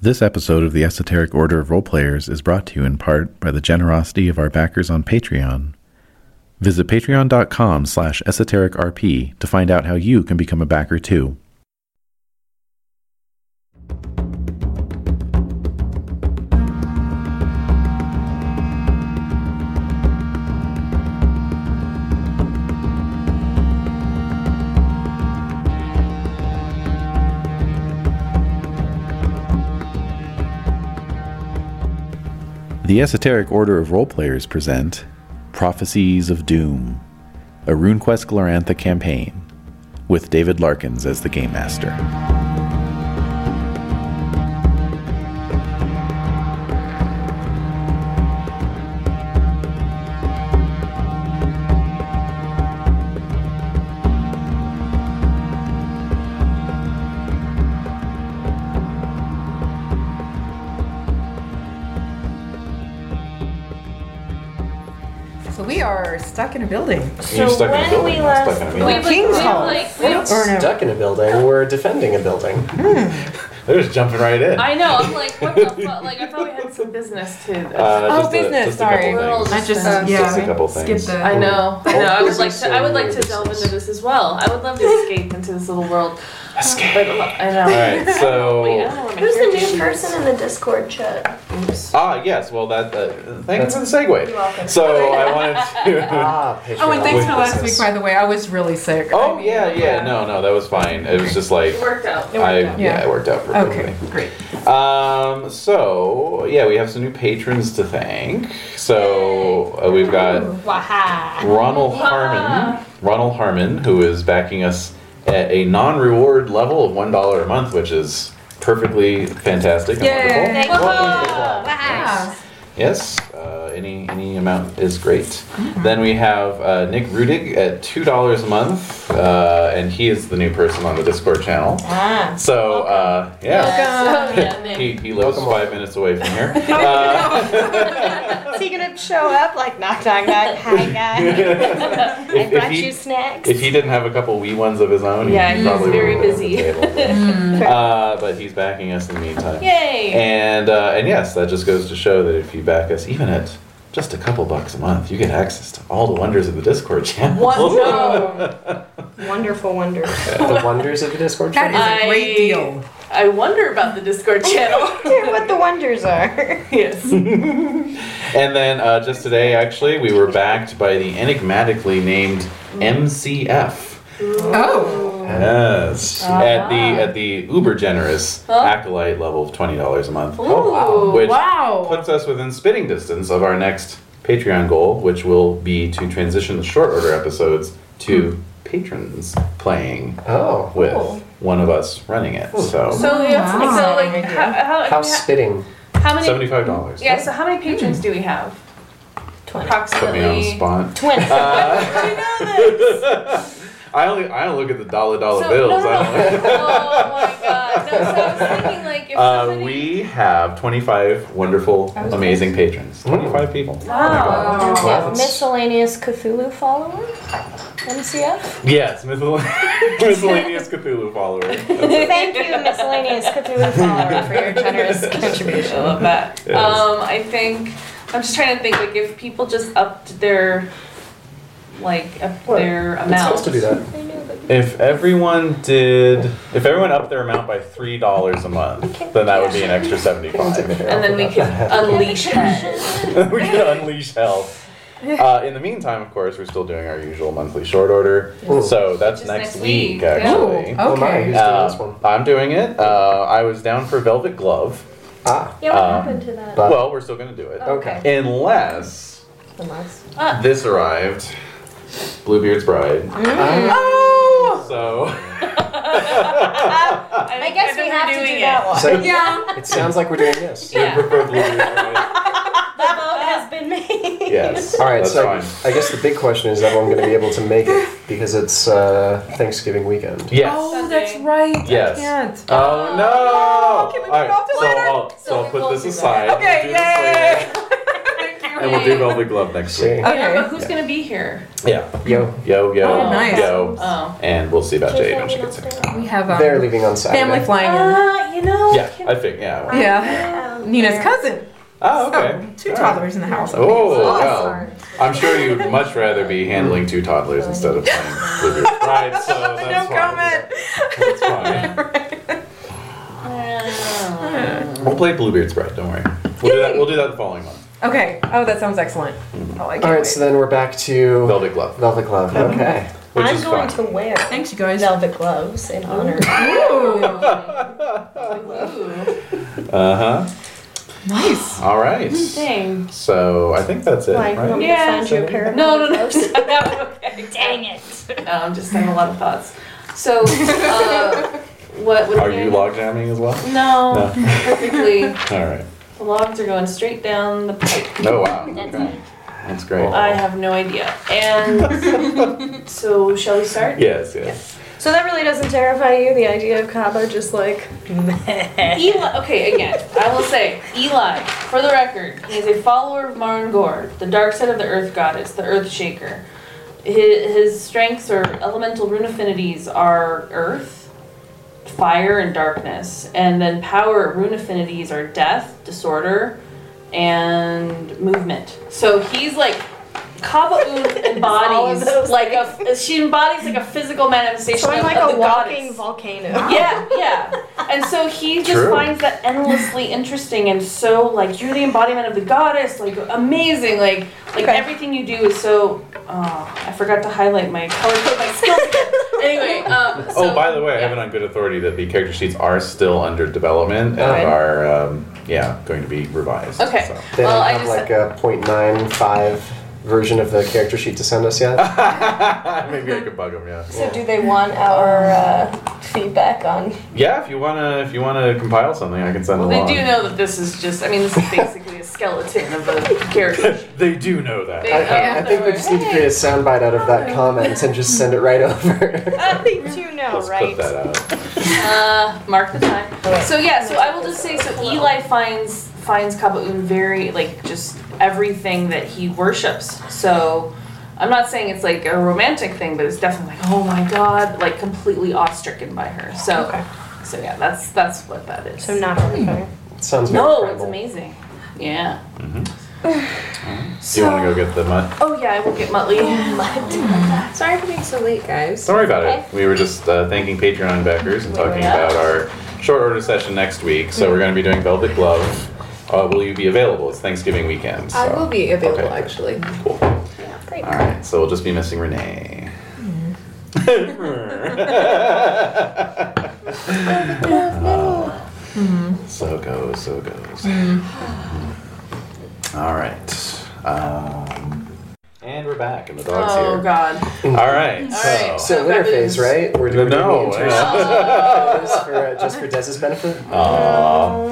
This episode of the Esoteric Order of Roleplayers is brought to you in part by the generosity of our backers on Patreon. Visit patreon.com slash esotericrp to find out how you can become a backer too. The Esoteric Order of Roleplayers present Prophecies of Doom, a RuneQuest Glorantha campaign, with David Larkins as the Game Master. So we are stuck in a building. You're stuck in a building, not stuck in a meeting. King's Hall. Or no. stuck in a building. We're defending a building. They're just jumping right in. I know. I'm like, what the fuck? Like, I thought we had some business to. Uh, Oh, just a- business, just sorry. Oh, A We're all couple things. just. just- uh, yeah. Just a couple things. I know. I know. I would like to. I would like to delve into this as well. I would love to escape into this little world. But Escape. I know. All right, Wait, I so don't know where my Who's the character sheet new person in the Discord chat? is. ah yes, well that uh, thanks for the segue. You're welcome. So I wanted to. Ah, Oh, and thanks for last week, business. by the way. I was really sick. Oh yeah, yeah, no, no, that was fine. It was just like It worked out. I out. yeah, Yeah. it worked out perfectly. Okay, great. Um, so yeah, we have some new patrons to thank. So uh, we've got Ronald Harmon, Ronald Harmon, who is backing us at a non-reward level of one dollar a month, which is perfectly fantastic and wonderful. Yay! Wow. Yes, uh, any any amount is great. Mm-hmm. Then we have uh, Nick Rudig at two dollars a month, uh, and he is the new person on the Discord channel. Ah. So uh, yeah, Yeah, so, yeah, Nick. he, he lives Welcome. five minutes away from here. Uh, Is he gonna show up like knock knock knock? Hi guys, I if, if, brought he, you snacks. if he didn't have a couple wee ones of his own, Yeah, he he's probably very would've been busy. Mm. at the table. uh, but he's backing us in the meantime. Yay! And uh, and yes, that just goes to show that if you back us, even at just a couple bucks a month, you get access to all the wonders of the Discord channel. What? No. Wonderful wonder. the wonders of the Discord That channel. is a I- great deal. I wonder about the Discord channel. Wonder what the wonders are. yes. And then uh, just today, actually, we were backed by the enigmatically named MCF. Oh, Yes, at Uh-huh. the at the uber generous acolyte level of twenty dollars a month. Ooh, Which wow. puts us within spitting distance of our next Patreon goal, which will be to transition the short order episodes to Hmm. patrons playing Oh, with one of us running it. So So yes. Wow. So like, how, how how, spitting. how many? seventy-five dollars. Yeah. So how many patrons do we have? Twenty. Put Approximately. me on the spot. Twin. I only I don't look at the dollar dollar So- bills. No, I no, don't no. oh my god. No, so I was thinking like if Uh, somebody- we have 25 wonderful, amazing patrons. 25 people. Wow. Wow, that's- Miscellaneous Cthulhu follower. MCF. Yes, miscell- miscellaneous Cthulhu followers. Thank you, miscellaneous Cthulhu follower, for your generous I contribution. love that. Yes. Um, I think I'm just trying to think like if people just upped their like up What? their It's amount. supposed to do that. I know, but If everyone did, if everyone upped their amount by three dollars a month, then that would be an extra seventy-five. And then we could unleash that. we could unleash hell. Uh, in the meantime, of course, we're still doing our usual monthly short order, Ooh. so that's Just next, next week, week, yeah. actually. Oh, Oh my, okay. who's doing this Uh, one? I'm doing it. Uh, I was down for Velvet Glove. Ah, Yeah, what happened to that? but Well, we're still gonna do it, okay. unless The last. Ah. this arrived, Bluebeard's Bride. Mm-hmm. Oh, So I, Ah. So yeah. it sounds like we're doing this. Yeah. prefer Bluebeard's Bride. That vote has been made. Yes. All right, that's so Oh, fine. I guess the big question is everyone going to be able to make it because it's uh, Thanksgiving weekend. Yes. Oh, that's right. Yes. I can't. Oh no! can we All right, put off the so later? I'll, so So I'll we put this won't do that. aside. we'll Okay, do this later, Thank you. and we'll do Velvet Glove next week. See? Yeah, but Okay. who's gonna be here? Yeah. Yo, Yo, yo, Oh, nice. yo. Oh. And we'll see about Jade when she gets here. We have um, they're leaving on Saturday. family flying in. Uh, you know, Yeah, I think, yeah. Ah. well- Yeah. Um, Nina's cousin. Oh, okay. Oh, two All right. toddlers in the house. Oh, well. Awesome. I'm sure you'd much rather be handling two toddlers instead of playing with your pride, so that's no fine. comment. That's fine. We'll play Bluebeard's Bride, don't worry. We'll do that, we'll do that the following month. Okay. Oh, that sounds excellent. Oh, I can't All wait. right, so then we're back to Velvet Glove. Velvet Glove. Okay. Which I'm is going fun. to wear Thanks, you guys. velvet gloves in honor. Uh huh. Nice. All right. Dang. So I think that's it, Why? You want right? me Mm, Yeah, to find you a pair of No, no, velvet no. gloves? okay. Dang it. No, I'm just having a lot of thoughts. So, uh, what would Are be- you log jamming as well? No, No. perfectly. All right. The logs are going straight down the pipe. Oh wow. That's Okay. That's great. I have no idea. And so, shall we start? Yes, yes. So that really doesn't terrify you, the idea of Kaba just like Eh. Eli, okay, again, I will say, Eli, for the record, he is a follower of Marangor, the dark side of the Earth Goddess, the Earth Shaker. His, his strengths or elemental rune affinities are Earth, Fire, and Darkness, and then power rune affinities are Death, Disorder, and Movement. So he's like. Kaba Un all of embodies those like a she embodies like a physical manifestation So I'm of, like of a the walking goddess. volcano. Yeah, yeah. And so he just True. finds that endlessly interesting and so like you're the embodiment of the goddess, like amazing, like like Okay. everything you do is so oh, I forgot to highlight my color code my skills. anyway, um so, oh, by the way, I have it on good authority that the character sheets are still under development Okay. and are, um, yeah, going to be revised. Okay. so. They Well, don't I have just like a 0.95 version of the character sheet to send us yet. Maybe I could bug them. Yeah. So do they want our uh, feedback on Yeah. If you wanna, if you wanna compile something, I can send well, along. they do know that this is just I mean this is basically a skeleton of a character. They do know that. They- I, Yeah. I, I think we just need to create a soundbite out of that comment and just send it right over. I think you know, Let's right? clip that out. Uh, mark the time. So yeah, so I will just say, so Eli finds finds Kabaun very like just everything that he worships. So I'm not saying it's like a romantic thing, but it's definitely like oh my god, like completely awestricken by her. So Okay. so yeah, that's that's what that is. So not horrifying. Sounds very no, primal. it's amazing. Yeah. Do you wanna go get the mud? Oh yeah, I will get Muttley. Sorry for being so late, guys. Don't worry about it. We were just uh, thanking Patreon backers and talking Yeah. about our short order session next week. So we're going to be doing Velvet Glove. Uh, will you be available? It's Thanksgiving weekend. So. I will be available Okay. actually. Cool. Great. All right. So we'll just be missing Renee. So goes, so goes. All right. Um, and we're back, and the dog's Oh here. god. All right. So, right. So winter phase, right? We're doing No, winter phase for, uh, just for Des's benefit. Aw.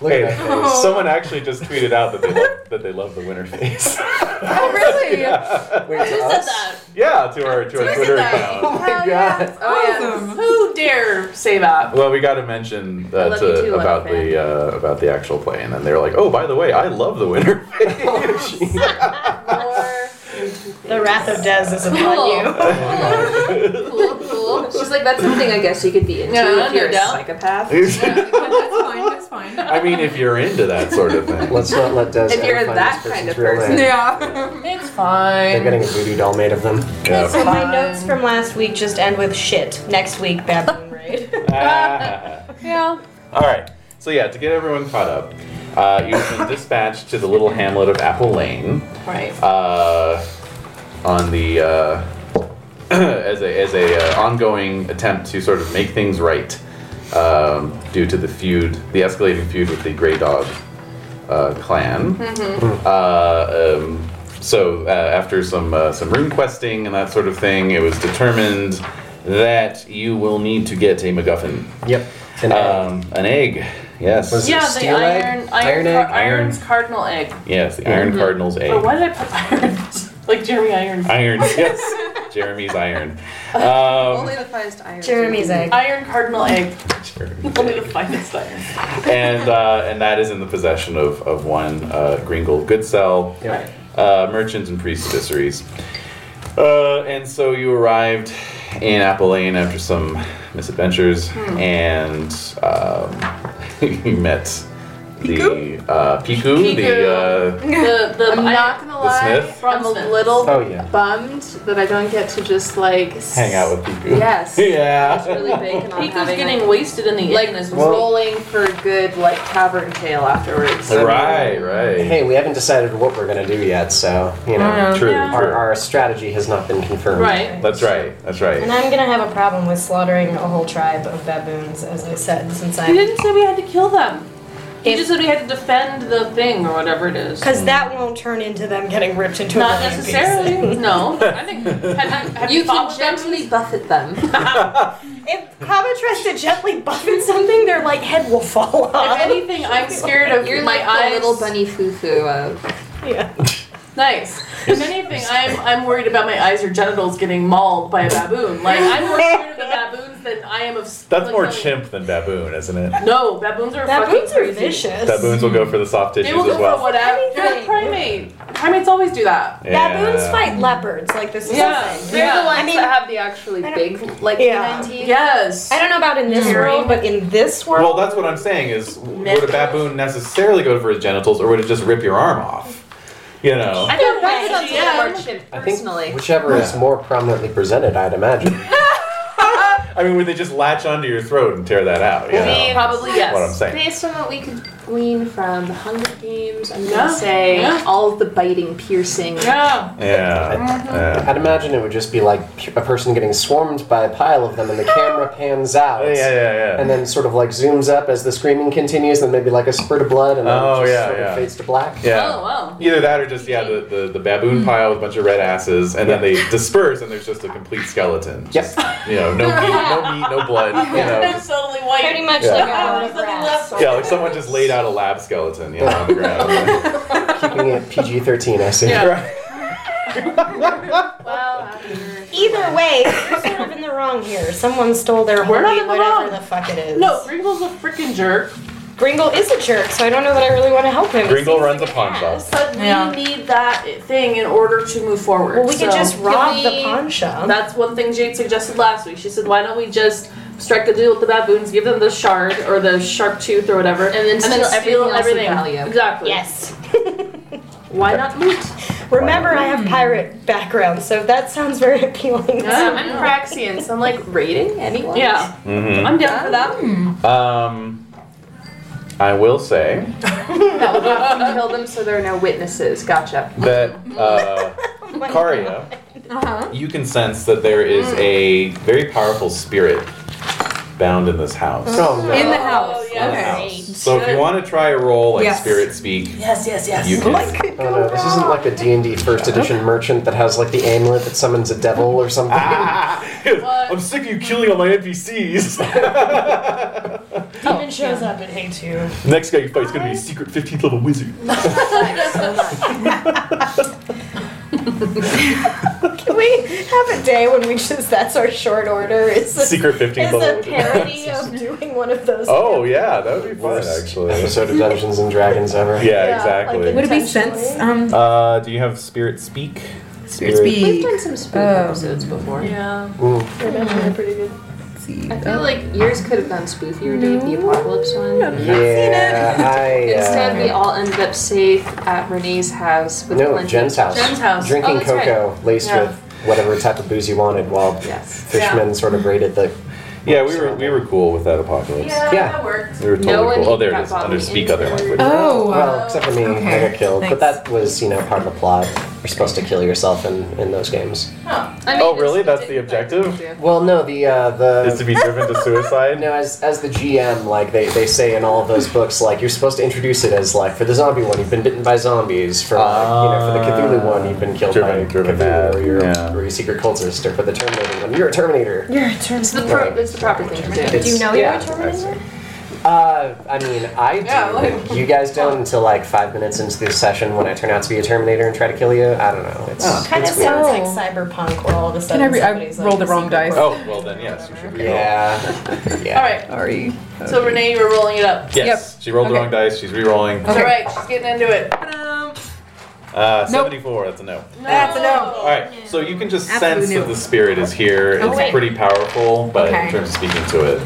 Look Hey, at that someone actually just tweeted out that they love, that they love the winter face. Oh, really? face. Wait, to us? yeah, to our to our Twitter account. Oh my god. Oh, yeah. Who dare say that? Well, we got to mention uh, love you to, too, about Leatherface. the uh, about the actual play, and then they're like, "Oh, by the way, I love the winter face." The wrath of Des is upon Cool. you. cool, cool. She's like, that's something I guess you could be into Yeah, if you're a no doubt. psychopath. That's fine. That's fine. I mean, if you're into that sort of thing, Let's not let Des If ever you're find that this kind person's of real person. name. Yeah. It's fine. They're getting a voodoo doll made of them. yeah. So my notes from last week just end with shit. Next week, baboon raid. Ah. Yeah. All right. So yeah, to get everyone caught up, uh, you've been dispatched to the little hamlet of Apple Lane. Right. uh, on the uh, as a as a uh, ongoing attempt to sort of make things right um, due to the feud, the escalating feud with the Grey Dog uh, clan. Uh, um, so uh, after some uh, some rune questing and that sort of thing, it was determined that you will need to get a MacGuffin, Yep. And uh, um, an egg. Yes. Was Yeah, the Steel egg? iron, iron, Iron egg? car- iron's cardinal egg. Yes, the Iron Cardinal's egg. But why did I put iron? like Jeremy Irons. Iron, yes. Jeremy's iron. Um, Only the finest iron. Jeremy's egg. Iron cardinal egg. Jeremy's Only egg. the finest iron. and uh, and that is in the possession of, of one uh, Gringold Goodsell, yeah. uh, merchants and priestesses. Uh, and so you arrived in Apple Lane after some misadventures, and um, he met the uh, Piku, the uh, The the I'm I- not gonna the lie. Smith? I'm a Bronson. little Oh, yeah. bummed that I don't get to just like s- hang out with Piku. Yes. Yeah. I was really big on Piku's having, getting like, wasted in the like inn as well. rolling for a good like tavern tale afterwards. right, right. Hey, we haven't decided what we're gonna do yet, so you know, True, our, true. our strategy has not been confirmed. Right. That's right. That's right. And I'm gonna have a problem with slaughtering a whole tribe of baboons, as I said, since He I. didn't say we had to kill them. He If- just said we had to defend the thing or whatever it is. Mm. Because that won't turn into them getting ripped into a Not million necessarily. no. I think have you, have you You can fought them? gently buffet them. Pieces. If Kaba tries to gently buffet something, their like head will fall If off. anything, I'm scared of You're my like eyes. the little bunny foo-foo of. Yeah. Nice. If anything, I'm I'm worried about my eyes or genitals getting mauled by a baboon. Like I'm more scared of the baboons than I am of. That's more like, chimp than baboon, isn't it? No, baboons are Baboons fucking are crazy. vicious. Baboons will go for the soft tissues They will go as well. for whatever. They're a Anything. primate. Primates always do that. Baboons Yeah. fight leopards. Like this is Yeah. a thing. They're Yeah, the ones I mean- that have the actually I big like Yeah. canine teeth. Yes. I don't know about in this world, but in this world, Well, that's what I'm saying is, would a baboon necessarily go for his genitals, or would it just rip your arm off? You know. I don't know. Either That's way, a yeah. little more chimp, I think personally. whichever is more prominently presented, I'd imagine. I mean, would they just latch onto your throat and tear that out? You We- know Probably yes. what I'm saying? Based on what we could glean from the Hunger Games, I'm Yeah. gonna say Yeah. all of the biting, piercing. Yeah. Yeah. I'd imagine it would just be like a person getting swarmed by a pile of them, and the camera pans out. Yeah. Yeah. Yeah. And yeah. then sort of like zooms up as the screaming continues, then maybe like a spurt of blood, and then Oh, it just yeah, sort yeah. of fades to black. yeah. Oh Hmm. wow. Either that or just yeah, the, the, the baboon pile with a bunch of red asses, and then they disperse, and there's just a complete skeleton. Yes. You know, no meat, no meat, no blood. You know, They're just, totally white. pretty much Yeah. like a Yeah, lot of there's nothing grass. left. yeah, like someone just laid out a lab skeleton, you know, on the ground. Keeping it PG 13, I see. Yeah. Right. Well, after Either way, you're sort of in the wrong here. Someone stole their We're not holy in the whatever wrong. the fuck it is. No, Ringle's a freaking jerk. Gringle is a jerk, so I don't know that I really want to help him. He Gringle seems runs like a an pawn shop. ass. But Yeah. we need that thing in order to move forward. Well, we could so- just rob we- the pawn shop. That's one thing Jade suggested last week. She said, "Why don't we just strike a deal with the baboons, give them the shard or the sharp tooth or whatever, And then steal everything steal else of everything. value. Exactly. yes. Why not loot? Remember, I Hmm. have pirate background, so that sounds very appealing. Yeah. I'm Praxian, so I'm like raiding anyone. Yeah, Mhm. I'm down for that. Um, I will say That would have to kill them so there are no witnesses. Gotcha. that uh, Karia, Uh-huh. you can sense that there is a very powerful spirit bound in this house. Oh, no. In the house. Oh, In yes. the house. So if you want to try a roll like Yes. spirit speak, Yes, yes, yes. you can. Oh, no. This isn't like a D&D first edition merchant that has like the amulet that summons a devil or something. Ah, I'm sick of you killing all my NPCs. Demon shows up and hates you. Next guy you fight is gonna be a secret 15th level wizard. Can we have a day when we just that's our short order? Is a, Secret 15th is level a wizard. parody of doing one of those. Oh yeah, that would be fun Worst actually. episode of Dungeons and Dragons ever. Yeah, like exactly. the- Would it be sense? Um, uh, do you have spirit speak? spirit We've speak. done some spoof Oh. episodes before. Yeah. Ooh. Mm-hmm. Let's see. I feel like yours could have gone spoof. You were doing the apocalypse one. Yeah, I, uh, Instead, we all ended up safe at Renee's house with No, plenty- Jen's house. Jen's house. Drinking Oh, that's right. cocoa laced Yeah. with whatever type of booze you wanted while Yes. fishmen sort of raided the. Yeah, we were we were cool with that apocalypse. Yeah. that worked. We were totally one cool. Oh, there got it is. Under bodily speak other injury. language. Oh, Well, except for me, I okay. got killed. But Thanks. that was, you know, part of the plot. You're supposed to kill yourself in, in those games. I mean, Oh, really? it's- That's the objective? Well, no, the uh, Is to be the. driven to suicide? No, as, as the GM, like they, they say in all of those books, like you're supposed to introduce it as like for the zombie one, you've been bitten by zombies. For like, you know, for the Cthulhu one, you've been killed Driven- by driven Cthulhu, mad, or you're, yeah. or you're a secret cultist, or for the Terminator one, you're a Terminator. You're a term. It's the, pro- it's the proper thing to do. It's- Do you know yeah. you're a Terminator? Uh, I mean, I do. Yeah, like- you guys don't until like five minutes into the session when I turn out to be a Terminator and try to kill you. I don't know. It's Kind of it's weird. sounds like cyberpunk, where all of a sudden Can I re- I somebody's like rolled the a wrong secret dice. Oh, well then, yes, you should re-roll. Yeah. yeah. All right. Sorry. So Renee, you were rolling it up. Yes, Yep. she rolled the Okay. wrong dice. She's re-rolling. All right, she's getting into it. Ta-dam. Uh, 74, that's a no. That's a no. All right, so you can just Absolutely sense no. that the spirit is here. Oh, It's wait. pretty powerful, but Okay. in terms of speaking to it,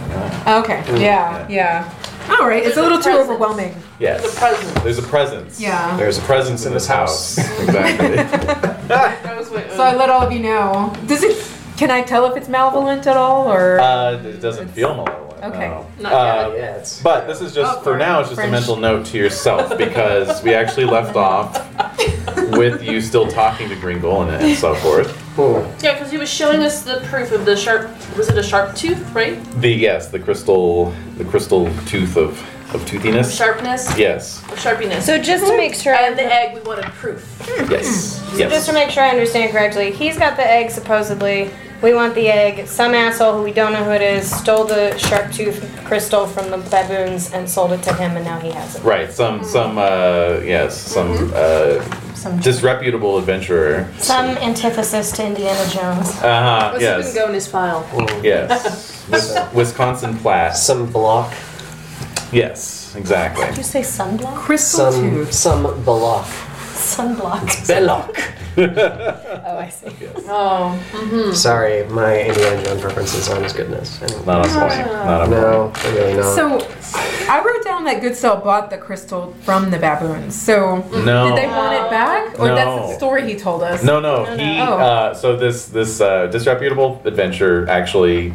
uh, Okay. Yeah. Yeah. All right, it's a little too Present. overwhelming. The Yes. presence. There's a presence. Yeah. There's a presence in this house. exactly. I was like, So I let all of you know. Does it? Can I tell if it's malevolent at all, or? Uh, it doesn't feel malevolent. Okay. no. Not Uh, Yeah, it's. But this is just Oh, for now. It's just a French. mental note to yourself because we actually left off with you still talking to Gringle and, and so forth. Hmm. yeah, because he was showing us the proof of the sharp. Was it a sharp tooth, right? The yes, the crystal, the crystal tooth of of toothiness. Sharpness. Yes, Or sharpiness. So just to make sure, and the egg, we wanted proof. yes, just yes. to make sure I understand correctly, he's got the egg supposedly. We want the egg. Some asshole who we don't know who it is stole the sharp tooth crystal from the baboons and sold it to him, and now he has it. Right. Some some uh, yes some uh, Some disreputable adventurer. some antithesis to Indiana Jones. Uh huh. What's even Yes. go in his file? Yes. Wis- Wisconsin Platt. Some block. Yes. Exactly. Did you say sunblock? Crystal Some tooth. some block. Sunblock. Belloc. Oh, I see. Oh. Sorry, my Indiana Jones references aren't as good as. Not a point. Not a point. No, they're really not. So, I wrote down that Goodsell bought the crystal from the baboons. So, No. did they want it back, or that's No. the story he told us? No, no, he. Oh. Uh, so this this uh, disreputable adventure actually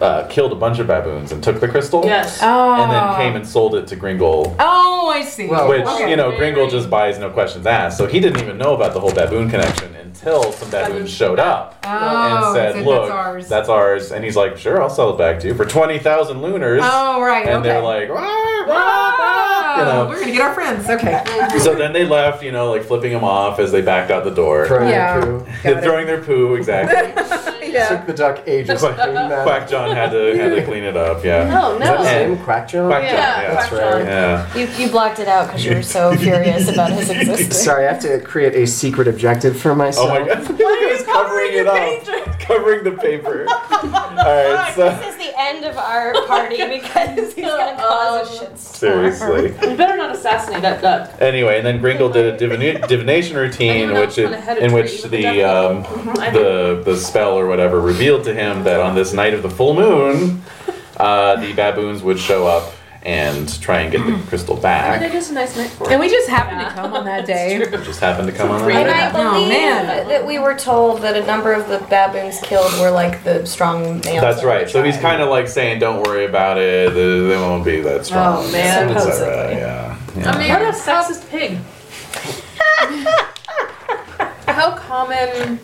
uh, killed a bunch of baboons and took the crystal. Yes. Oh. And then came and sold it to Gringle, Oh, I see. Well, which okay. you know Gringle just buys no questions asked. So he didn't even know about the whole baboon connection until some baboons showed up oh, and said, so "Look, that's ours. ours." And he's like, "Sure, I'll sell it back to you for twenty thousand lunars." oh, right. And okay. they're like, "Rah, rah, Ah, rah," you know. We're gonna get our friends. Okay. So then they left, you know, like flipping him off as they backed out the door, Throwing a Yeah. poo. Got it. throwing their poo. Exactly. Took the duck ages to Quack, clean that. Quack John had to had to clean it up. Yeah. Oh Is that his no. name? Quack John? Quack John. Yeah, Yeah. That's Quack right. John. Yeah. You, you blocked it out because you were so furious about his existence. Sorry, I have to create a secret objective for Oh myself. my god. Look at us covering it up. Covering the paper. All right. So This is the end of our party because Um, he's gonna cause a shit. seriously. We better not assassinate that duck. Anyway, and then Gringle did a divina- divination routine, Anyone else which it, wanna head a in tree which with the a um, Mm-hmm. the the spell or whatever revealed to him that on this night of the full moon, uh, the baboons would show up and try and get the crystal back. It is a nice night for it. And we just happened to come on that day. It just happened to come on. And that night. I Oh, believe man. that we were told that a number of the baboons killed were like the strong males. That's of our right. So he's tribe. kind of like saying, "Don't worry about it. They they won't be that strong." Oh, man. Et cetera, Supposedly. Yeah. I mean, uh, what a sexist pig. How common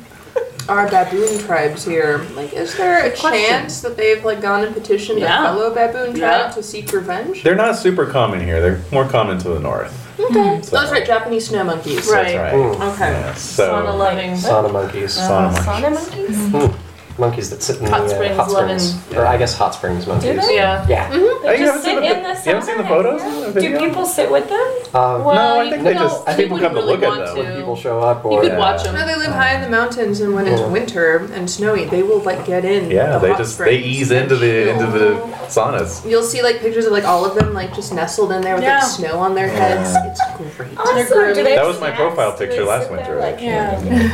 are baboon tribes here? Like, is there a chance that they've like gone and petitioned Yeah. a fellow baboon tribe Yeah. to seek revenge? They're not super common here. They're more common to the north. Mm-hmm. Okay. So- Those are Japanese snow monkeys. Right. That's right. Mm. Okay. Yeah, so loving. Sauna monkeys. Mm. sauna monkey. Sauna monkeys? Hmm. Monkeys that sit in Hot the uh, springs hot loving- springs. Or I guess hot springs monkeys. Yeah. Uh, Yeah. Oh, you haven't just seen the, sit in the you haven't seen the sauna, photos? in yeah. the video? Do people sit with them? Um, No, Mm-hmm. Well, I you think they could just. all- I think people you come to wouldn't look at really want them. when people show up You or could Yeah. watch them. No, they live high in the mountains, and when it's Yeah. winter and snowy, they will like get in. Yeah, the they hot just springs. they ease into the into the saunas. You'll see like pictures of like all of them like just nestled in there with Yeah. like snow on their heads. It's great. Awesome. Do they That have was my snacks? profile Do they picture last sit there winter, Like, actually. yeah.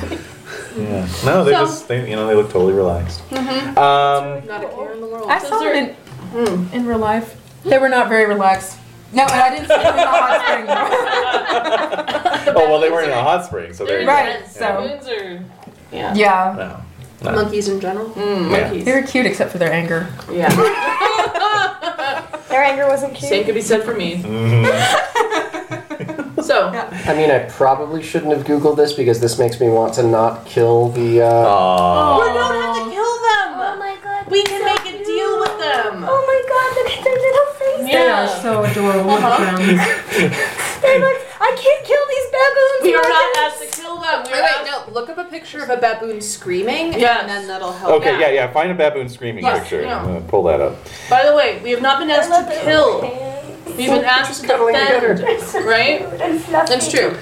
Yeah. No, they So- just they, you know they look totally relaxed. Mm-hmm. Um, Not a care in the world. I saw them Hmm. in, in real life. They were not very relaxed. No, and I didn't see them in the hot spring. oh well, they were in a hot spring, so they're Right. So Baboons are. yeah, No. monkeys in general. Yeah. they were cute except for their anger. Yeah. Their anger wasn't cute. Same could be said for me. so, I mean, I probably shouldn't have Googled this because this makes me want to not kill the. Uh, Aw. we don't have to kill them. Oh my god. We can make a deal with them. Oh my god, look at their little faces. They are so adorable. Browns. They look, I can't kill these baboons. We are Look not at- asked to kill them. We Wait, are wait, asked. no. Look up a picture of a baboon screaming, Yes. and then that'll help. Okay, yeah, yeah. Find a baboon screaming Oh, Yes, picture. yeah. Uh, pull that up. By the way, we have not been I asked love to their kill. hands. We've been asked to cuddling defend. Right? And fluffy. That's true.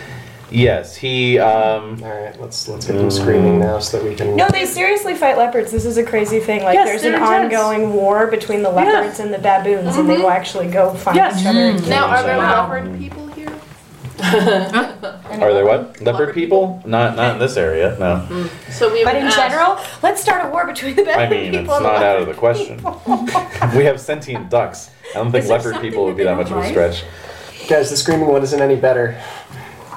Yes, he. Um, all right, let's let's get them screaming now so that we can. No, they seriously fight leopards. This is a crazy thing. Like, Yes, there's an they're intense. ongoing war between the Mm-hmm. leopards and the baboons, and they will actually go find Yes. each other. and Now, are there Wow. leopard people here? Are there what? Leopard people? Not not in this area. No. So we But would in ask- general, let's start a war between the I bad mean, it's people and the not out of leopard the question. we have sentient ducks. I don't think Is there leopard something people would that be they that much don't of a like? stretch. Guys, the screaming one isn't any better.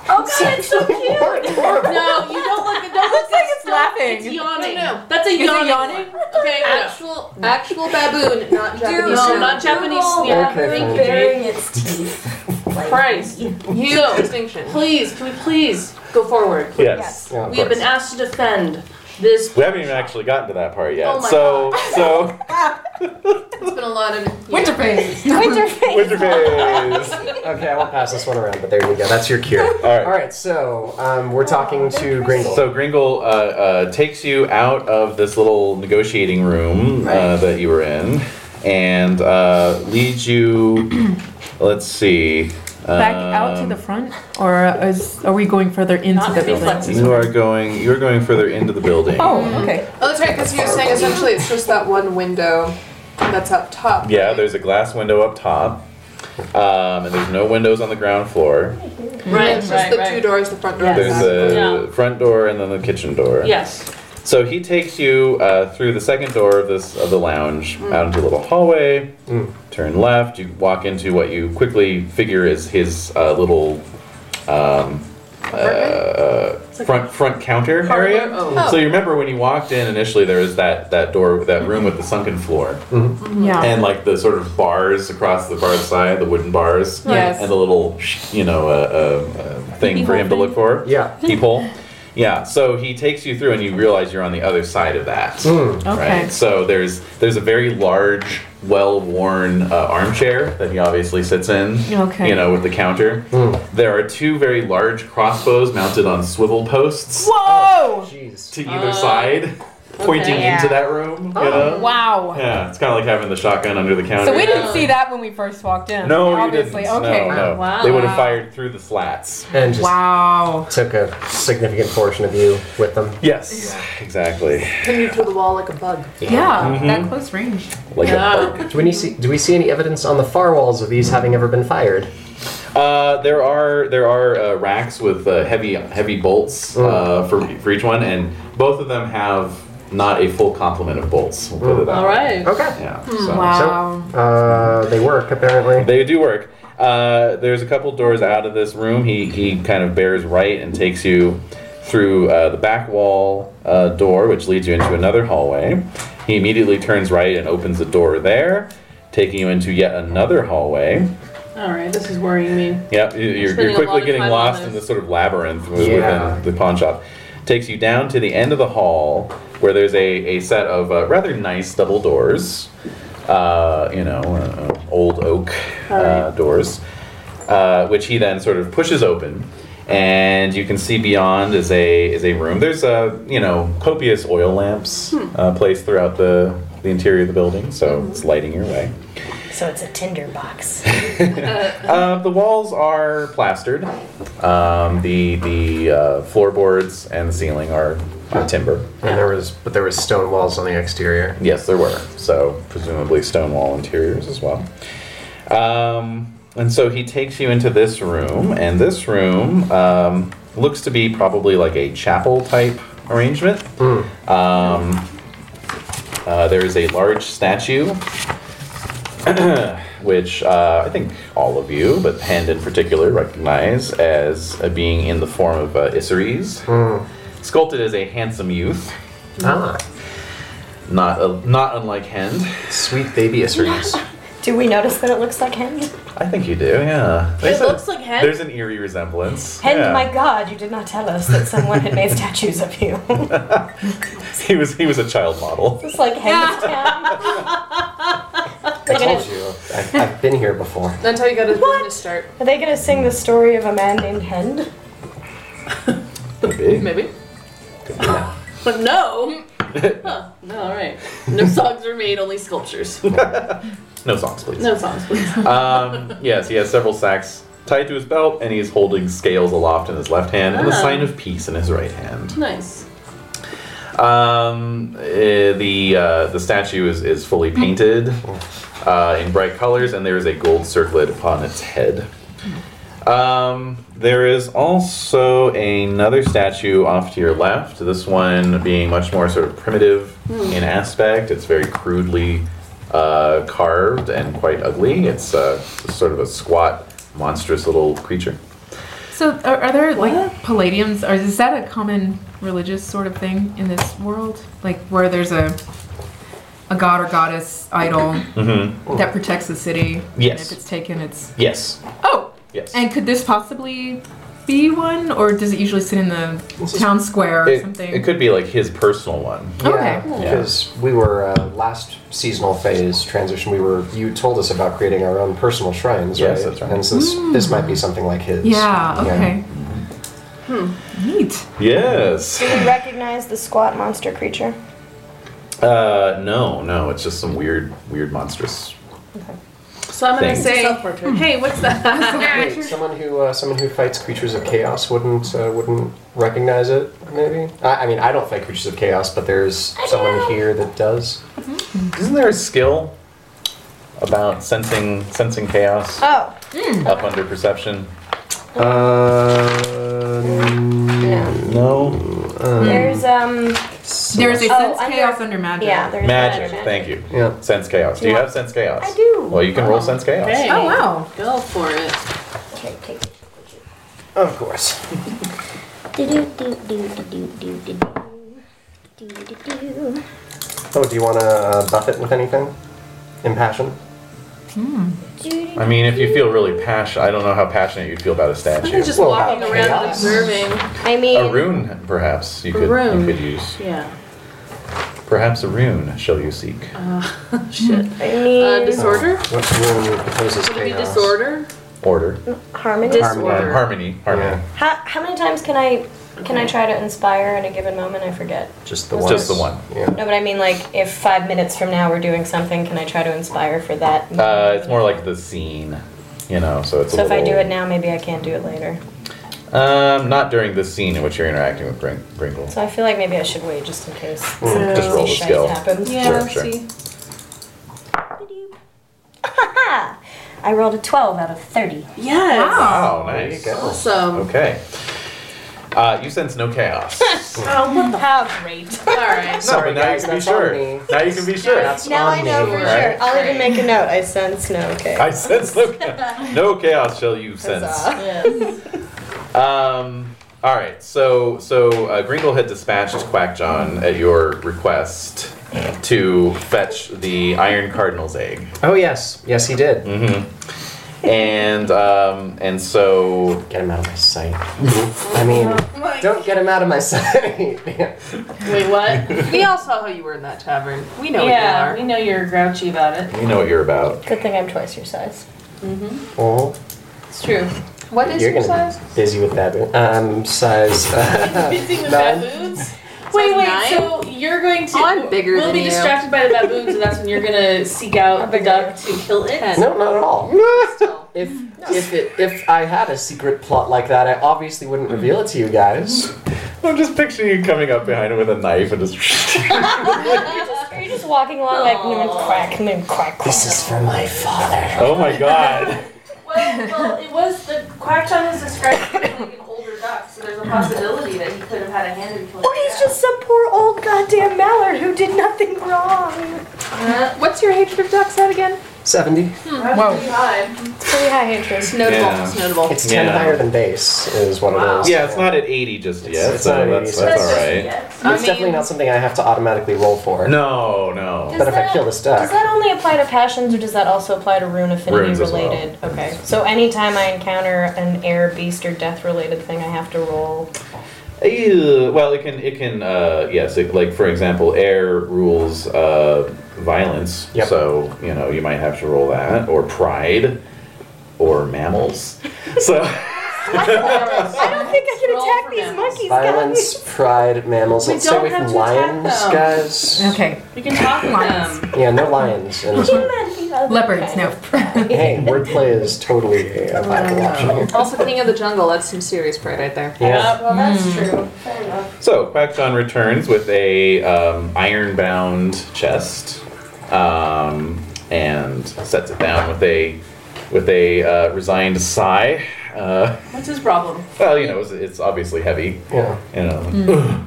Oh god, it's so cute. No, you don't look. It looks like it's laughing. It's yawning. No, no. That's a it yawning. yawning? one. Okay, no. actual actual baboon, not Japanese. no, baboon. not Japanese people smear. Okay, Thank fine. you. Burying its teeth. Like, Christ. Huge So- distinction. Please, can we please go forward? Yes. Yeah, of We have course. been asked to defend this. We haven't even actually gotten to that part yet. Oh my so so It's been a lot of Winter phase. Mm. Winterface. Okay, I won't pass this one around, but there we go. That's your cure. All right. All right, so um, we're Oh, talking to Gringle. So Gringle uh, uh, takes you out of this little negotiating room uh, that you were in, and uh, leads you. let's see. um, Back out to the front, or is, are we going further into Not the to be building? flexible. You are going. You are going further into the building. Oh, okay. Oh, that's right, because he was saying essentially it's just that one window that's up top. Yeah, there's a glass window up top, um, and there's no windows on the ground floor. Right, It's just the two doors, the front door and the There's back. the Yeah. front door and then the kitchen door. Yes. So he takes you uh, through the second door of this of the lounge out into a little hallway. Turn left. You walk into what you quickly figure is his uh, little um, uh, front front counter area. Oh. So you remember when you walked in initially, there was that that door, that room with the sunken floor, Yeah. and like the sort of bars across the far side, the wooden bars, Yes. and the little you know uh, uh, uh, thing for him to look for. Yeah. Peephole. Yeah, so he takes you through and you realize you're on the other side of that. Okay. Right? So there's there's a very large, well-worn uh, armchair that he obviously sits in. Okay. You know, with the counter. There are two very large crossbows mounted on swivel posts Oh. Whoa! Jeez. to either side, pointing okay. into that room. You know? Oh, Wow. Yeah, it's kind of like having the shotgun under the counter. So we didn't see that when we first walked in. no, obviously. you didn't. Okay. Oh, No, no. Wow. They would have fired through the slats. And just Wow. took a significant portion of you with them. Yes, exactly. Pinned you to the wall like a bug. Yeah, Mm-hmm. that close range. Like a Yeah. bug. Do we need see, do we see any evidence on the far walls of these having ever been fired? Uh, there are there are uh, racks with uh, heavy heavy bolts uh, for for each one, and both of them have not a full complement of bolts. We'll put it that All way. right. Hmm, Okay. Yeah. so- Wow. So, uh, they work apparently. They do work. Uh, there's a couple doors out of this room. He he kind of bears right and takes you through uh, the back wall uh, door, which leads you into another hallway. He immediately turns right and opens the door there, taking you into yet another hallway. All right. This is worrying me. Yep, you- you're, Spending you're a quickly lot of getting time on lost in this. this sort of labyrinth wi- Yeah. within the pawn shop. Takes you down to the end of the hall where there's a, a set of uh, rather nice double doors, uh, you know, uh, old oak uh, doors, uh, which he then sort of pushes open. And you can see beyond is a is a room. There's a you know copious oil lamps Hmm. uh, placed throughout the, the interior of the building, so it's lighting your way. So it's a tinder box. Uh, the walls are plastered. Um, the the uh, floorboards and the ceiling are uh, timber. And there was but there was stone walls on the exterior. Yes, there were. So presumably stone wall interiors as well. Um, and so he takes you into this room, and this room um, looks to be probably like a chapel type arrangement. Um, uh, there is a large statue, which uh, I think all of you, but Hand in particular, recognize as uh, being in the form of uh, Isseres, sculpted as a handsome youth Mm-hmm. Ah, not a, not unlike Hend. sweet baby Isseries. Do we notice that it looks like Hend? I think you do, yeah. There's a- looks like Hend? There's an eerie resemblance. Hend, yeah. my god, you did not tell us that someone had made statues of you. He was he was a child model. it's like Hend's town. I told you. I, I've been here before. That's how you got his business start. Are they gonna sing the story of a man named Hend? Could be. Maybe. But no. Huh. No, all right. No songs were made, only sculptures. No songs, please. No songs, please. Um, yes, he has several sacks tied to his belt, and he's holding scales aloft in his left hand and the Ah. sign of peace in his right hand. Nice. Um, eh, the uh, the statue is, is fully painted uh, in bright colors, and there is a gold circlet upon its head. Um, there is also another statue off to your left. This one being much more sort of primitive Hmm. in aspect. It's very crudely uh, carved and quite ugly. It's uh, sort of a squat, monstrous little creature. So, are, are there like palladiums? Or is that a common religious sort of thing in this world? Like where there's a a god or goddess idol that protects the city. And Mm-hmm. Yes. if it's taken, it's Yes. oh. Yes. And could this possibly be one, or does it usually sit in the town square or it, something? it could be like his personal one. Okay. Because we were uh, last seasonal phase transition. We were you told us about creating our own personal shrines, Yes, right? that's right. And so this, this might be something like his. Mm. Yeah. Okay. Hmm. Neat. Yes. Do we recognize the squat monster creature? Uh, no, no. It's just some weird, weird monstrous. So I'm gonna Thanks. say, hey, what's that? Wait, someone who uh, someone who fights creatures of chaos wouldn't uh, wouldn't recognize it. Maybe. I, I mean, I don't fight creatures of chaos, but there's someone here that does. Isn't there a skill about sensing sensing chaos Oh, up under perception? Uh, no. No. there's um. There's a Oh, sense under- chaos under magic. Yeah, there's Magic. Thank you. Yeah. Sense chaos. Do you Yeah. have sense chaos? I do. Well, you can roll sense chaos. Oh wow. Go for it. Okay, take it. Of course. Oh, do you want to uh, buff it with anything? Impassion. I mean, if you feel really passionate, I don't know how passionate you'd feel about a statue. Just Well, walking how around and chaos. observing. I mean, A rune, perhaps you could Rune. you could use. Yeah. Perhaps a rune shall you seek. Oh, Shit. I mean, Uh, disorder? What rune opposes Would it be chaos? disorder? Order. harmony. Harmony. Disorder. Harmony. Harmony. Yeah. How, how many times can I can I try to inspire at a given moment? I forget. Just the Just one. Just the one. Yeah. No, but I mean, like, if five minutes from now we're doing something, can I try to inspire for that? Uh, it's more like the scene, you know. So it's. so a if I little, do it now, maybe I can't do it later. Um, not during the scene in which you're interacting with Bring- Bringle. So I feel like maybe I should wait just in case. Mm, just roll the shit skill. happens. Yeah, Sure, let's sure. see. I rolled a 12 out of 30. Yes. Wow, There you Oh, nice. go. Awesome. Okay. Uh, you sense no chaos. How great. All right. no, Sorry, but now guys, you can be that's on sure. me. Now you can be sure. That's Now on I know me. for Right. sure. I'll even make a note. I sense no okay. I sense no chaos. No chaos shall you sense. Um, all right, so so uh, Gringle had dispatched Quackjohn at your request to fetch the Iron Cardinal's egg, Oh yes, yes he did. Mm-hmm. and um, and so Get him out of my sight. I Oh mean, don't get him out of my sight. Yeah. Wait, what? We all saw how you were in that tavern. We know yeah, what we you know you're grouchy about it. we know what you're about. Good thing I'm twice your size. oh, It's true. are. What is you're your gonna size? be busy with that. Um, size. Busy with Nine. baboons? Wait, wait, nine? so you're going to. Oh, I'm bigger We'll than be you. distracted by the baboons, and that's when you're gonna seek out the duck to kill it? No, not at all. If if it, if I had a secret plot like that, I obviously wouldn't reveal it to you guys. I'm just picturing you coming up behind him with a knife and just. Are you just walking along like, mm, quack, mm, quack, quack? This is for my father. oh my god! Well, well, it was the quackshot was described as being an older duck, so there's a possibility that he could have had a hand in killing. Oh, He's just some poor old goddamn mallard who did nothing wrong. What's your hatred of ducks at again? Seventy. It's pretty high hatred. It's notable. Yeah. It's notable. It's ten Yeah. higher than base is what Wow. it is. Yeah, it's not at 80 just yet, it's so not at that's, 80, that's so all right. It's definitely not something I have to automatically roll for. No, no. But if I kill this Does duck, that only apply to passions, or does that also apply to rune affinity Runes as well. related? Okay. So anytime I encounter an air, beast, or death related thing, I have to roll. Ew. Well, it can, it can, uh, yes, it, like for example, air rules uh, violence, Yep. so you know you might have to roll that, or pride, or mammals. So I don't think I can attack these monkeys, violence, pride, mammals. We Let's stay don't away have from to attack lions, them. guys. Okay. We can talk to them. Yeah, no lions. In this one. Leopards. No. hey, wordplay is totally a viable option here. Also, King of the Jungle. That's some serious pride right there. Yeah. Uh, well, that's Hmm. true. Fair enough. So Quackjohn returns with a um, iron-bound chest um, and sets it down with a with a uh, resigned sigh. Uh, What's his problem? well, you know, it's, it's obviously heavy. Yeah. You know.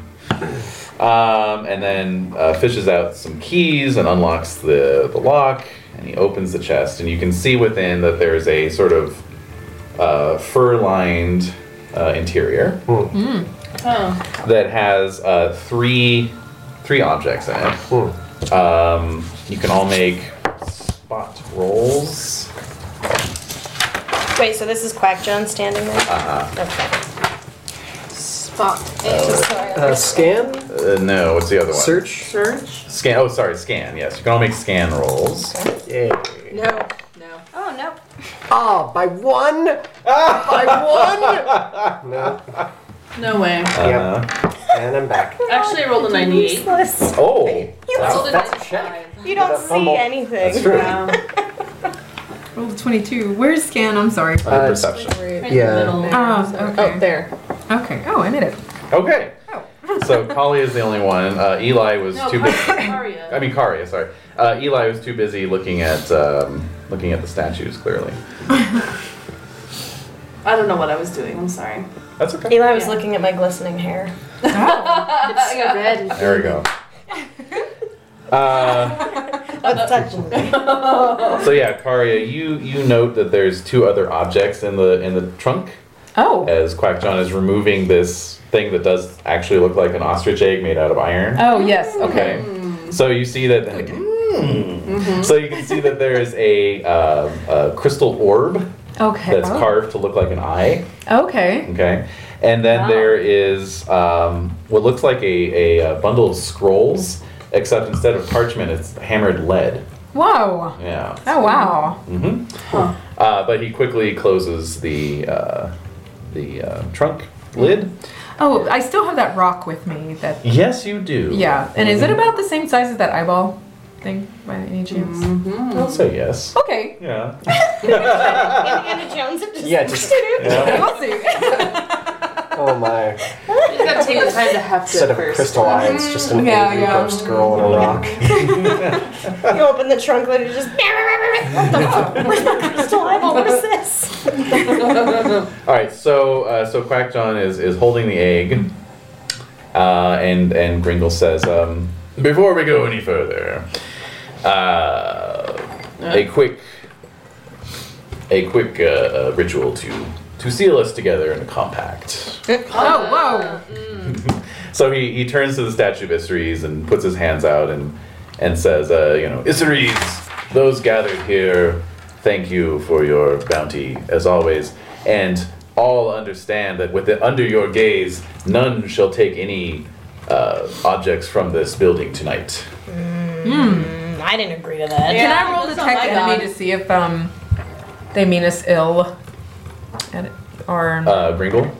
um, and then uh, fishes out some keys and unlocks the, the lock, and he opens the chest, and you can see within that there's a sort of uh, fur-lined uh, interior Oh, that has uh, three three objects in it. Uh, Hmm. Um, you can all make spot rolls. Wait, so this is Quack John standing there? Uh, Okay. Spot. Uh, scan, uh, no, what's the other one? search. Search. Scan. Oh, sorry, scan. Yes, you can all make scan rolls. Yay. No. No. Oh no. Ah, by one. by one. No. no way. Uh, And I'm back. Actually, I rolled a 98. Useless. Oh, I rolled a That's a 95. You With a don't fumble. see anything. That's true. Wow. Roll 22. Where's scan? I'm sorry. I did Uh, perception. Right Yeah. in the middle. Oh, okay. Oh, there. Okay. Oh, I made it. Okay. So Kali is the only one. Uh, Eli was No, too Kari- busy. Karia. I mean, Karia. Sorry. Uh, Eli was too busy looking at um, looking at the statues. Clearly, I don't know what I was doing. I'm sorry. that's okay. Eli was Yeah. looking at my glistening hair. I got red. There we go. Uh, So yeah, Karia, you you note that there's two other objects in the in the trunk Oh. as Quack John is removing this thing that does actually look like an ostrich egg made out of iron. Oh, Mm. yes. Okay. Okay. So you see that. Mm-hmm. So you can see that there is a, uh, a crystal orb Okay. that's carved to look like an eye. Okay. Okay. And then Wow. there is um, what looks like a, a uh, bundle of scrolls, except instead of parchment, it's hammered lead. Whoa. Yeah. Oh, wow. hmm Huh. Uh, but he quickly closes the uh, the uh, trunk lid. Oh, I still have that rock with me. That Yes, you do. yeah. And is it Mm-hmm. about the same size as that eyeball thing by any chance? I'll say yes. Okay. Yeah. Indiana Jones had just Yeah, just Yeah. We'll see. oh my. You gotta take the time to heft Instead it of first. crystal eyes, just an Yeah, angry yeah. ghost girl on a rock. you open the trunk lid and just what the fuck? Where's my crystal eyeball? What is this? All right. So uh, so Quack John is is holding the egg, uh, and and Gringle says, um, before we go any further, uh, a quick a quick uh, ritual to to seal us together in a compact. Oh, whoa. So he, he turns to the statue of Isaries and puts his hands out and and says, uh, you know, Isaries, those gathered here, thank you for your bounty as always, and all understand that with the, under your gaze, none shall take any uh, objects from this building tonight. Mm, I didn't agree to that. Yeah, Can I roll that's not detect my enemy god. to see if um they mean us ill? And, or Uh, Gringle,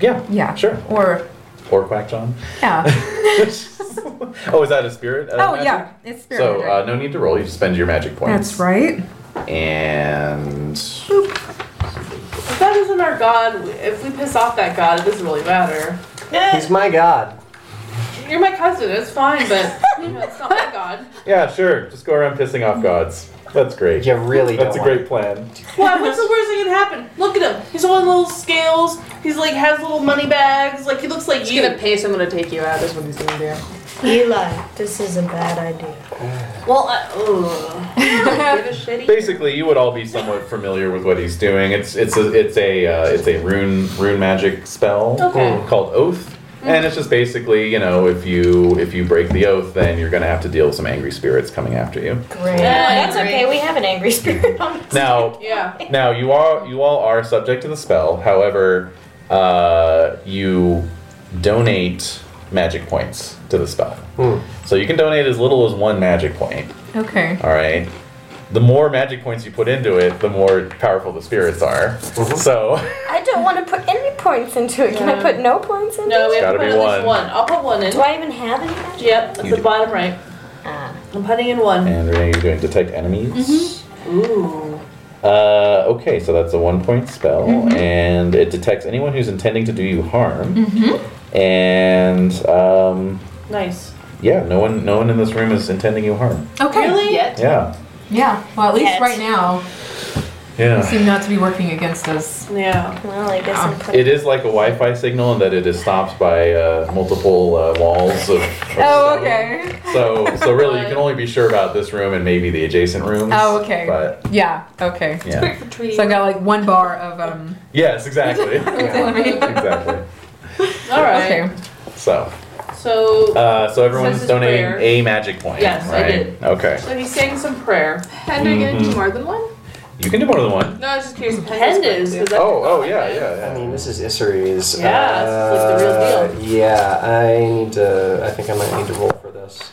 yeah, yeah, sure, Or or Quack John. yeah. oh, is that a spirit? Uh, oh magic? yeah, it's spirit. So magic. uh, no need to roll. You just spend your magic points. That's right. And If that isn't our god, if we piss off that god, it doesn't really matter. He's my god. You're my cousin, it's fine, but you know, it's not my god. Yeah, sure. Just go around pissing off gods. That's great. You really That's a don't want great plan. Why? What's the worst that can happen? Look at him. He's on little scales. He's like has little money bags. Like he looks like He's you. gonna pay someone to take you out. Is what he's gonna do. Eli, this is a bad idea. Well, I, ugh. Give a shitty. Basically, you would all be somewhat familiar with what he's doing. It's it's a it's a uh, it's a rune rune magic spell Okay. Hmm. called Oath, and it's just basically you know if you if you break the oath, then you're gonna have to deal with some angry spirits coming after you. Great. that's that's okay. We have an angry spirit on us. Now Yeah. now you are you all are subject to the spell. However, uh, you donate magic points to the spell, Hmm. so you can donate as little as one magic point. Okay. All right. The more magic points you put into it, the more powerful the spirits are. So I don't want to put any points into it. Can I put no points into No, we it? have gotta to put be at least one. one. I'll put one in. Do I even have any magic? Yep, at the bottom right. Ah. I'm putting in one. and Renee, you're doing detect enemies. Ooh. Uh, okay, so that's a one point spell, and it detects anyone who's intending to do you harm. And um, Nice. yeah, no one, no one in this room is intending you harm. Okay. Really? Yeah, Yeah. Well, at least Yes. right now. Yeah. seem not to be working against us. Yeah. Well, I guess I'm putting. It is like a Wi-Fi signal in that it is stopped by uh, multiple uh, walls of. of Oh, stone. okay. So, so really, you can only be sure about this room and maybe the adjacent rooms. Oh, okay. But Yeah. Okay. yeah, So I got like one bar of um. yes, exactly, exactly. All right. Okay. So, So uh, so Says everyone's his donating prayer. a magic point. Yes, I right? did. Okay, so he's saying some prayer. Pen, are you gonna Mm-hmm. do more than one? you can do more than one. No, I was just curious. Pen is because Oh, oh yeah, yeah, I yeah. mean, this is Isseries. Yeah, it's like the real deal. Yeah, I need to. I think I might need to roll for this.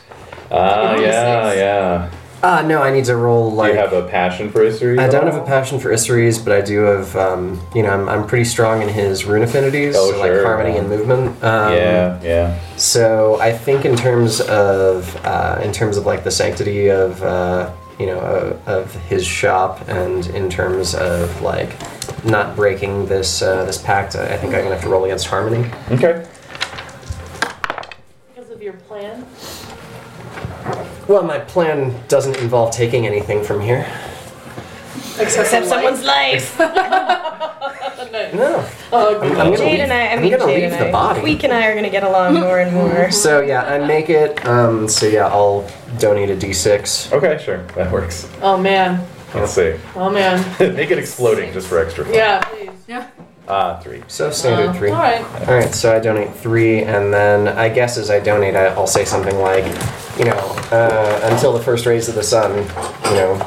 Ah, Give him a yeah, six. yeah. Uh, no, I need to roll Do like. you have a passion for history? I at don't all? have a passion for Isseries, but I do have. Um, you know, I'm, I'm pretty strong in his rune affinities, Oh, so like sure, harmony yeah. and movement. Um, Yeah, yeah. So I think in terms of uh, in terms of like the sanctity of uh, you know of, of his shop, and in terms of like not breaking this uh, this pact, I I think I'm gonna have to roll against harmony. Okay. of your plan. Well, my plan doesn't involve taking anything from here. Except someone's. life. No, Oh, I'm, I'm gonna Jade leave, and I, I I'm mean, gonna Jade leave and the I, body. Week and I are gonna get along more and more. So yeah, I make it. Um, so yeah, I'll donate a d6. Okay, sure. That works. oh man. Let's see. Oh man. Make it exploding just for extra fun. Yeah. Please. Ah, three. So standard Uh, three. All Oh, All right. right, so I donate three, and then I guess as I donate, I- I'll say something like, you know, uh, until the first rays of the sun, you know,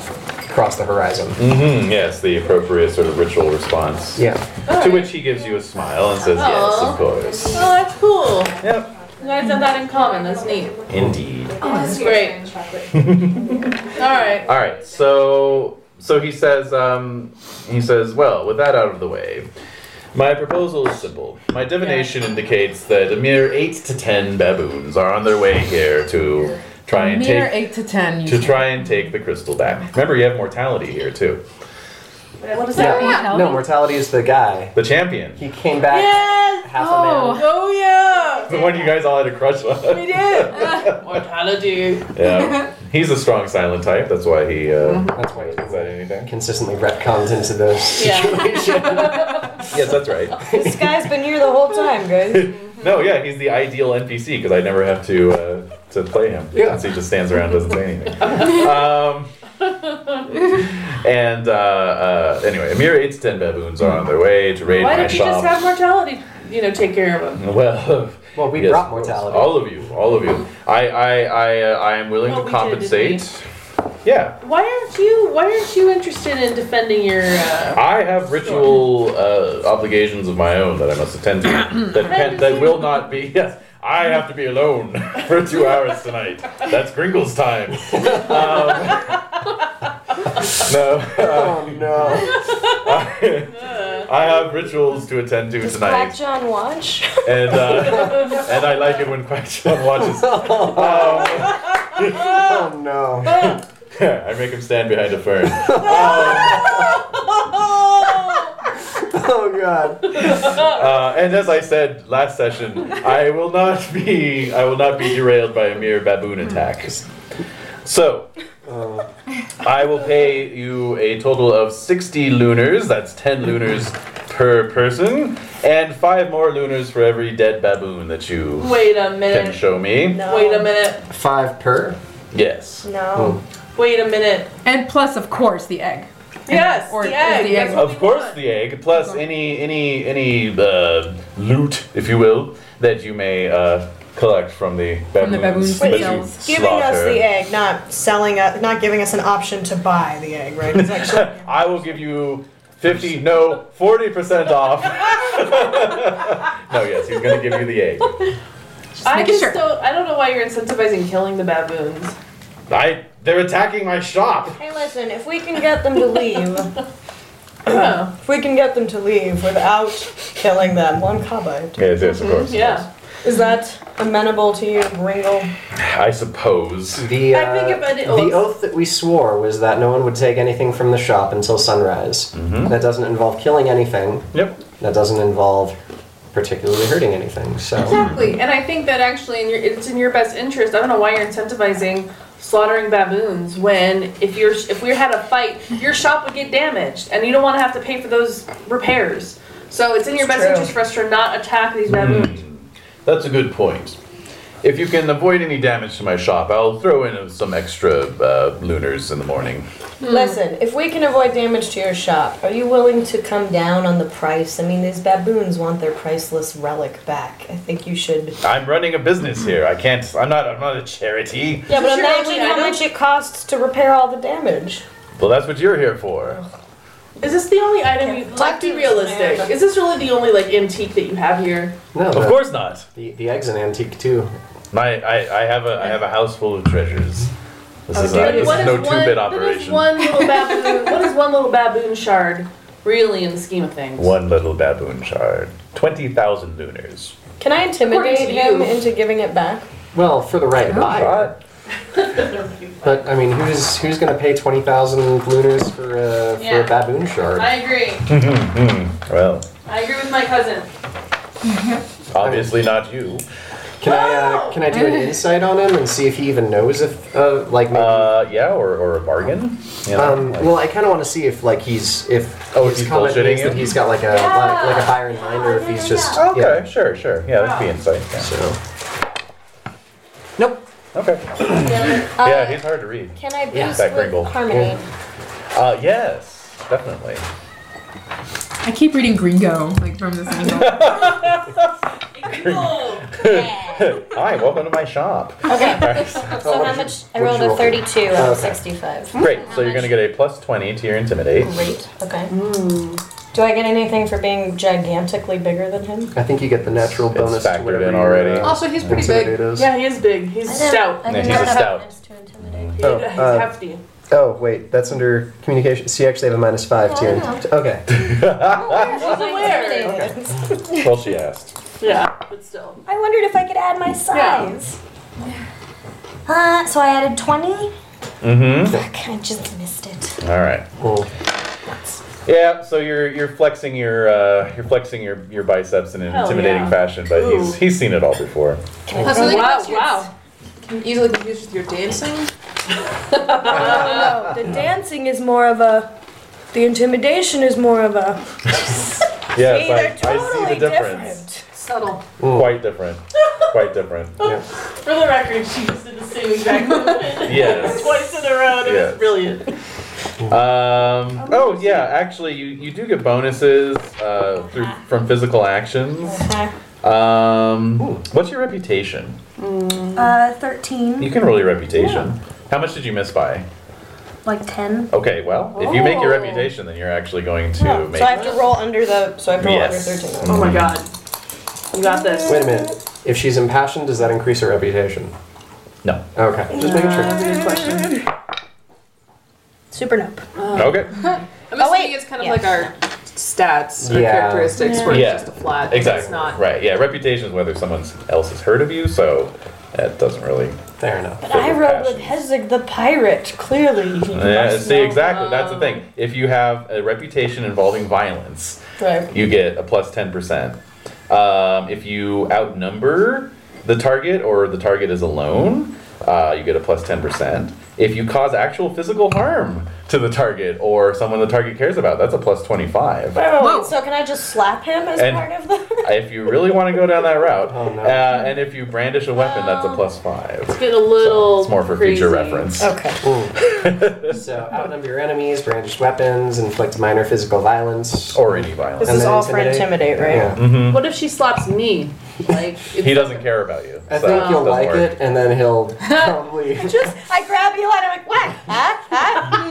cross the horizon. Mm-hmm. Yes, the appropriate sort of ritual response. Yeah. To which he gives you a smile and says, "Yes, of course." Oh, that's cool. Yep. You guys have that in common. That's neat. Indeed. That's great. All right. All right. So, so he says, um, he says, "Well, with that out of the way." My proposal is simple. My divination indicates that a mere eight to ten baboons are on their way here to try and Mere take eight to ten. You to try and take the crystal back. Remember, you have mortality here too. What is that? Mortality? No, mortality is the guy. The champion, He came back half a man. Oh yeah. the one you guys all had a crush on. We did. Mortality. Yeah, he's a strong silent type. That's why he. Mm-hmm. Uh, That's why is he's that anything? consistently retcons into those situations. Yes, that's right. This guy's been here the whole time, guys. No, yeah, he's the ideal NPC because I never have to uh, to play him. Yeah. So he just stands around, and doesn't say anything. um, and uh, uh, anyway, a mere eight to ten baboons are on their way to raid Why my did you shop. just have mortality? You know, take care of him. well, Well, we yes, brought of course. mortality. All of you, all of you. I, I, I, uh, I am willing Well, to we did, didn't compensate. Yeah, Why aren't you? Why aren't you interested in defending your? Uh, I have ritual uh, obligations of my own that I must attend to that can, that will not be. Yes, I have to be alone for two hours tonight. That's Gringles time. Um, no, uh, oh no. I, I have rituals to attend to Black tonight, John watch. and uh, and I like it when Quackshot watches. Um, Oh no. I make him stand behind a fern. Oh god. Uh, and as I said last session, I will not be I will not be derailed by a mere baboon attack. So I will pay you a total of sixty lunars. That's ten lunars per person, and five more lunars for every dead baboon that you wait a can minute. show me. No. Wait a minute. Five per. Yes. No. Wait a minute. And plus, of course, the egg. Yes, Or the egg. is the egg- That's what we Of course, want. the egg plus any any any uh, loot, if you will, that you may uh, collect from the baboons. the baboons that you themselves. Giving us slaughter. the egg, not selling us, not giving us an option to buy the egg, right? It's actually I will give you 50, no, 40% off. no, yes, he's going to give you the egg. I making just sure. don't. I don't know why you're incentivizing killing the baboons. I, they're attacking my shop. Hey, listen, if we can get them to leave, Oh, if we can get them to leave without killing them, one kaba, Yes, yes, of course. yeah. is that amenable to you, Gringle? I suppose. The, I think uh, if I did- the oath that we swore was that no one would take anything from the shop until sunrise. Mm-hmm. That doesn't involve killing anything. Yep. That doesn't involve particularly hurting anything. So Exactly, and I think that actually in your, it's in your best interest. I don't know why you're incentivizing slaughtering baboons when if you're if we had a fight, your shop would get damaged and you don't want to have to pay for those repairs. So it's in your It's best true. interest for us to not attack these Mm. baboons. That's a good point. If you can avoid any damage to my shop, I'll throw in some extra uh, lunars in the morning. Hmm. Listen, if we can avoid damage to your shop, are you willing to come down on the price? I mean, these baboons want their priceless relic back. I think you should. I'm running a business here. I can't. I'm not. I'm not a charity. Yeah, but this your imagine only how item? much it costs to repair all the damage. Well, that's what you're here for. Is this the only item you like be realistic? Is this really the only like antique that you have here? No, Of the, course not. The, the egg's an antique too. My, I, I have a, I have a house full of treasures. This is, What a, this is is no one- two-bit what is operation. one little baboon what is one little baboon shard really in the scheme of things? One little baboon shard. 20,000 lunars. Can I intimidate According to him you. into giving it back? Well, for the right buyer. But I mean, who's who's gonna pay twenty thousand lunars for uh, for Yeah. a baboon shard? I agree. Well, I agree with my cousin. obviously not you. Can I uh, can I do an insight on him and see if he even knows if uh, like maybe? Uh, yeah, or, or a bargain. You know, um, like- well, I kind of want to see if like he's if Oh, if his he's comment bullshitting means you? that he's got like a like, like a buyer in mind or if he's just okay, yeah. sure, sure. Yeah, that'd be insight. yeah. So nope. Okay. Uh, Yeah, he's hard to read. Can I boost Yeah. Back wrinkle. with harmony? Uh, yes, definitely. I keep reading Gringo, like from this angle. Hi, welcome to my shop. Okay. Oh, so how much? I rolled a roll? 32 out of Okay. 65. Great. So you're gonna get a plus 20 to your intimidate. Great. Okay. Mm. Do I get anything for being gigantically bigger than him? I think you get the natural It's bonus. to factored whatever in your, already. uh, Also, he's pretty intimidate big. is. Yeah, he is big. He's stout. Yeah, he's a stout. He's Oh, uh, hefty. Oh wait, that's under communication. So you actually have a minus five too. Okay. He's Oh, aware. Well, she asked. Yeah, but still. I wondered if I could add my size. Uh, so I added 20? Mm-hmm. Fuck, I just missed it. All right. Well, Yeah. So you're you're flexing your uh, you're flexing your, your biceps in an Hell intimidating yeah. fashion, but he's Ooh. he's seen it all before. Plus, I think Oh, Wow, that's your- wow. Can you easily confused with your dancing. Oh, no. The dancing is more of a. The intimidation is more of a. Yes, I, they're I see the totally difference. Subtle. Quite different. Quite different. For the record, she just did the same exact movement Yes. twice in a row. That Yes. was brilliant. Um, oh yeah, actually, you, you do get bonuses uh, through from physical actions. Um, what's your reputation? Uh, 13. You can roll your reputation. How much did you miss by? Like 10. Okay, well, if you make your Oh. reputation, then you're actually going to Oh, make. so I have to roll under the. So I have to roll Yes. Mm. under 13. Oh my god. You got this. Oh, wait a minute. If she's impassioned, does that increase her reputation? no. Okay, just making sure. Super nope. Okay. I'm assuming wait. it's kind of Yeah. like our stats or Yeah. characteristics where Yeah. it's just a flat. and Exactly. It's not. Right. Yeah. Reputation is whether someone else has heard of you, so that doesn't really. Fair enough. fit I your rode with passions. Hezig the pirate. Clearly, he Yeah, must see, know. exactly. That's the thing. If you have a reputation involving violence, Right. you get a plus 10%. Um, if you outnumber the target or the target is alone, uh, you get a plus 10%. If you cause actual physical harm to the target or someone the target cares about, that's a plus 25. Whoa. So can I just slap him as And- part of the? If you really want to go down that route, Oh, no. uh, and if you brandish a weapon, that's a plus 5. Get a little. It's more for crazy. future reference. okay. Mm. So outnumber your enemies, brandish weapons, inflict minor physical violence. Or any violence. This And is then all for intimidate. intimidate, right? Mm-hmm. Yeah. Mm-hmm. What if she slaps me? Like it's He doesn't care about you. I so think you'll doesn't like work. it, and then he'll probably. Just, I grab you and I'm like, what? Huh? Huh? You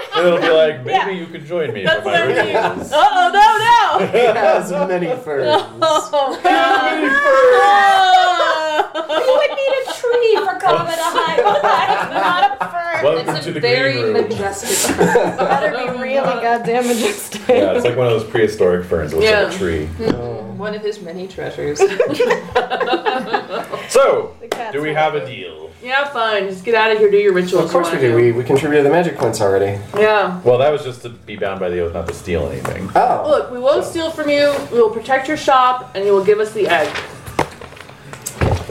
intimidated? It'll be like, maybe you could join me for That's my what I mean. review. Uh oh, no, no! he has many ferns. Oh, You would need a tree for Comet to hide behind, not a fern. Welcome It's to a the very green room. Majestic. Better be really goddamn majestic. Yeah, it's like one of those prehistoric ferns. It looks like a Yeah. tree. One of his many treasures. So, cat's do we have a deal? Yeah, fine. Just get out of here. Do your rituals. of course you we do. wanna We, we contributed the magic points already. Yeah. Well, that was just to be bound by the oath not to steal anything. Oh. Look, we won't steal from you. We will protect your shop, and you will give us the egg.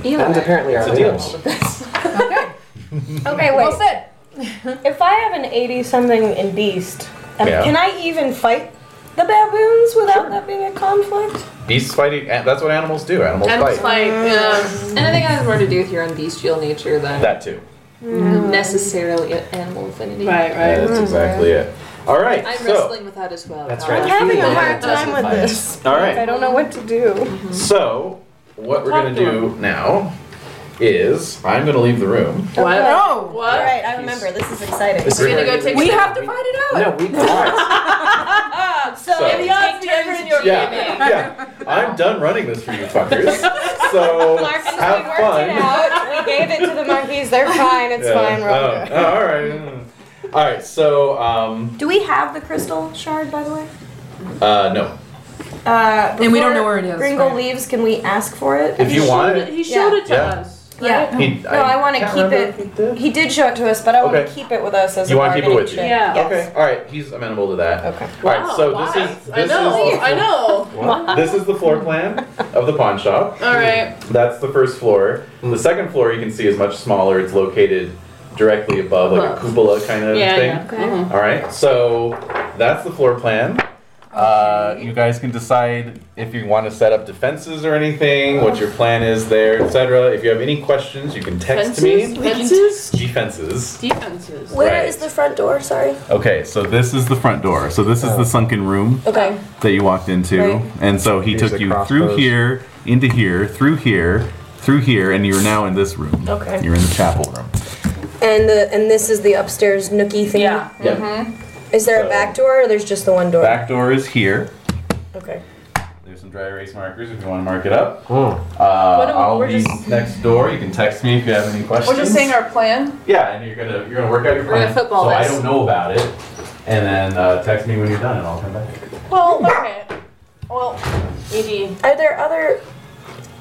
And apparently our It's a deal. language. Okay, wait. If I have an 80 something in Beast, um, Yeah. can I even fight the baboons without that being a conflict? Beasts fighting. eh, That's what animals do. Animals, Animals fight. fight. uh, Um, anything that has more to do with your own bestial nature than That too. necessarily a- animal affinity. Right, right. That's exactly it. All right. I'm so, wrestling with that as well. That's Val. right. I'm having a hard Doesn't time with fight. this. all I right. don't know what to do. So, what we're gonna Talk to do now is I'm gonna leave the room. What? No. What? Alright, I remember. This is exciting. This is We're gonna very- go take We some- have to fight it out. No, we got. So, So- the odds in your favor. yeah, yeah. I'm done running this for you fuckers. So Mark and have we worked fun. it out. We gave it to the monkeys. They're fine. It's Yeah. fine. We're all good. Oh, oh, all right. mm. All right. So, um, Do we have the crystal shard, by the way? uh, no. Uh, And we don't know before where it is, Gringle right. leaves. Can we ask for it? If you want it, He showed it to Yeah. us. Yeah. right? he, No, I want to can't keep remember if it. he did. He did show it to us, but I want Okay. to keep it with us as You a wanna keep it bargaining with you? chip. Yeah. Oh, Okay. All right. He's amenable to that. Okay. All right. So Wow, this is wise. I this know. is I know. this is the floor plan of the pawn shop. All right. That's the first floor. The second floor you can see is much smaller. It's located directly above, like a cupola kind of Yeah, thing. yeah. Mhm. All right. So that's the floor plan. Uh, you guys can decide if you want to set up defenses or anything, what your plan is there, etc. If you have any questions, you can text Fences? me. Fences? Defenses. Defenses. Where is Right. the front door? Sorry. Okay, so this is the front door. So this is the Oh. sunken room. Okay. that you walked into, Right. and so he Here's took the you through crossroads. here, into here, through here, through here, and you're now in this room. Okay. You're in the chapel room. And the and this is the upstairs nookie thing. Yeah. Yep. Mm-hmm. Is there So- a back door or there's just the one door? Back door is here. Okay. There's some dry erase markers if you want to mark it up. Mm. Uh, don't- I'll we're be just- next door. You can text me if you have any questions. We're just saying our plan. Yeah, and you're gonna you're gonna work out your We're gonna plan. football so I this. don't know about it, and then uh, text me when you're done, and I'll come back. Well, okay. Well, Edie. Are there other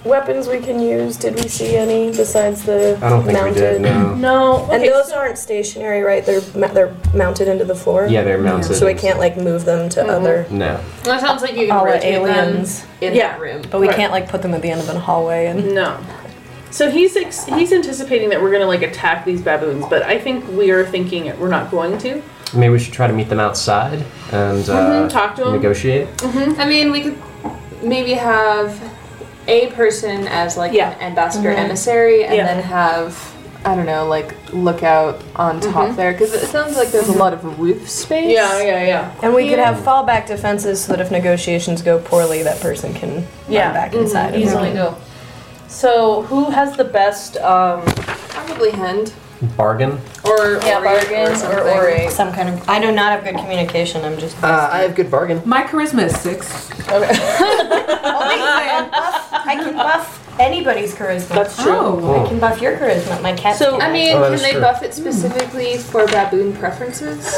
weapons we can use? Did we see any besides the I don't think mounted? we did. No. No. And okay, those so- aren't stationary, right? They're ma- they're mounted into the floor. Yeah, they're mounted. So we can't like move them to other. No. That sounds like you can All the rotate them aliens. in Yeah. that room. But we Right. can't like put them at the end of a hallway and No. So he's ex- he's anticipating that we're gonna like attack these baboons, but I think we are thinking we're not going to. Maybe we should try to meet them outside and uh, Mm-hmm, Mhm, talk to 'em. negotiate. I mean, we could maybe have a person as like Yeah. Mm-hmm. an ambassador emissary, and Yeah. then have I don't know, like lookout on top there, because it sounds like there's a lot of roof space. Mm-hmm. yeah, yeah. and we could have fallback defenses so that if negotiations go poorly, that person can Yeah. run Mm-hmm. back inside. and Easily run. go. So who has the best um Probably Hend Bargain. or Yeah, Ori bargain or something. Ori. Some kind of. I do not have good communication. I'm just. Uh, I have good bargain. My charisma is six. I can buff anybody's charisma. That's true. Oh. I can buff your charisma. My cat. So- I mean, Oh, that can is they true. buff it specifically for baboon preferences?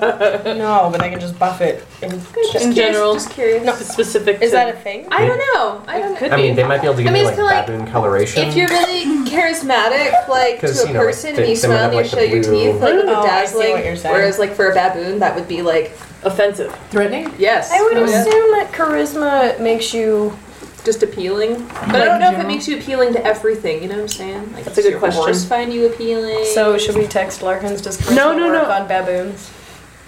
no, but I can just buff it. In, In Just curious- general, just curious. s- specific. is to- that a thing? I don't know. I don't. Could I mean, be. they might be able to give I mean, me like it's kinda like- baboon coloration. If you're really charismatic, like to 'Cause, a you know, like, person, they- and you they might smile have, and you like, the show your blue- teeth, like it would Oh, I see what dazzling. you're saying. Whereas, like for a baboon, that would be like offensive. Threatening? yes, I would Oh, yeah. assume that charisma makes you. just appealing. But I Like, don't know if it general? makes you appealing to everything. You know what I'm saying? Like, That's a does good your question. Horse find you appealing? So should we text Larkins? Does charisma No, no, work no. on baboons?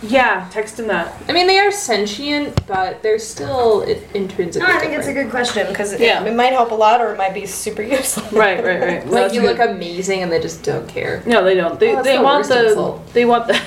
Yeah, text him that. I mean, they are sentient, but they're still i- intrinsically. No, I think it's a good different. question because it, Yeah. it might help a lot or it might be super useless. Right, right, right. No, Like that's you good. look amazing, and they just don't care. No, they don't. They, Oh, that's they the want worst the insult. they want the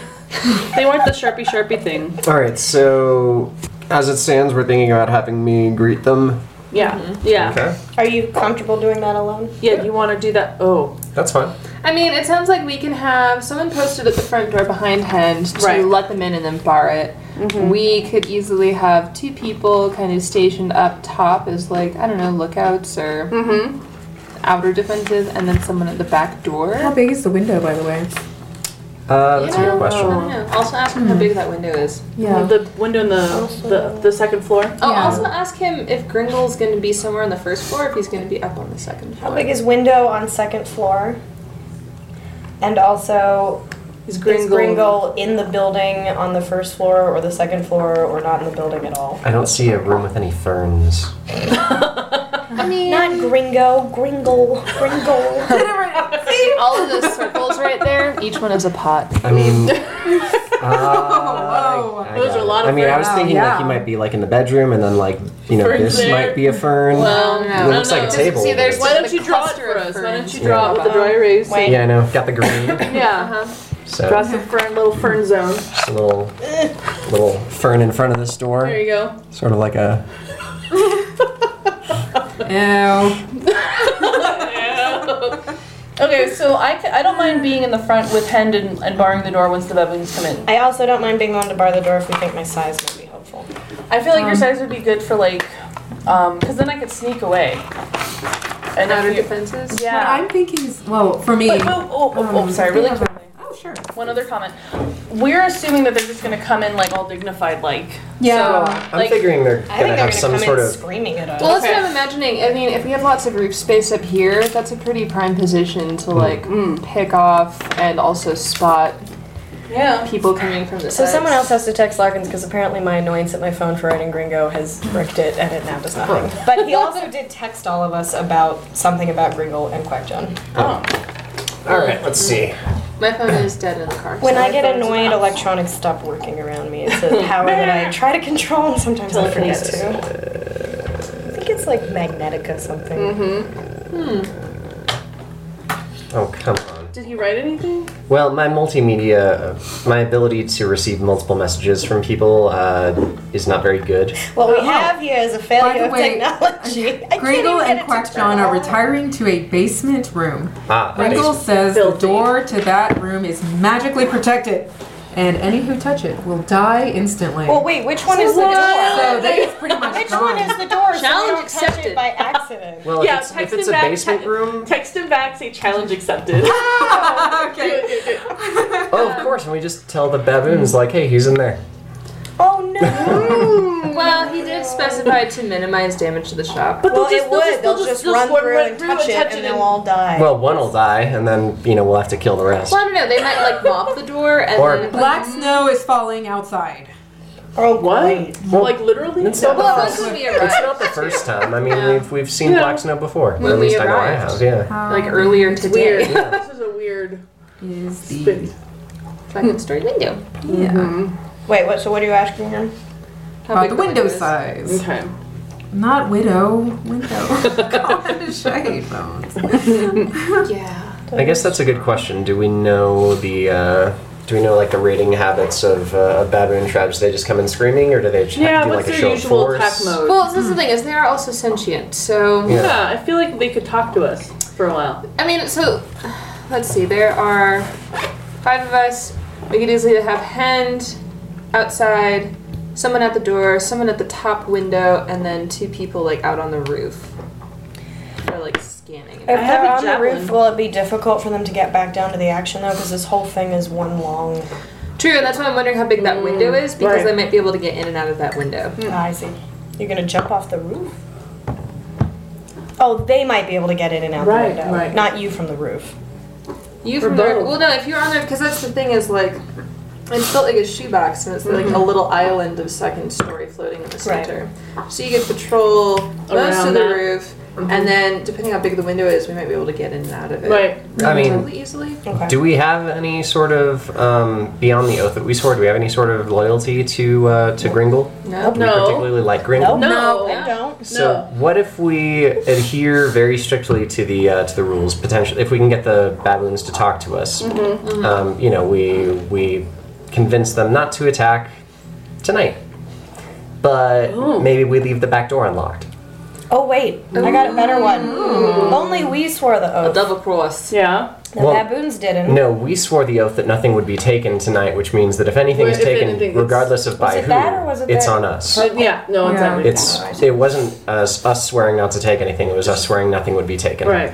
they want the sharpie sharpie thing. All right. So as it stands, we're thinking about having me greet them. Yeah, Mm-hmm. yeah, Okay, Are you comfortable doing that alone? yeah. You want to do that? Oh, that's fine. I mean, it sounds like we can have someone posted at the front door behind Hend to Right. let them in and then bar it. We could easily have two people kind of stationed up top as like I don't know lookouts or outer defenses, and then someone at the back door. How big is the window, by the way? Uh, You that's a good know, I question. don't Oh. know. Also ask him how big that window is. the window in the, the the second floor. Oh, Yeah. also ask him if Gringle's going to be somewhere on the first floor, if he's going to be up on the second How floor. big is window on second floor? And also, is is Gringle in the building on the first floor or the second floor or not in the building at all? I don't see a room with any ferns. I mean, Not gringo, gringle, gringle. all of those circles right there, each one is a pot. I mean, ah, I- I Oh, Those got are a it. lot I of mean, I was ferns. thinking Yeah. like he might be like in the bedroom, and then like you know Ferns this there. might be a fern. Well, it no. looks like a no. table. See, there's but Why just don't the you draw it cluster for of us? Why don't ferns. you draw it with the dry erase? it's- yeah, I know. Got the green. Yeah. uh-huh. Draw so some fern, little fern zone. just a little little fern in front of this There door, you go. sort of like a Ew. Okay, so I, c- I don't mind being in the front with Hend and, and barring the door once the baboons come in. I also don't mind being the one to bar the door if we think my size would be helpful. I feel like Um, your size would be good for like, um, because then I could sneak away. And Outer if you- defenses. What yeah. I'm thinking is, well, for me. But, oh, oh, oh, oh, um, sorry, they really have a- quickly. Oh, sure. One other comment. We're assuming that they're just gonna come in like all dignified, like. Yeah. So, I'm like, figuring I they're think gonna they're gonna have some come sort in of screaming at us. Well, that's Okay. what I'm imagining. I mean, if we have lots of roof space up here, that's a pretty prime position to like mm, pick off and also spot yeah. people coming from the so sides. someone else has to text Larkins because apparently my annoyance at my phone for writing Gringo has bricked it and it now does nothing. But he also did text all of us about something about Gringo and Quackjohn. All right, let's Mm. see. My phone is dead in the car. When so I my get phone's annoyed, off. electronics stop working around me. It's a power that I try to control, and sometimes I forget to. I think it's like magnetic or something. Oh come on. Did he write anything? Well, my multimedia, my ability to receive multiple messages from people uh, is not very good. What we have here is a By the failure of way, technology. I can't Gringle even get and it to Quack turn John are on. retiring to a basement room. Ah, the Gringle basement. says the Filthy. door to that room is magically protected, and any who touch it will die instantly. Well, Oh, wait, which one is the door? so that is pretty much Which gone. one is the door? So Challenge we don't touch accepted. it by accident. Well, if Yeah, it's, if text it's a him back, basement te- room, Text him back, say challenge accepted. okay. oh, of course, and we just tell the baboons, like, hey, he's in there. Oh no! Well, he did specify to minimize damage to the shop. But well, it would. They'll just, run through and touch it, and they'll all die. Well, one will die, and then, you know, we'll have to kill the rest. Well, I don't know. They might like mop the door and Or- then. Black snow is falling outside. oh, What? Like literally? It's not, Well, the that's first, when we it's arrived. not the first time. I mean, Yeah. we've, we've seen Black Snow before. When at we least I know I arrived. have, yeah. Like earlier today. Weird. this is a weird Is the spin. Dragon story window. yeah. Wait, what? So what are you asking him? How About big Oh, the one window is. size. Okay. Not widow, window. Common shaggy bones. Yeah. I guess that's a good question. Do we know the? Uh, do we know like the raiding habits of, uh, of baboon tribes? Do they just come in screaming, or do they just Yeah, do like what's a their show of usual force? attack mode? Well, this is the thing is they are also sentient. So Yeah. yeah, I feel like they could talk to us for a while. I mean, so let's see. There are five of us. We could easily have Hend outside, someone at the door, someone at the top window, and then two people like out on the roof. They're like scanning. If have they're a on the javelin. roof, will it be difficult for them to get back down to the action though? Because this whole thing is one long. True, and that's why I'm wondering how big that window is because right. I might be able to get in and out of that window. Ah, I see. You're gonna jump off the roof. Oh, they might be able to get in and out Right, the window. right. Not you from the roof. You Or from there? both. Well, no, if you're on there, because that's the thing is like, it's built like a shoebox, and it's like Mm-hmm. a little island of second story floating in the center. So you could patrol most Around of the that. Mm-hmm. roof, and then depending how big the window is, we might be able to get in and out Uh, of it. Right. I mean, Relatively easily. Okay. do we have any sort of um, beyond the oath that we swore? Do we have any sort of loyalty to uh, to Gringle? No. Do we No. particularly like Gringle? No. I don't. So what if we adhere very strictly to the uh, to the rules? Potentially, if we can get the baboons to talk to us, Mm-hmm, Um, you know, we we convince them not to attack tonight, but Oh. maybe we leave the back door unlocked. Oh wait, I got a better one. Only we swore the oath. Double cross. Yeah. The Well- baboons didn't. No, we swore the oath that nothing would be taken tonight, which means that if anything Well, is if taken, anything, it's- regardless of by it who, bad or was it it's bad? on us. Uh, Yeah. No, Yeah. exactly. It's it wasn't us, us swearing not to take anything. It was us swearing nothing would be taken right.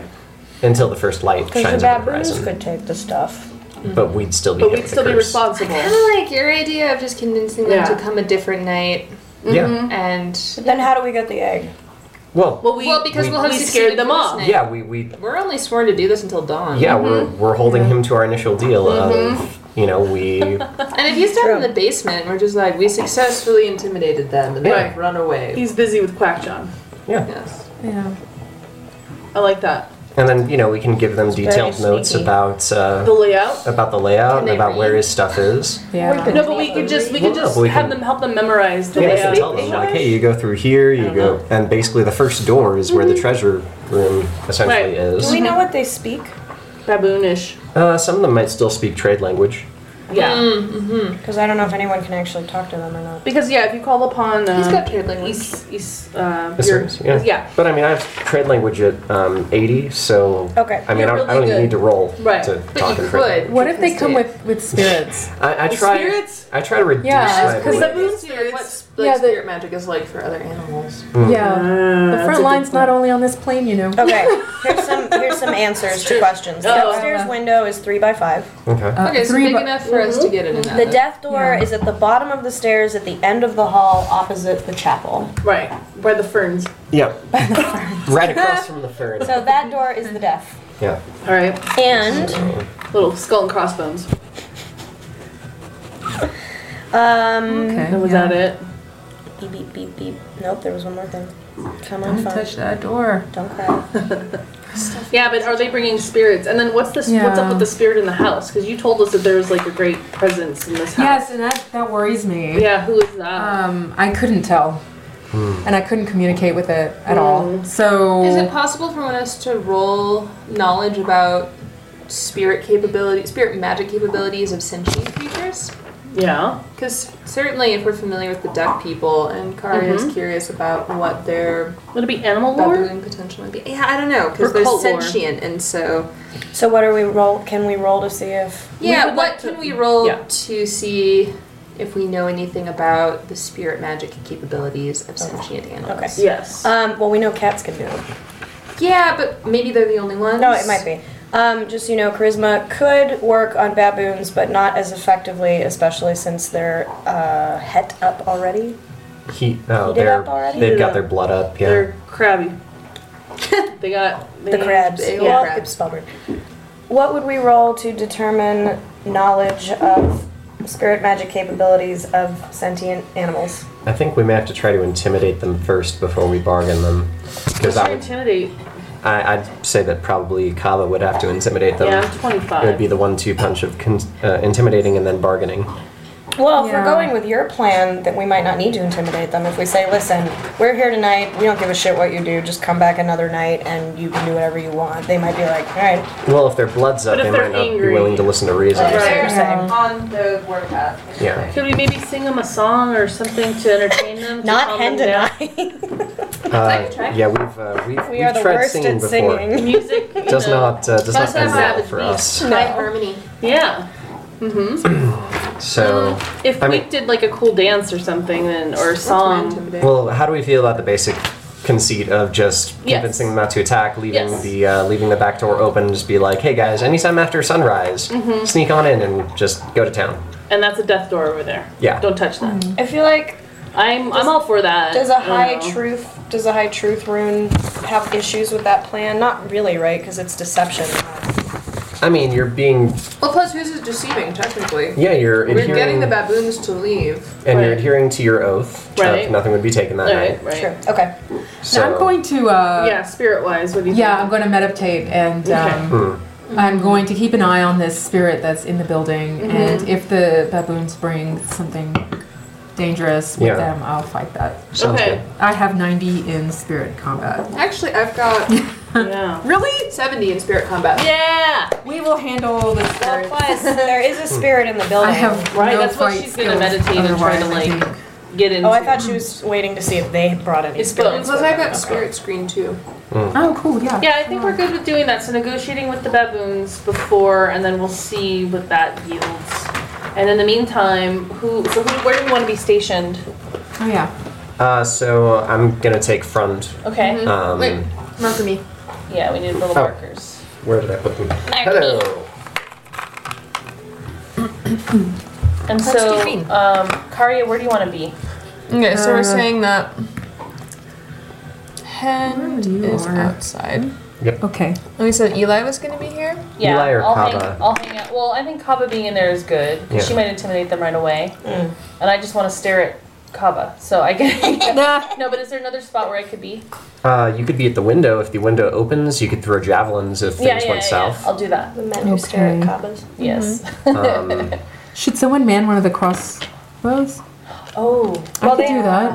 until the first light Because the shines over the baboons horizon. could take the stuff. But we'd still be. But hit we'd with still the be curse. responsible. Kind of like your idea of just convincing them Yeah. to come a different night, Mm-hmm. Yeah. and Then how do we get the egg? Well. Well, we, well, because we- we, will have we succeeded scared them this off. night. Yeah. We we We're only sworn to do this until dawn. yeah we're Mm-hmm. we're holding him to our initial deal of you know we And if he's down in the basement, we're just like, we successfully intimidated them and they've Yeah. run away. he's busy with Quack John. yeah Yes. Yeah. I like that. And then you know we can give them detailed very notes sneaky. about The uh, layout. about the Can layout and they about where read? his stuff is. Yeah. could No, but we could just we could Well, just we have can- them help them memorize the Yeah, I can layout. tell them like, hey, you go through here, you go, Uh-huh. and basically the first door is where the treasure room essentially Mm-hmm. Right. Do is. we know what they speak? Baboonish. Uh, some of them might still speak trade language. Yeah. Mm. Mm, Mm-hmm. Because I don't know if anyone can actually talk to them or not. Because yeah, if you call upon um, He's got trade language. East, East, uh, This your, is- yeah. yeah. But I mean, I have trade language at um, 80, so Okay. I mean, I You're don't, I don't really even need to good. roll Right. to But talk you in trade language. could. What if they come Stay. with with spirits? I, I try. Spirits? I try to reduce Yeah, my. because ability. Baboon spirits. What's Yeah, like the- spirit magic is like for other animals? Hmm, Yeah. The Ah, that's a front good line's not point. only on this plane, you know. Okay, here's some here's some answers to questions. The Oh. upstairs window is three by five. Okay. Uh, Okay, so three big bu- enough for us to get in and out. The death door Yeah. is at the bottom of the stairs at the end of the hall opposite the chapel. right by the ferns. Yeah. right across from the third. So that door is the death. Yeah. All right, And little skull and crossbones. um Okay. And was yeah. that it? beep beep beep beep. Nope, there was one more thing. I'm Come on, gonna fun. touch that door. Don't cry. Yeah, but are they bringing spirits? And then what's this? What's Yeah. up with the spirit in the house? Because you told us that there was like a great presence in this house. Yes, and that that worries me. Yeah, who is that? Um, I couldn't tell, Hmm. and I couldn't communicate with it Hmm. at all. So Mm. Is it possible for one of us to roll knowledge about spirit capability, spirit magic capabilities of sentient creatures? Yeah. Because certainly, if we're familiar with the duck people, and Kari Mm-hmm. is curious about what their Would it be animal lore? baboon potential might be. Yeah, I don't know, Or because they're cult lore. sentient, and so So what are we roll can we roll to see if yeah. would What like to- can we roll yeah. to see if we know anything about the spirit magic capabilities of sentient animals? Yes. um well we know cats can do it. Yeah, but maybe they're the only ones. No, it might be. Um, just so you know, charisma could work on baboons, but not as effectively, especially since they're uh, het up already. He, oh, Heated they're, up already? they've Heated got up. their blood up. Yeah. They're crabby. they got they The crabs. big well, crabs. it's spelled weird. What would we roll to determine knowledge of spirit magic capabilities of sentient animals? I think we may have to try to intimidate them first before we bargain them. Because I What's your would intimidate? I, I'd say that probably Kava would have to intimidate them. Yeah, I'm It would 25. be the one-two punch of con- uh, intimidating and then bargaining. Well, if Yeah. we're going with your plan, then we might not need to intimidate them. If we say, listen, we're here tonight, we don't give a shit what you do, just come back another night and you can do whatever you want, they might be like, all right, Well, if their blood's up, But if they they're might not angry- be willing to listen to reason. Right. Seriously. on the warpath. Yeah. Could we maybe sing them a song or something to entertain them? to Not calm hen them down? tonight. Uh, yeah, we've uh, we've, we we've are the tried worst singing at before. singing. Music. you Does know. not uh, does Must not end have well Savage for us. Beast. High harmony. Yeah. Mm-hmm. So, If I we mean- did like a cool dance or something, then or a Um, song. well, how do we feel about the basic conceit of just Yes. convincing them not to attack, leaving Yes. the uh, leaving the back door open, just be like, hey guys, anytime after sunrise, Mm-hmm. sneak on in and just go to town. And that's a death door over there. Yeah. Don't touch that. I feel like I'm I'm all for that. Mm-hmm. does I a don't high know. truth does a high truth rune have issues with that plan? Not really, right? Because it's deception. I mean, you're being Well, plus who's is deceiving technically? yeah, you're We're adhering getting the baboons to leave. and you're Right. adhering to your oath. Right. Uh, nothing would be taken that night. Right, right. True. Okay. So I'm going to. Uh, Yeah, spirit wise, what do you yeah, I'm think? going to meditate and. Okay. Um, hmm, I'm going to keep an eye on this spirit that's in the building, Mm-hmm. and if the baboons bring something dangerous with Yeah. them, I'll fight that. sounds okay. I have 90 in spirit combat. Actually, I've got Yeah. Really? 70 in spirit combat. Yeah. We will handle the spirit. Plus, there is a spirit in the building. I have Right, no that's what fight she's gonna skills meditate and try otherwise, to, I like, think. Get into. Oh, I thought she was waiting to see if they brought any It's And spirits. plus, with I've them. got spirit screen too. Oh, cool. Yeah. Yeah, I think we're good with doing that. So negotiating with the baboons before, and then we'll see what that yields. And in the meantime, who? So who, where do we want to be stationed? Oh, yeah. Uh, so I'm gonna take front. Okay. Um, Wait. Not for me. Yeah, we need little Oh. markers. Where did I put them? Hello. And so, um, Karya, where do you want to be? Okay, so we're saying that. Hen you is are. outside. And Okay. we said Eli was going to be here. Yeah, Eli or I'll Kaba? Hang, I'll hang out. Well, I think Kaba being in there is good. 'cause Yeah. Mm. She might intimidate them right away, and I just want to stare at Kaba, so I get. Nah. no, but is there another spot where I could be? Uh, you could be at the window if the window opens. You could throw javelins if things yeah, yeah, went yeah, south. yeah. I'll do that. The men who stare at Okay. Kabas. Yes. Um, Should someone man one of the crossbows? oh. I Well, could they do are- that.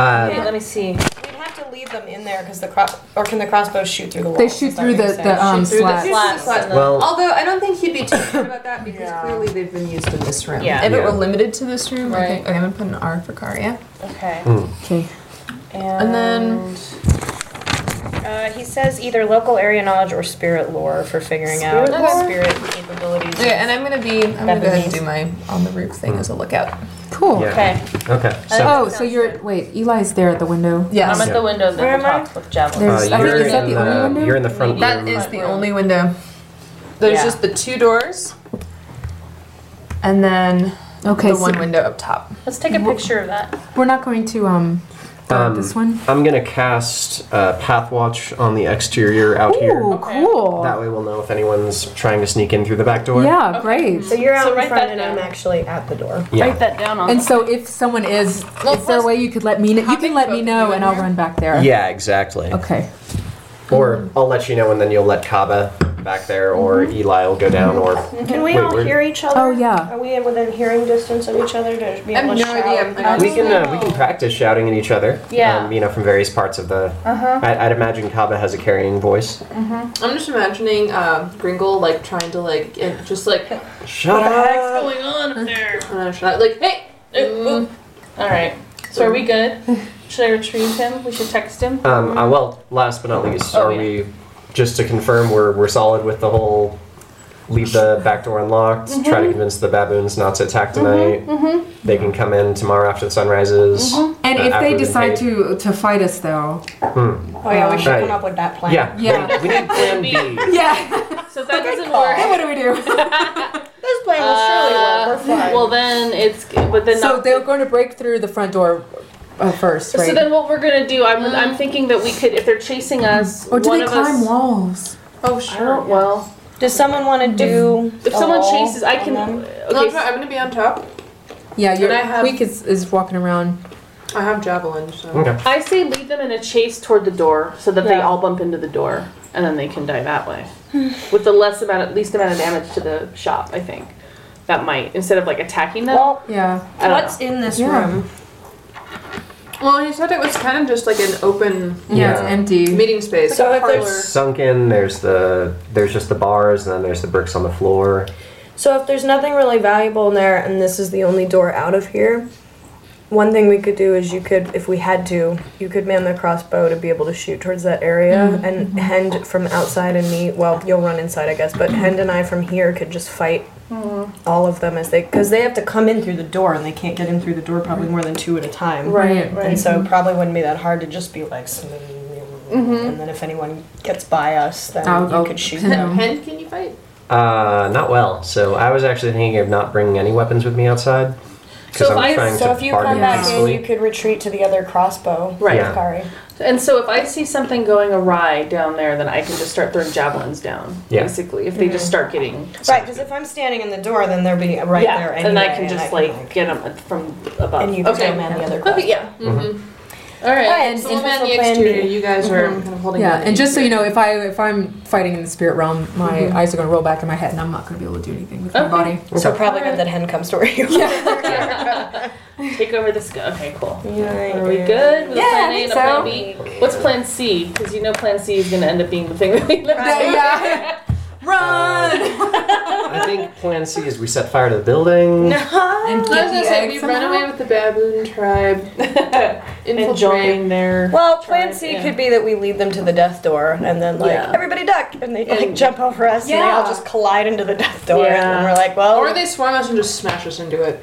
uh, Okay, let me see. We'd have to leave them in there because the cross or can the crossbows shoot through the walls? They Is shoot that through what you're the, saying? the um, Shoot through the slats. slats. and then- well, Although I don't think he'd be too sure about that because clearly they've been used in this room. Yeah. If it Yeah. were limited to this room, I Right. think okay, I'm gonna put an R for Karya. okay. Hmm. Okay. And, then- Uh, he says either local area knowledge or spirit lore for figuring Spirit out lore? spirit capabilities. Yeah, and I'm gonna be I'm gonna go ahead Japanese. and do my on the roof thing as a lookout. Cool. yeah. Okay. Okay. So Oh, so you're wait. Eli's there at the window. Yes. I'm at the window. Where Then am we'll talk with javelin. There's, uh, I think you're, is that in the only the, window? you're in the front That room. is the only window. There's Yeah. just the two doors and then Okay, the so one window up top. Let's take a picture of that. we're not going to um, guard Um, this one. I'm gonna cast uh, Pathwatch on the exterior out Ooh, here. cool. That way we'll know if anyone's trying to sneak in through the back door. yeah, great. So you're out So in write front that and down. I'm actually at the door. Yeah. Write that down on. And so if someone is, is there a way you could let me know? You can let me know, and I'll run back there. Yeah, exactly. Okay. Or I'll let you know, and then you'll let Kaba back there, or Mm-hmm. Eli will go down, or Can we Wait, all where- hear each other? Oh, yeah. Are we within hearing distance of each other to be I able have to no shout? idea. I'm we like, can uh, we can practice shouting at each other. Yeah. Um, you know, from various parts of the. Uh-huh. I, I'd imagine Kaba has a carrying voice. I'm just imagining um, Gringle like trying to like get- just like and Shut up. going on up there? then shut- like hey. Mm. All right. So are we good? Should I retrieve him? We should text him. Um, uh, well, last but not least, Oh, are yeah. we just to confirm we're we're solid with the whole leave the back door unlocked, Mm-hmm. try to convince the baboons not to attack tonight. They can come in tomorrow after the sun rises. Mm-hmm. And Uh, if after they we've been decide paid. to to fight us, though. Um, Oh yeah, we should Right. come up with that plan. Yeah, Yeah. We, we need plan B. Yeah. So if that doesn't call. work. what do we do? This plan will Uh, surely work. We're fine. Well then it's but then so not- they're going to break through the front door uh, first, right? So then what we're gonna do? I'm I'm thinking that we could if they're chasing us. or do one they of climb us, walls? Oh I sure. don't. Well, Does someone want to do? if a someone roll chases, I on can. them? No, Okay. I'm, I'm gonna be on top. Yeah, your I have- Queek is, is walking around. I have javelin. So. Okay. I say lead them in a chase toward the door so that they Yeah. all bump into the door and then they can die that way. With the less amount, least amount of damage to the shop, I think. That might instead of like attacking them. uh, Well, Yeah. I don't what's in this Yeah. room? Well, you said it was kind of just like an open Yeah, it's Yeah. empty. meeting space. So if parlor. there's- Sunken. There's the there's just the bars, and then there's the bricks on the floor. So if there's nothing really valuable in there, and this is the only door out of here, one thing we could do is you could, if we had to, you could man the crossbow to be able to shoot towards that Mm-hmm. area, and Hend from outside and me. Well, you'll run inside, I guess, but Hend and I from here could just fight. All of them as they, because they have to come in through the door and they can't get in through the door probably more than two at a time. Right, right. And so it probably wouldn't be that hard to just be like, and then if anyone gets by us, then I'll- you I'll could shoot pin them. them. Hen, can you fight? Uh, not well. So I was actually thinking of not bringing any weapons with me outside because So if I'm I- trying So to if you bargain come back in, peacefully. you could retreat to the other crossbow. Right. Yeah. Kari. And so if I see something going awry down there, then I can just start throwing javelins down. Yeah. Basically, if they just start getting Right, because if I'm standing in the door, then they'd be right yeah, there anyway. and I can just like get them from above. and you can okay. man the other Okay, crossbow. yeah. Mm-hmm. All right. Alright, Mm-hmm. So so I'm this on will the plan exterior. B. You guys are kind of holding. Yeah, on and just so you the know, if I if I'm fighting in the spirit realm, my eyes are going to roll back in my head, and I'm not going to be able to do anything with my Okay. body. So probably good that hen comes to where you are. Take over this. go- Okay, cool. Yeah, Are we yeah. good? With Yeah, plan I A think and a plan B? What's plan C? Because you know plan C is going to end up being the thing that we live Yeah, to. yeah. Run! I think Plan C is we set fire to the and building. exterior. I get was gonna the say egg we run somehow. away with the baboon tribe, And infiltrate. join their. Well, plan C yeah. could be that we lead them to the death door, and then like Yeah. everybody duck, and they like And- jump over us, and they all Yeah. just collide into the death door, and Yeah. then we're like, well, Or they swarm us and just smash us into it.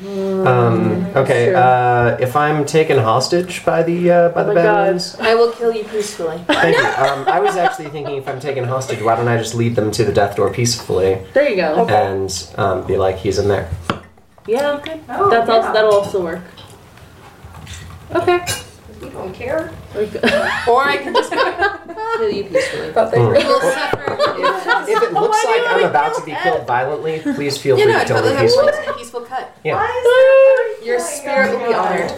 Um, okay. sure. Uh, if I'm taken hostage by the uh, by Oh the my God. baboons, I will kill you peacefully. thank you. Um, I was actually thinking if I'm taken hostage, why don't I just lead them to the death door peacefully There you go. and um, be like he's in there. Oh, Yeah, okay. That's also, that'll also work. Okay. You don't care. We're good. or I can just kill you peacefully. But they Mm. really If it looks like I'm about to be killed violently, please feel You free know, to kill totally me have peacefully. one peaceful cut. Yeah. Why is Your spirit will be honored.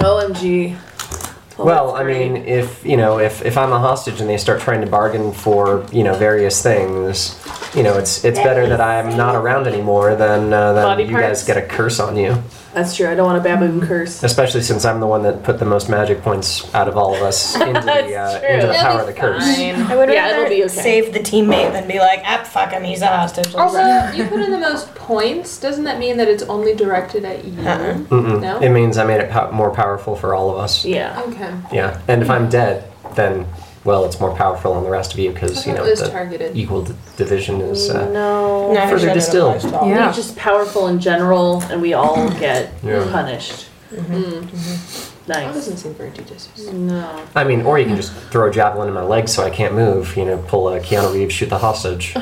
OMG. Mm. Well, I mean, if you know, if, if I'm a hostage and they start trying to bargain for you know various things, you know, it's it's better that I'm not around anymore than uh, than Body you parts? guys get a curse on you. That's true. I don't want a baboon Mm. curse. Especially since I'm the one that put the most magic points out of all of us into the uh, true. into the It'll power be of the curse. Fine. I would yeah, rather it'll be okay. save the teammate than be like, ah, fuck him, he's a hostage. Let's- Also, you put in the most points. Doesn't that mean that it's only directed at you? Uh-uh. Mm-mm. No? It means I made it po- more powerful for all of us. Yeah. Okay. Yeah, and if I'm dead, then well, it's more powerful on the rest of you because you I know thought it was the targeted. equal d- division is. Uh, No. No, Further shut it distill. applies to all. Yeah. We're just powerful in general, and we all get Yeah. punished. Mm-hmm. Mm. That Nice. doesn't seem very judicious. No. I mean, or you can just throw a javelin in my leg so I can't move. You know, pull a Keanu Reeves, shoot the hostage.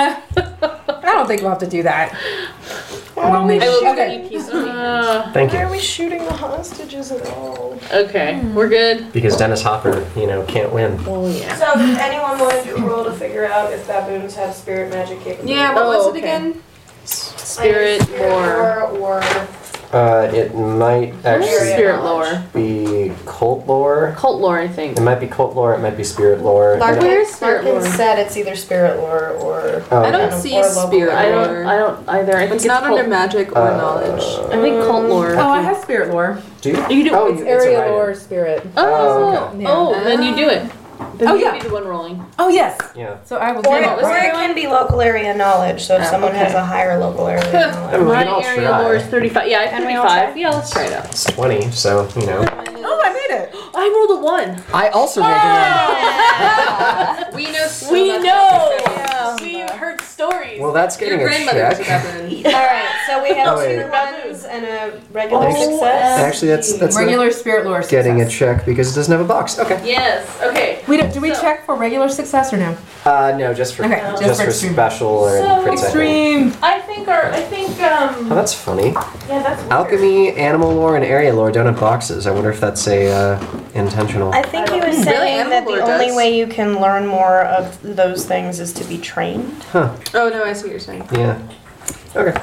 I don't think we'll have to do that. Well, maybe. I will Okay. be peace. Uh, Thank Why are you, we shooting the hostages at all? okay, we're good. because Dennis Hopper, you know, can't win. Well, Oh, yeah. So, if anyone wanted to roll to figure out if baboons have spirit magic capability? Yeah, what Oh, was it okay. again? Spirit lore. or Uh, it might actually Spirit lore. be cult lore. Cult lore, I think. It might be cult lore. It might be spirit lore. I don't- Where's spirit Larkin lore? said it's either spirit lore or. oh, I don't okay. see Or local. spirit I lore. don't. I don't either. I think it's, it's, not cult. under magic or Uh, knowledge. I think cult lore. Oh, I have spirit lore. Do you? You do. Oh, it's- you- it's a Area write-in. lore, spirit. oh, okay. oh, then you do it. Then Oh, you yeah. be the one rolling. Oh yes. Yeah. So I will do Or, it. it, or it can be local area knowledge, so if someone has a higher local area I mean, knowledge. we My can all area try. lore is 35. Yeah, I have Can we all 35. Yeah, let's try it out. It's twenty, so you know. Oh, I made it. I rolled a one. I also made one. We know. So we that's know. not success. Oh, We heard stories. Well, that's Your getting a grandmother was a check. baboon. Alright, so we have Oh, wait. two ones and a regular Oh, success. Actually, that's that's not Regular spirit lore. getting a success. check because it doesn't have a box. Okay. Yes. Okay. We do, do we So- check for regular success or no? Uh, no, just for Okay, just, just for for extreme. special and So crits, I think. Extreme. I think our. I think um. Oh, that's funny. Yeah, that's weird. Alchemy, animal lore, and area lore don't have boxes. I wonder if that's a uh, intentional. I think Hmm. he was Really, saying that animal the lore only does. way you can learn more of those things is to be trained. Oh no, I see what you're saying. Yeah. Okay.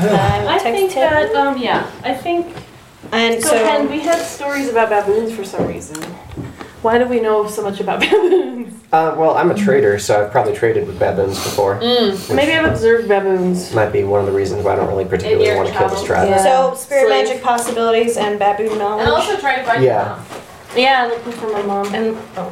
I think that um. Yeah. I think. And So Ken, so, we had stories about baboons for some reason. Why do we know so much about baboons? Uh, well, I'm a trader, so I've probably traded with baboons before. which Maybe I've observed baboons. Might be one of the reasons why I don't really particularly your want to kill travels, this tribe. yeah. so spirit Slave. magic possibilities and baboon knowledge. try to find Yeah. Yeah, looking for my mom. and oh,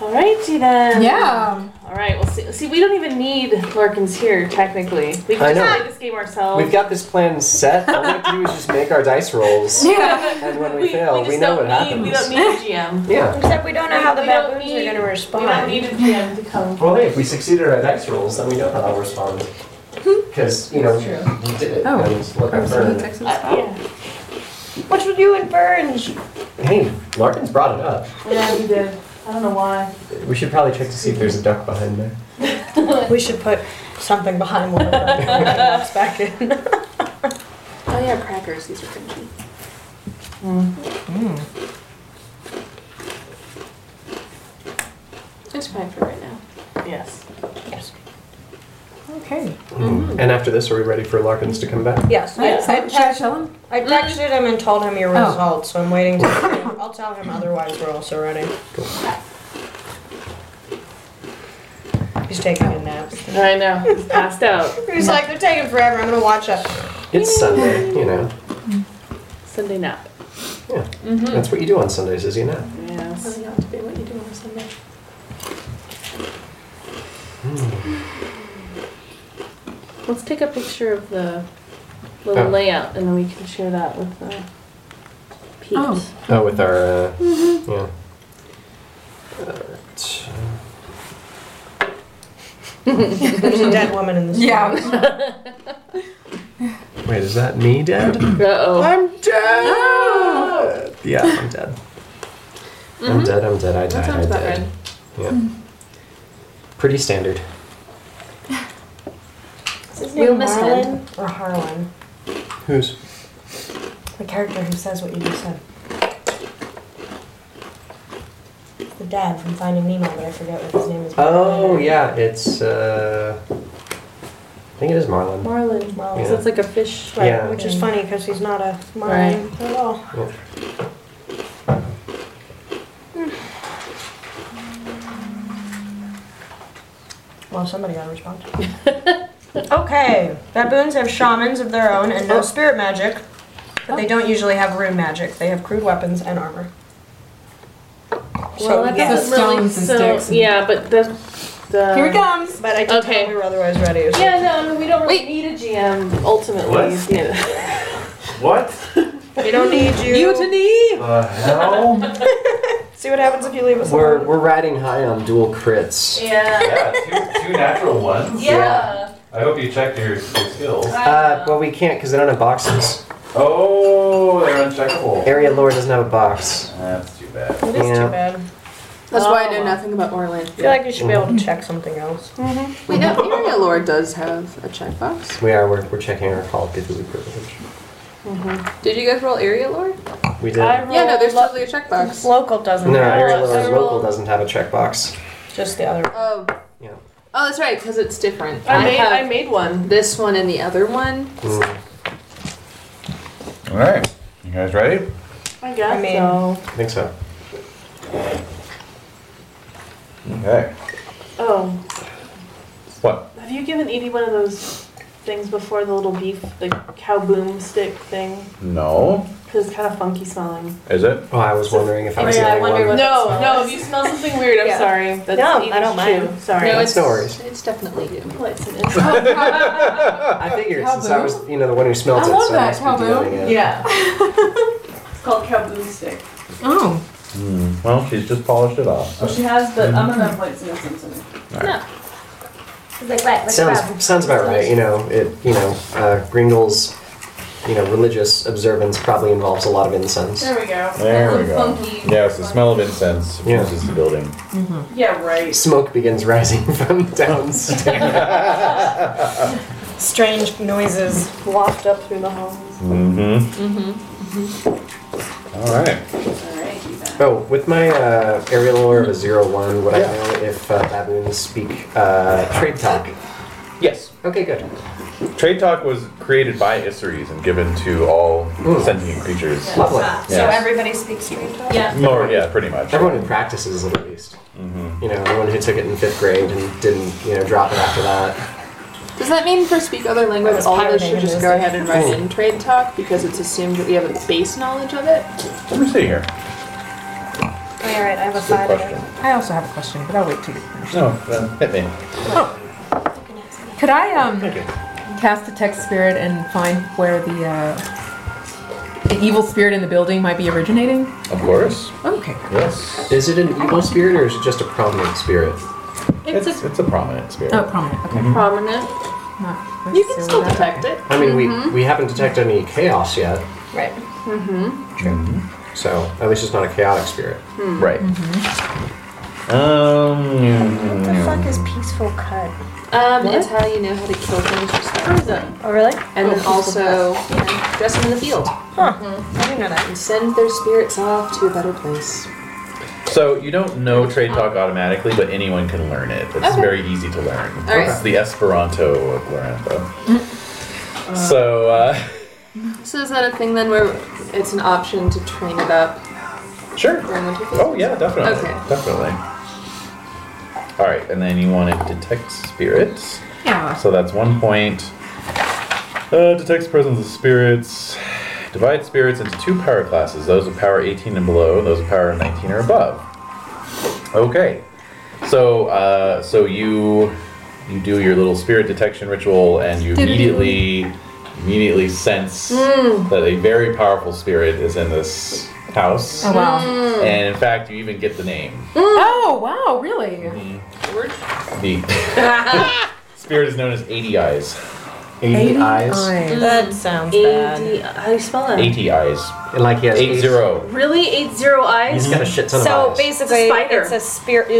Alrighty then. Yeah. Alright, well see, see we don't even need Larkins here, technically. We I can just know. play this game ourselves. We've got this plan set. All we have to do is just make our dice rolls, Yeah. and when we, fail, we, just know don't what need, happens. We don't need a GM. yeah. except we don't know how the We don't baboons need- are going to We don't respond. need a GM to come. Well, hey, if we succeeded our dice rolls, then we know how they'll respond. Because you know we did it. Oh. and look at Absolute Vern. Texas. Uh, yeah. What's with you and Burns? Hey, Larkin's brought it up. Yeah, we did. I don't know why. We should probably check to see if there's a duck behind there. We should put something behind one of them. back in. Oh yeah, crackers. These are crunchy. It's fine for right now. Yes. Okay. And after this, are we ready for Larkins to come back? Yes. I, I, should I tell him? I texted him and told him your Oh. results, so I'm waiting to I'll tell him otherwise we're also ready. He's taking a nap. I know. It's passed out. He's like, they're taking forever, I'm gonna watch it. It's Sunday, you know. Sunday nap. Yeah, that's what you do on Sundays, is you know. Yes. Really ought to be what you do on a Sunday. Let's take a picture of the little Oh. layout and then we can share that with the Pete. Oh. Oh, with our, uh, yeah. Alright, There's a dead woman in the store. Yeah. uh, Wait, is that me dead? Uh oh. I'm dead! Yeah, I'm dead. I'm dead, I'm dead, I died, That I sounds died. about right. Yeah. Pretty standard. Is his We'll name miss Marlin or Harlan? Who's? The character who says what you just said. The dad from Finding Nemo, but I forget what his name is. Oh, yeah, it's, uh. I think it is Marlin. Marlin. Marlin. Yeah. So it's like a fish. Right, Yeah. which is funny because he's not a mime Right. at all. Well, somebody got a response. okay, baboons have shamans of their own and no spirit magic, but they don't usually have rune magic. They have crude weapons and armor. Well, that yeah. doesn't So really. stones and sticks So, and- yeah, but the. the Here it comes. But I did Okay. tell we were otherwise ready. so- Yeah, no, I mean, we don't really need a GM ultimately. What? Yeah. What? We don't need you. Mutiny! Uh, See what happens if you leave us no, we're alone. we're riding high on dual crits. Yeah. Yeah, two, two natural ones. Yeah. I hope you checked your, your skills. Uh, well, we can't because they don't have boxes. Oh, they're uncheckable. Area lore doesn't have a box. That's too bad. It is Yeah. too bad. That's why I Oh. know nothing about Orland. I feel like you should be able to check something else. Wait, no, Area Lore does have a checkbox. We are we're, we're checking our Call of Duty privilege. Did you guys roll Area Lore? We did. I Yeah, no, rolled there's lo- totally a checkbox. Local doesn't. no, have area I lore is local rolled- doesn't have a checkbox. Just the other. Oh, Yeah. oh, that's right, because it's different. I made, I have made one. this one and the other one. Mm. All right. You guys ready? I guess I mean- so. I think so. Okay. Oh, What? have you given Edie one of those things before? The little beef, the cow boom stick thing? No. Because it's kind of funky smelling. Is it? Oh, I was wondering if I Oh, was yeah, the I only wondered one. what- No, that no, smells. if you smell something weird, I'm Yeah. sorry. That's No, I Edie's don't mind. chew. Sorry. No, it's, no worries. it's definitely you. Like some insult. I figured since I was you know the one who smelled I it, love so that, I must be dealing Calhoun. it. yeah. it's called cow boom stick. Oh, Hmm. Well, she's just polished it off. Well, she has, but I'm gonna have lights and essence in it. Like, right, what's the problem? Sounds sounds about right. You know, it you know, uh, Gringle's you know religious observance probably involves a lot of incense. There we go. There we go. Funky. Yeah, it's the smell of incense Yeah. fuses the building. Yeah, right. Smoke begins rising from downstairs. Strange noises waft up through the hall. Mm-hmm. All right. Alright, do that. oh, with my uh, aerial lore of a zero one, would I know if uh, baboons speak uh, trade talk? Yes. Okay, good. Trade talk was created by Isseries and given to all Ooh. sentient creatures. Lovely. So Yeah. everybody speaks street talk? Yeah. More, yeah, pretty much. Everyone who practices it, at least. Mm-hmm. You know, everyone who took it in fifth grade and didn't you know drop it after that. Does that mean for speak other language, all of us should just go ahead and write in trade talk because it's assumed that we have a base knowledge of it? Let me see here. All right, I have a Good five. question. I also have a question, but I'll wait till you finish. No, then hit me. Could I um Thank you. cast detect spirit and find where the uh, the evil spirit in the building might be originating? Of course. Okay. Yes. Is it an evil spirit or is it just a prominent spirit? It's, it's, a prominent spirit. Oh, prominent. Okay. Mm-hmm. Prominent. Not You can still detect it. I mean, we we haven't detected any chaos yet, Mm-hmm. Right. Mm-hmm. Mm-hmm. so at least it's not a chaotic spirit. Right. Um. What the fuck is peaceful cut? Um, it's how you know how to kill things respectfully. Oh, really? And then also, you know, dress them in the field I didn't know that. and send their spirits off to a better place. So you don't know trade talk automatically, but anyone can learn it. It's Okay. very easy to learn. Alright. It's the Esperanto of Loranto. so uh, So is that a thing then where it's an option to train it up sure. during winter season? Oh yeah, definitely, Okay. definitely. All right, and then you wanted detect spirits. Yeah. So that's one point. Uh, detects presence of spirits. Divide spirits into two power classes: those of power 18 and below, and those of power 19 or above. Okay. So, uh, so you you do your little spirit detection ritual, and you immediately immediately sense that a very powerful spirit is in this house. Oh wow. And in fact, you even get the name. Oh wow! Really? The spirit is known as 80 Eyes. Eighty eyes, Eyes. That sounds bad. AD. How do you spell that? 80 Eyes. and like he has Eight zero. Really? Eight zero eyes? He's got a shit ton So of eyes. basically, Mm-hmm. It's a spider. it's a spirit.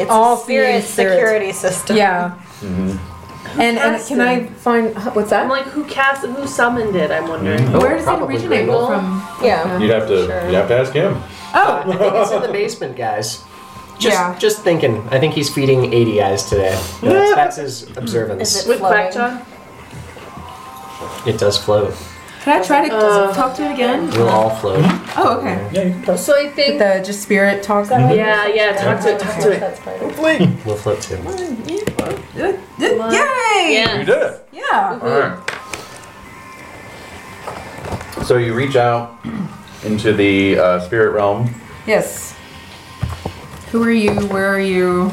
It's All a seeing spirit spirits. security system. Yeah. Mm-hmm. And and Cast can I find what's I'm that? like, who cast who summoned it? I'm wondering. Oh, Where does it probably originate Grendel. from? Yeah. You'd have to you'd have to ask him. I think it's in the basement, guys. Just, Yeah. just thinking. I think he's feeding 80 eyes today. That's, that's his observance. With Blackjaw? It does float. Can I try to talk to it again? We'll all float. Oh, okay. Yeah, you can So I think the just spirit talks that way. Yeah, yeah, talk to it, talk to it. We'll float too. Yay! Yeah. You did it. Yeah. All right. So you reach out into the uh, spirit realm. Yes. Who are you? Where are you?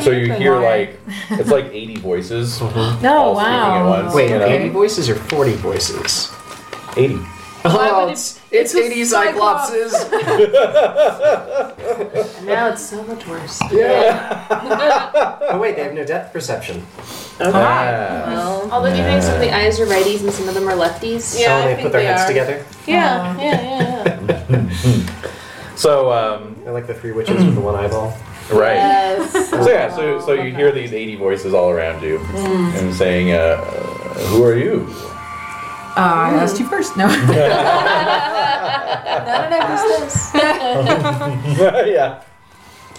So you hear like it's like 80 voices. No, all speaking at wow. once, Wait, you know? 80 voices or 40 voices? 80. Oh, it's, it's 80 cyclopses. Now it's so much worse. yeah. oh, wait, they have no depth perception. Yeah. Well, although do you think some of the eyes are righties and some of them are lefties? oh, they put their heads together. Yeah, yeah, yeah, yeah. So um, They're like the three witches with the one eyeball. right. Yes. So yeah, so, so you hear these 80 voices all around you and saying, uh, who are you? Uh, I asked you first. No. I don't know who's this. yeah.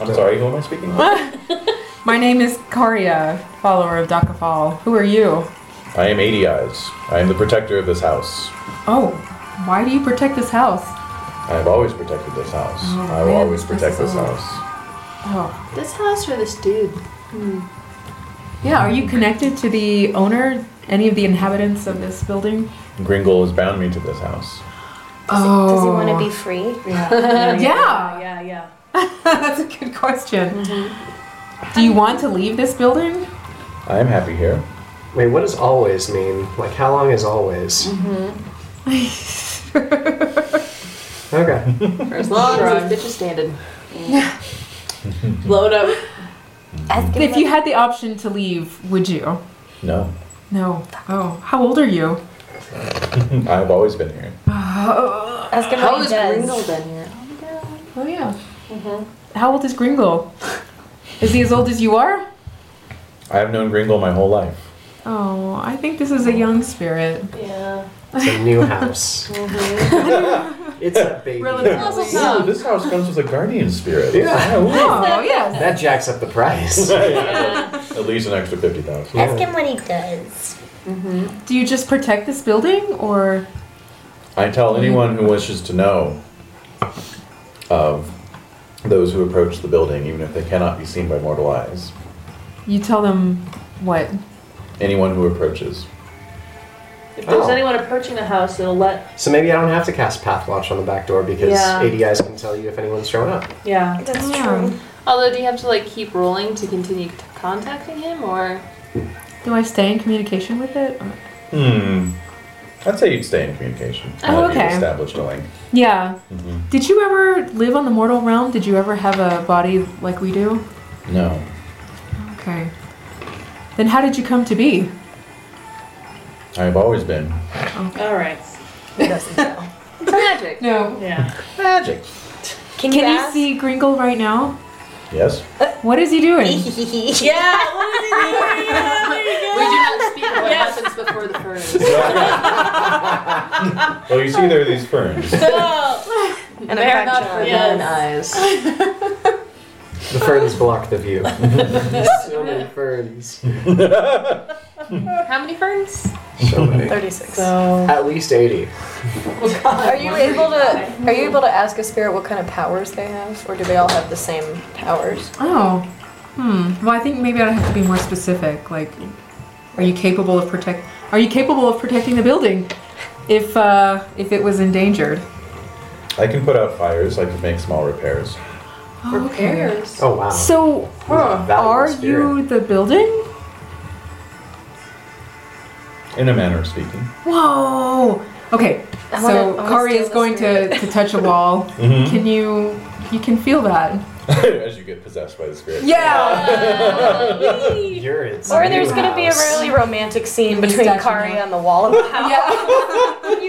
I'm sorry, who am I speaking with? My name is Karia, follower of Dakafal. Who are you? I am 80 Eyes. I am the protector of this house. Oh, why do you protect this house? I have always protected this house. Oh, I will man, always protect this this is old. house. Oh, This house or this dude? Hmm. yeah. Are you connected to the owner? Any of the inhabitants of this building? Gringle has bound me to this house. Oh. Does he want to be free? Yeah. Yeah. Yeah, yeah. That's a good question. Do you want to leave this building? I am happy here. Wait, what does always mean? Like, how long is always? Okay. For as long as this bitch is standing. Blow it up. if you had the option to leave, would you? No, No. Oh, how old are you? I've always been here. Oh, Ask him How what he is does. Gringle been here? oh yeah. How old is Gringle? Is he as old as you are? I have known Gringle my whole life. Oh, I think this is a young spirit. Yeah. It's a new house. it's a baby. Relatively. house. Ooh, this house comes with a guardian spirit. Yeah. Oh yes. That jacks up the price. At least an extra 50,000. Ask him what he does. Do you just protect this building, or I tell anyone who wishes to know of those who approach the building, even if they cannot be seen by mortal eyes. you tell them what? Anyone who approaches. If there's Oh. anyone approaching the house, it'll let. So maybe I don't have to cast Path Watch on the back door because Yeah. ADIs can tell you if anyone's showing up. Yeah. That's Yeah. true. Although, do you have to like keep rolling to continue t- contacting him, or Do I stay in communication with it? or- Hmm. I'd say you'd stay in communication. Oh, Have you okay. Established a link. Yeah. Mhm. Did you ever live on the mortal realm? Did you ever have a body like we do? No. Okay. Then how did you come to be? I've always been. All right. it's magic? No. Yeah. Magic. Can you Can you ask? see Gringle right now? Yes? What is he doing? yeah. We do not speak of what happens before the first. Well, you see, there are these ferns. And They're not Oh, for Yes. eyes. The ferns block the view. so many ferns. How many ferns? So many. 36. So. At least 80. are you able to are you able to ask a spirit what kind of powers they have or do they all have the same powers? Oh. Hmm. Well, I think maybe I'd have to be more specific. Like, are you capable of protect? Are you capable of protecting the building? If uh, if it was endangered. I can put out fires, I can make small repairs. Repairs. Oh, wow. So, valuable are you spirit. the building? In a manner of speaking. Whoa. Okay. I wanna- so I wanna Kari steal is the going to, to touch a wall. Mhm. Can you? You can feel that. As you get possessed by the spirit. Yeah. You're it's Or new there's gonna be a house. really romantic scene He's between touching Kari her. and the wall of the house. yeah. Okay.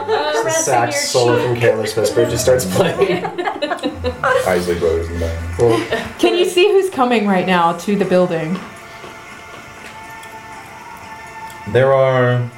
Just the sax solo from Careless Whisper just starts playing. Isley Brothers in the back. Well, Can you see who's coming right now to the building? There are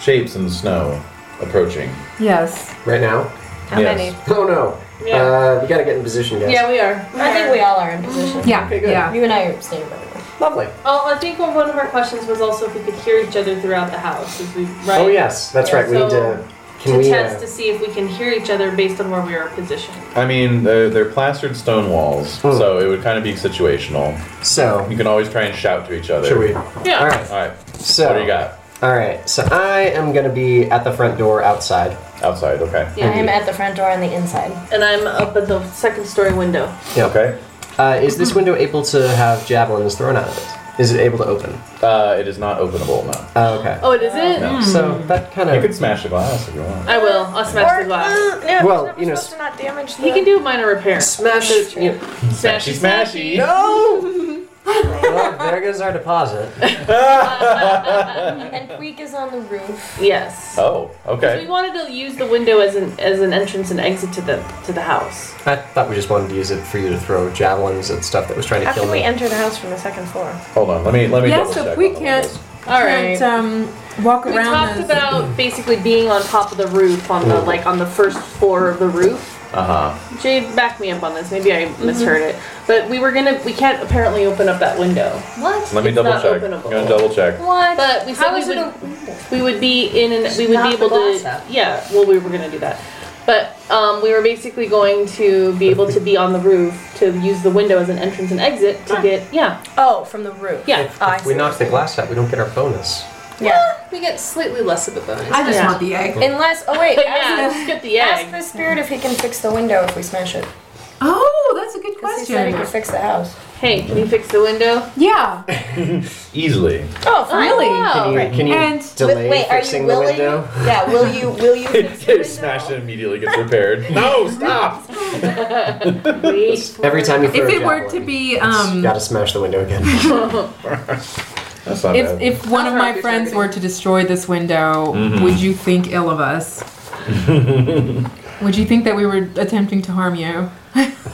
shapes in the snow approaching. Yes. right now? How Yes. many? Oh no. Yeah. Uh, we gotta get in position, guys. Yeah, we are. I think we all are in position. Yeah, Okay, good. yeah. You and I are standing by the way. Lovely. Well, I think one of our questions was also if we could hear each other throughout the house as we right. Oh yes, that's right. We need to. Can to we? test uh, to see if we can hear each other based on where we are positioned. I mean, they're, they're plastered stone walls, Hmm. so it would kind of be situational. So you can always try and shout to each other. Should we? Yeah. All right. All right. So what do you got? All right. So I am gonna be at the front door outside. Outside. Okay. Yeah, I'm at the front door on the inside. And I'm up at the second story window. Yeah. Okay. Uh, is Hmm. this window able to have javelins thrown out of it? Is it able to open? Uh, it is not openable, no. Oh, okay. Oh, it is it? No. So that kind of. You could smash the glass if you want. I will. I'll smash the glass. Yeah, Well, well, you you know, supposed to not damage. The... He can do minor repair. Smash it. you- Smashy, smashy. No! well, there goes our deposit. And Queek is on the roof. Yes. Oh, We okay. wanted to use the window as an as an entrance and exit to the to the house. I thought we just wanted to use it for you to throw javelins and stuff that was trying to After kill we me. enter the house from the second floor. Hold on. Let me let me yeah, double so check if we on the can't, windows. All right. can't um, walk We around talked those. about basically being on top of the roof on Oh. the like on the first floor of the roof. Uh-huh. Jade, back me up on this. Maybe I misheard it, but we were gonna. We can't apparently open up that window. What? Let me It's double not check. I'm openable. gonna double check. What? But we said How we is it would- a- We would be in and we would Knock be able the glass to. out. Yeah. Well, we were gonna do that, but um, we were basically going to be able to be on the roof to use the window as an entrance and exit to get. Yeah. Oh, from the roof. Yeah. If I we see. knock the glass out, we don't get our bonus. Yeah. We get slightly less of a bonus. I just Yeah. want the egg. Unless, oh wait, But yeah, ask, just get the ask egg. the spirit if he can fix the window if we smash it. Oh, that's a good 'Cause He said he question. could fix the house. Hey, can you fix the window? Yeah, Easily. Oh, really? Can you, can you And- delay wait, are fixing you the willing? window? Yeah, will you? Will you? fix the You smash it immediately gets repaired. no, stop. Wait. Every time you throw if a it were to javelin, be it's um, gotta smash the window again. That's not if bad. if one of That's my right, friends you're were to destroy this window, Mm-hmm. would you think ill of us? would you think that we were attempting to harm you?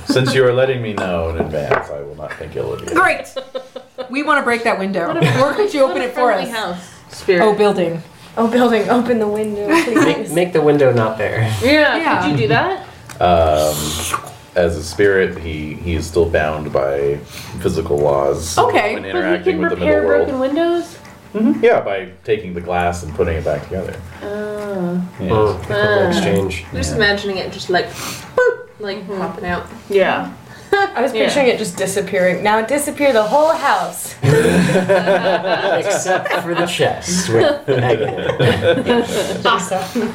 Since you are letting me know in advance, I will not think ill of you. Great. We want to break that window. Or could you open it for Friendly us? house. Spirit. Oh, building. Oh, building, open the window, make, please. make the window not there. yeah. Yeah. Could you do that? Um, as a spirit, he, he is still bound by physical laws Okay, when But you interacting can with the repair middle broken world. windows. Yeah, by taking the glass and putting it back together. Oh. Yeah. Mm, equivalent Uh. exchange. I'm just imagining it just like, boop, like Mm-hmm. popping out. Yeah. I was picturing it just disappearing. Now disappear the whole house. Except for the chest with egg in it. Ah. Awesome.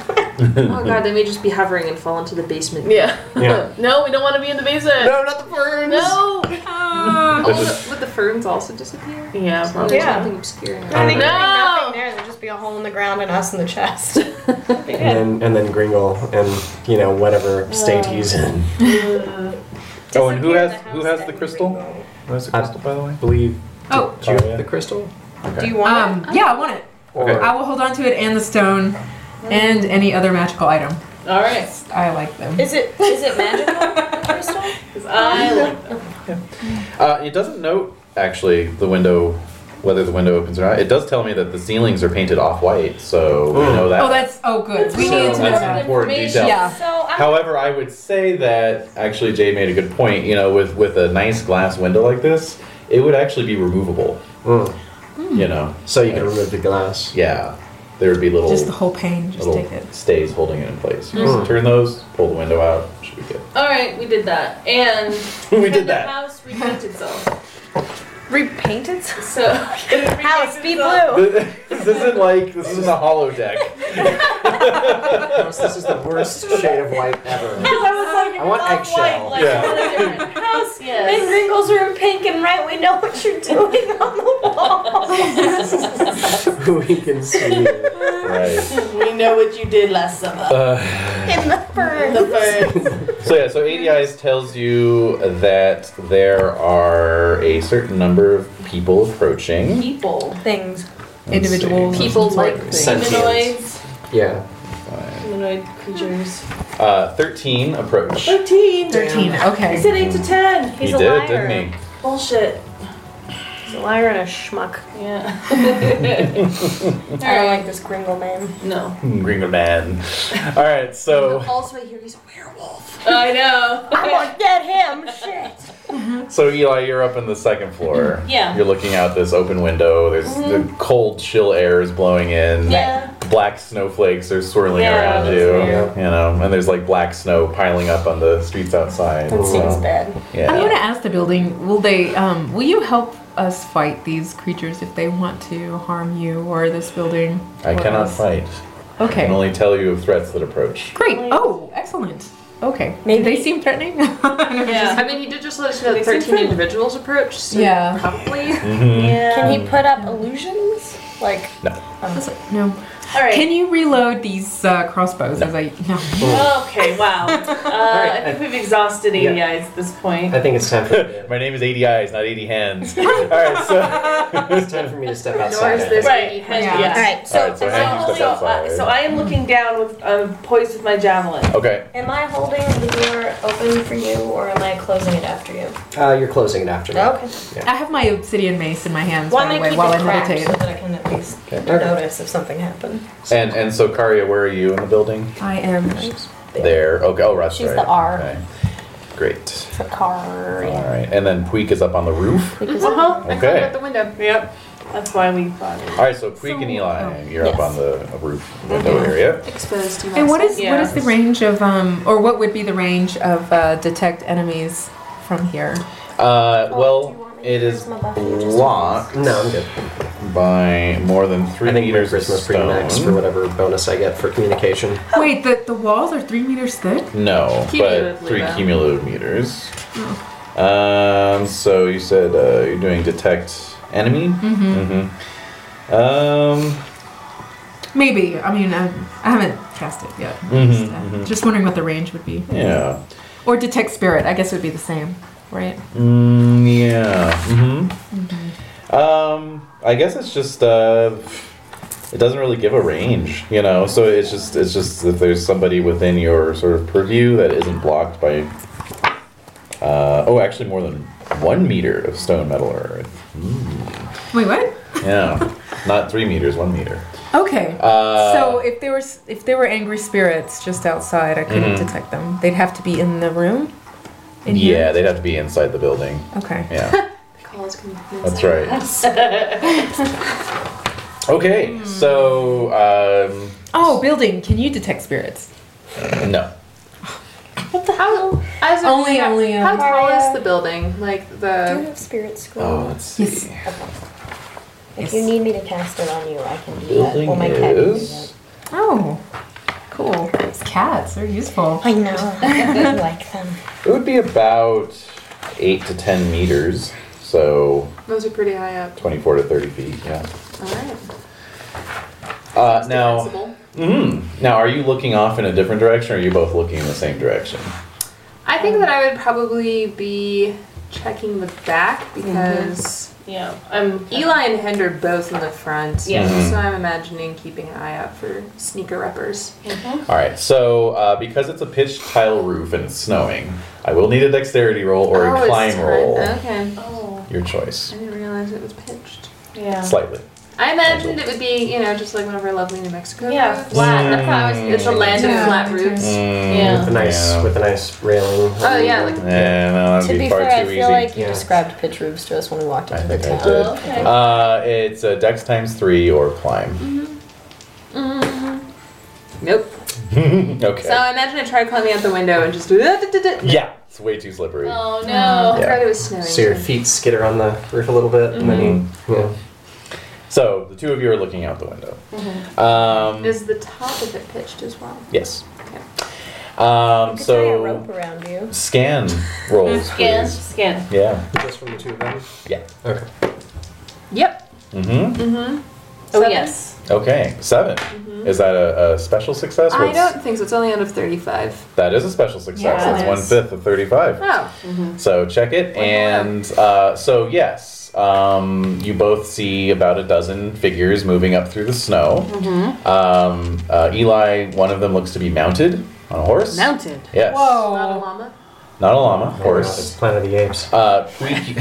Oh god, they may just be hovering and fall into the basement. Yeah. Yeah. no, we don't want to be in the basement. No, not the ferns! No. Oh, This is- would- would the ferns also disappear? Yeah. There's Probably. Yeah. Something obscure. in I there. Um, think there'd be No. nothing there. There'd just be a hole in the ground and us in the chest. And then, and then Gringle and, you know, Uh. whatever state he's in. Oh, and who Disappear has the who house has that the we crystal? Who has the Uh, crystal, by the way? believe Oh, do you Oh, yeah. have the crystal? Do you want um, yeah, I want it. Or Okay. I will hold on to it and the stone and any other magical item. All right. I like it? them. Is it is it magical? the crystal? I like them. Uh, it doesn't note actually the window, whether the window opens or not. It does tell me that the ceilings are painted off white, so we know that. Oh, that's oh good. We need So to know that's that. important detail. Yeah. So I'm However, I would say that actually Jay made a good point. You know, with with a nice glass window like this, it would actually be removable. Mm. Hmm. You know, So you can remove the glass. yeah, there would be little Just the whole pane. Just little take it. stays holding it in place. You just turn those, pull the window out, should be good. All right, we did that, and We did the that. house repainted itself. repainted. So House be blue. this isn't like this isn't a hollow deck. this is the worst shade of white ever. I was like, I want eggshell. like Yeah. what a different house. And Yes. wrinkles are in pink, and right, we know what you're doing on the wall. we can see it. Right. We know what you did last summer. Uh, in the fur. The birds. So yeah, so ADIs tells you that there are a certain number of people approaching. People. Things. Let's see. Individuals. People like Sentient. humanoids. Yeah. Humanoid creatures. Uh, Thirteen approach. You Thirteen. Thirteen. I Mm. Okay. said eight to ten. did, didn't he? Bullshit. So liar and a schmuck. Yeah. I don't like this Gringo man. No. Gringo Hmm, man. All right, so Also, I hear he's a werewolf. I know. I'm gonna get him. Shit. so Eli, you're up in the second floor. Yeah. Mm-hmm. You're looking out this open window. There's the cold, chill air is blowing in. Yeah. Black snowflakes are swirling Yeah, around that's you. weird. You know, and there's like black snow piling up on the streets outside. That seems so, bad. Yeah. I'm gonna ask the building. Will they? Um, will you help us fight these creatures if they want to harm you or this building? I or cannot us? fight. I can Okay. only tell you of threats that approach. Great. Oh, excellent. Okay. Maybe- they seem threatening. I mean, he did just let us know that 13 individuals approached, so Yeah. probably. Um, Can he put up illusions? Like no. All right. Can you reload these uh, crossbows? As I no. Okay, wow. Uh, I think we've exhausted Yeah. ADI at this point. I think it's time for My name is 80 Eyes, not 80 Hands. All right, so. it's time for me to step outside. Ignores I this think. Right. Yeah. Yeah. Yeah. All right. All So, right, so So, Hank steps outside. I, so I am looking down with um, poised with my javelin. okay. am I holding the door open for you, or am I closing it after you? Uh, you're closing it after me. Okay. I have my obsidian mace in my hands Why by the am I way keeping while I cracked meditate. so that I can at least notice if something happened? And and so Karia, where are you in the building? I am. There. Okay. Oh, right. She's right. the R. Okay. Great. For car. All right. And then Puik is up on the roof. Uh-huh. I climbed Okay. out the window. Yep. That's why we fought it. All right. So Puik and Eli, you're up Yes. on the roof window area. Exposed to And what is Yeah. what is the range of um or what would be the range of uh, detect enemies from here? Uh, do you well, want me to it is use my buff or just- blocked No, I'm good. by more than three I think Merry meters of Christmas pretty max for stone. whatever bonus I get for communication. Wait, the, the walls are three meters thick? No, but Cumulatively, three though. cumulative meters. Hmm. Um, so you said uh, you're doing detect enemy. Mm-hmm. Um, Maybe. I mean, I, I haven't cast it yet. Mm-hmm, just, uh, just wondering what the range would be. yeah. Or detect spirit. I guess it would be the same, right? Mm, yeah. hmm Um, I guess it's just uh, it doesn't really give a range, you know. So it's just it's just if there's somebody within your sort of purview that isn't blocked by. Uh, oh, actually, more than one meter of stone, metal, or earth. Wait, what? Yeah, not three meters, one meter. Okay. Uh, so if there was if there were angry spirits just outside, I couldn't Mm-hmm. detect them. They'd have to be in the room. In yeah, Here? they'd have to be inside the building. Okay. Yeah, Calls coming from that's inside. right. okay, so um, Oh, building. Can you detect spirits? no, How, as a Only- recap, only, um, how tall Mario. is the building? Like Do you the have spirit oh, scroll? let's see. Yes. If you need me to cast it on you, I can do that. Building Well, my cat can do is. Oh, cool. Those cats are useful. that. I know. I like them. It would be about eight to ten meters, so those are pretty high up. twenty-four to thirty feet. Yeah. All right. Uh, now, Defensible. mm, now, are you looking off in a different direction, or are you both looking in the same direction? I think that I would probably be checking the back because Yeah. I'm Eli and Hend are both in the front. Yeah. Mhm. So I'm imagining keeping an eye out for sneaker reppers. All right. So uh, because it's a pitched tile roof and it's snowing, I will need a dexterity roll or Oh, a it's climb time- roll. Uh, Okay. Oh. Your choice. I didn't realize it was pitched. Yeah. Slightly. I imagined it would be, you know, just like one of our lovely New Mexico. Yeah, Mm. roofs. flat. That's how I was It's a thinking. land Yeah. of flat roofs. Yeah. With a nice, Mm, Yeah. with a nice railing. Oh, yeah, like- Yeah, no, that'd To be, be far fair, I too feel easy. like you Yeah. described pitch roofs to us when we walked I into the think I town. did. Oh, Okay. Uh, it's a dex times three or climb. Nope. okay. So I imagine I tried climbing out the window and just. Yeah. yeah, it's way too slippery. Oh no. I Yeah. heard it was snowing. So your feet skitter on the roof a little bit, and then you, yeah. So the two of you are looking out the window. Um, Is the top of it pitched as well? yes. Um, Could tie a rope so around you. scan rolls, Skin. please. Skin. Yeah. Just from the two of them. Yeah. Okay. Yep. Mm-hmm. Oh Seven? yes. Okay. 7 Is that a, a special success? I What's- don't think so. It's only out of 35. That is a special success. Yeah, it's it one is. fifth of thirty-five. Oh. So check it, and uh, so yes, um, you both see about a dozen figures moving up through the snow. Um, uh, Eli, one of them looks to be mounted on a horse. Mounted. Yes. Not a llama. Not a llama, horse. It's Planet of the Apes. Uh, Puig,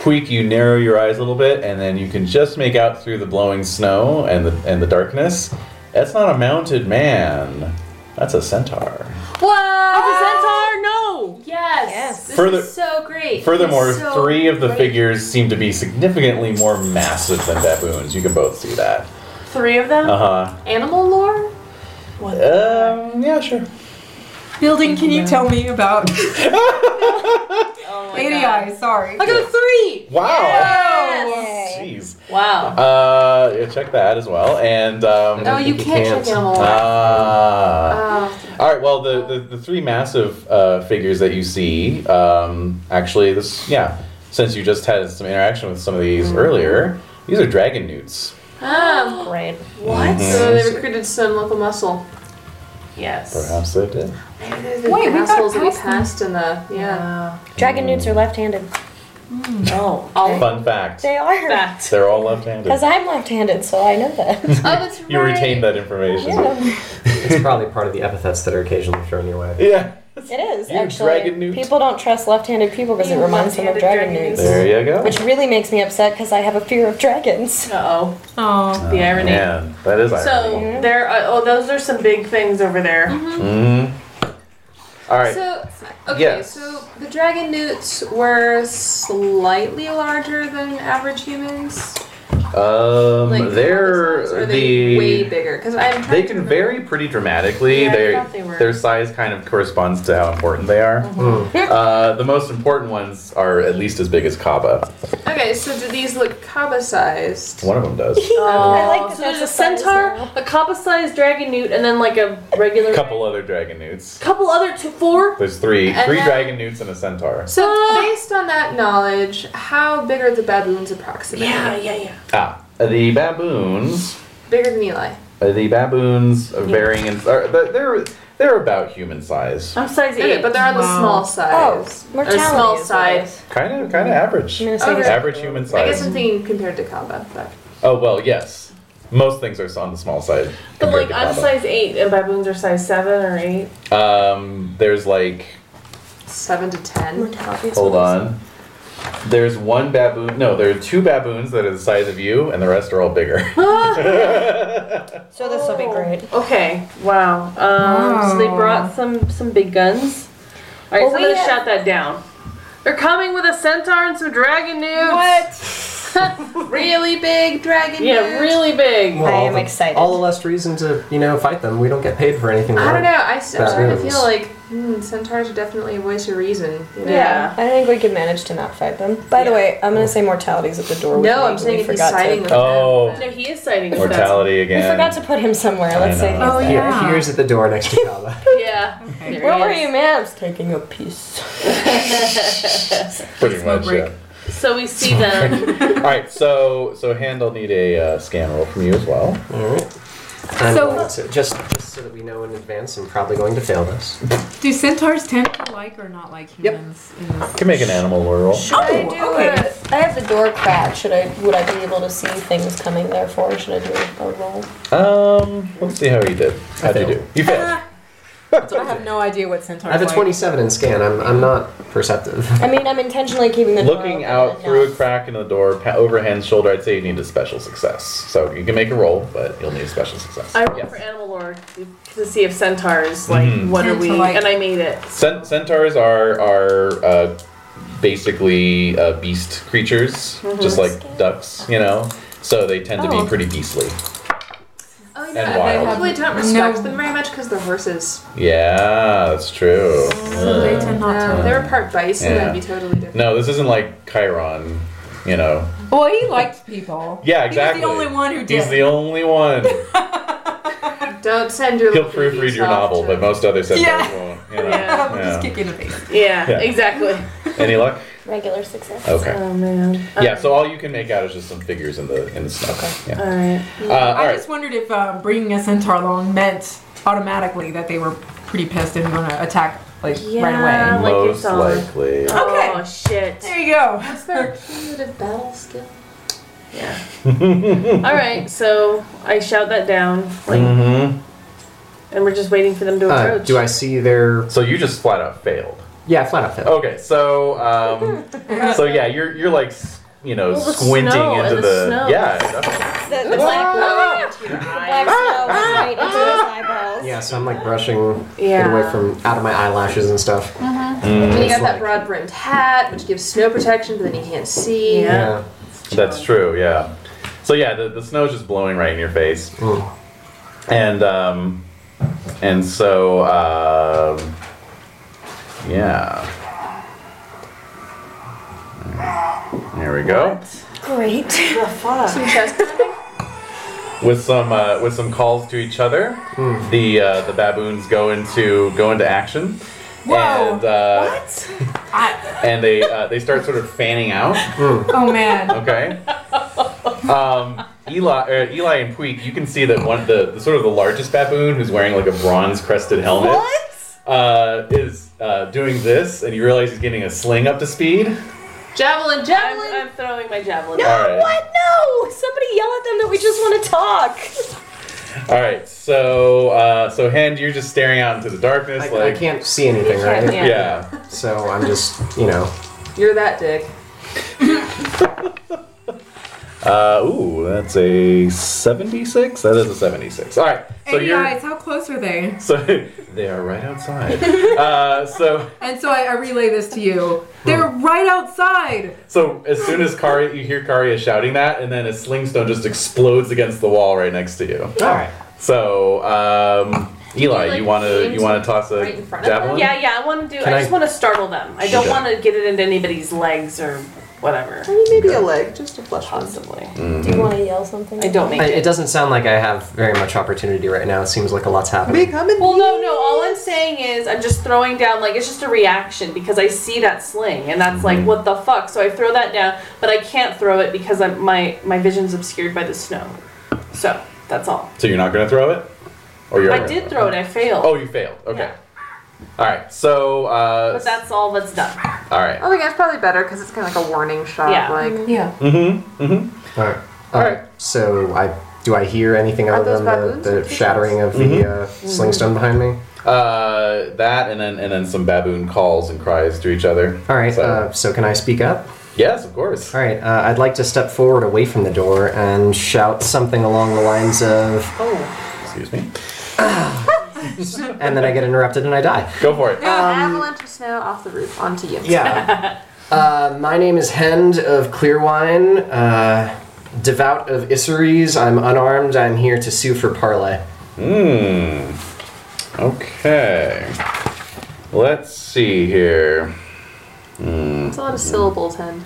Puig, you narrow your eyes a little bit, and then you can just make out through the blowing snow and the and the darkness. That's not a mounted man. That's a centaur. Oh, the centaur! No! Yes! yes. This Further- is so great. Furthermore, This is so three of the great. figures seem to be significantly more massive than baboons. You can both see that. Three of them? Uh huh. Animal lore? Um, yeah, sure. Building, can you tell me about? Lady Eye, sorry. I got a three! Wow. Yes! Jeez. Wow. Uh, yeah, check that as well, and um. No, you can't check animal lore. Ah. Oh. All right. Well, the, the, the three massive uh, figures that you see, um, actually, this yeah, since you just had some interaction with some of these Mm-hmm. earlier, these are dragon newts. Ah, Right. what? Mhm. So Oh, they recruited some local muscle. Yes. Perhaps they did. Maybe they're the Wait, we got assholes that we past them. passed in the yeah. Dragon newts are left-handed. No. All Fun fact: they are. Fact. they're all Because left-handed. I'm left-handed, so I know that. Oh, that's right. You retained that information. Yeah. It's probably part of the epithets that are occasionally thrown your way. Yeah. It is You're a actually. dragon newt. People don't trust left-handed people because it You reminds them of left-handed dragon dragon newts, There you go. which really makes me upset because I have a fear of dragons. Uh-oh. Oh, The irony. Man, that is irony. So, there are, oh, those are some big things over there. Mhm. All right. So okay, Yes. so the dragon newts were slightly larger than average humans. um, Like they're size, or are the they way bigger because I'm trying They to can remember. vary pretty dramatically. Yeah, I They- thought they were. Their size kind of corresponds to how important they are. Uh, the most important ones are at least as big as Kaba. Okay, so do these look kaba sized? One of them does. I like Um, that so that's there's a a size centaur, now. a kappa-sized dragon newt, and then like a regular A couple other dragon newts. couple other two four. There's three, And three then- dragon newts and a centaur. So based on that knowledge, how big are the baboons approximately? yeah, yeah. Ah, the baboons. Bigger than Eli. uh, The baboons are varying in. Are, but they're they're about human size. I'm size eight, Okay, but they're on the Wow. small Oh, size. Or mortality small is what it size. is. Kind of kind of average. I'm gonna say Okay. this- Average human I guess I'm size. thinking compared to kaba, but Oh well, yes. Most things are on the small side. but compared to like I'm Kaba. size eight, and baboons are size seven or eight. Um, there's like seven to ten. Mortality is Hold what it is. on. There's one baboon. No, there are two baboons that are the size of you, and the rest are all bigger. So this will be great. Okay, wow. Um, So they Wow. brought some some big guns. All right, Well, so we let's have- shot that down. They're coming with a centaur and some dragon newts. really big dragon Yeah, newt. really big. Well, I all am the- excited. All the less reason to, you know, fight them. We don't get paid for anything. I we're don't know. I, am starting to Baboons. feel like hmm, centaurs are definitely a voice of reason. You know? Yeah. I think we could manage to not fight them. By the way, I'm gonna say mortality's at the door. which No, we I'm saying if he's forgot siding to. with Oh. them. No, he is sighting with us. Mortality We again. forgot to put him somewhere. Let's say. know. Oh, he's- Here, Yeah. Here's at the door next to Kaba. Yeah. There Where he were is. you, man? I was taking a piece. Pretty much. break. Yeah. So we see them. all right. So, so hand, I'll need a uh, scan roll from you as well. all right. And So- uh, so just, just so that we know in advance, I'm probably going to fail this. do centaurs tend to like or not like humans? Yep. In You this? can make an animal lore roll. Should I do a, I have the door cracked. Should I? Would I be able to see things coming? Therefore, should I do a, a roll? Um, let's see how you did. How'd you failed. do? You failed. I have no idea what centaurs I have a like. 27 in scan. I'm, I'm not perceptive. I mean, I'm intentionally keeping the door Looking open, out but through a no. crack in the door, pa- overhand shoulder. I'd say you need a special success. So you can make a roll, but you'll need a special success. I rolled Yes. for animal lore to see if centaurs like Mhm. what are we, Tend to like- and I made it. Cent- centaurs are are uh, basically uh, beast creatures, Mm-hmm. just like ducks, you know. So they tend to Oh. be pretty beastly. Oh, you And know, wild. I really don't respect No. them very much because they're horses. Yeah, that's true. So they tend not to. Um, they were part bison, Uh, Yeah. that'd be totally different. No, this isn't like Chiron, you know. Well, he liked people. Yeah, He was exactly. the only one who did. He's the only one. Don't send your He'll little babies proofread your off novel, to- but most other centaurs Yeah. won't. You know? Yeah. We'll just kick you in the face. Yeah, Yeah. exactly. Any luck? regular success. Okay. Oh man. yeah. So all you can make out is just some figures in the in the snow. Yeah. All right. Uh, all I right. just wondered if um, bringing a centaur along meant automatically that they were pretty pissed and going to attack like right Yeah. away. like you Most saw. likely. Okay. Oh shit. There you go. What's their cumulative battle skill? Yeah. All right. So I shout that down, like, Mm-hmm. and we're just waiting for them to Uh, approach. do I see their So you just flat out failed. Yeah, flat out fail. Okay, so um, so yeah, you're you're like s- you know Well, the squinting snow into and the the, snow. yeah. definitely. The, the black blood into your eyes. right into his eyeballs. Yeah, so I'm like brushing Yeah. it away from out of my eyelashes and stuff. And you It's got that like- broad brimmed hat, which gives snow protection, but then you can't see. Yeah. That's true. Yeah. So yeah, the the snow's just blowing right in your face, and um, and so um, yeah. There we go. Great. The fuck? Some chest climbing. with some uh, with some calls to each other. The uh, the baboons go into go into action. And, uh, And they uh, they start sort of fanning out. Oh man. Okay. Um, Eli, er, Eli and Puig, you can see that one the, the sort of the largest baboon who's wearing like a bronze crested helmet uh, is uh, doing this, and you realize he's getting a sling up to speed. Javelin, javelin. I'm throwing my javelin. No, All right. what? No! Somebody yell at them that we just want to talk. All right, so uh, so Hand, you're just staring out into the darkness, I, I like can't see anything, right? yeah. yeah. So I'm just, you know, You're that dick. Uh, ooh, that's a 76? That is a 76. All right. So hey you're. guys, how close are they? So they are right outside. uh, so And so I, I relay this to you. Hmm. They're right outside. so as soon as Kari, you hear Kari is shouting that, and then a slingstone just explodes against the wall right next to you. all right. So um, Eli, like, you wanna aim you wanna toss a right in front of javelin? Yeah, yeah. I want to do. Can I, I- just want to startle them. I don't Okay. want to get it into anybody's legs or whatever. Maybe a leg, just a flesh one. Possibly. Do you want to yell something? I don't make Mm. I, it. it doesn't sound like I have very much opportunity right now. It seems like a lot's happening. Well, no, no. All I'm saying is I'm just throwing down like it's just a reaction because I see that sling and that's Mm-hmm. like what the fuck. So I throw that down, but I can't throw it because I'm, my my vision's obscured by the snow. So that's all. So you're not gonna throw it? Or you're I gonna did throw it. I failed. Oh you failed. Okay. All right, so uh, But that's all that's done. all right. I think that's probably better because it's kind of like a warning shot. Yeah. Like, Yeah. Mm-hmm. Mm-hmm. All right. All right. So I do I hear anything Are other those than baboons the, or the pigeons? shattering of the Mm-hmm. uh, slingstone behind me? Uh, that and then and then some baboon calls and cries to each other. All right. So, Uh, so can I speak up? yes, of course. All right. Uh, I'd like to step forward away from the door and shout something along the lines of, Excuse me. and then I get interrupted and I die. Go for it. avalanche of snow off the roof onto you. Yeah. Uh, my name is Hend of Clearwine, uh, devout of Isseries. I'm unarmed. I'm here to sue for parlay. Hmm. Okay. Let's see here. It's a lot of syllables, hen.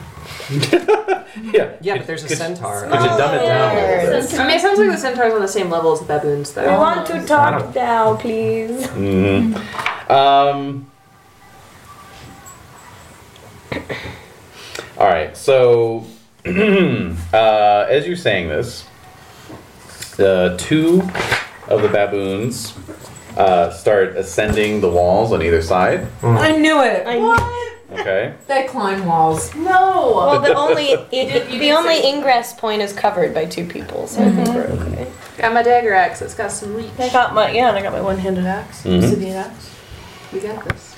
Yeah. Yeah, could- but there's a could- centaur. Oh. Could you dumb it down a little bit? I mean, it sounds like the centaur's on the same level as the baboons, though. I want to I talk now, please. Mm-hmm. Um. All right. So, uh, as you're saying this, uh, two of the baboons uh, start ascending the walls on either side. I knew it. Okay. They climb walls. No. Well, the only you the did only say- ingress point is covered by two people. So Got my dagger axe. It's got some reach. I got my yeah, and I got my one-handed ax Mhm. obsidian axe. We got this.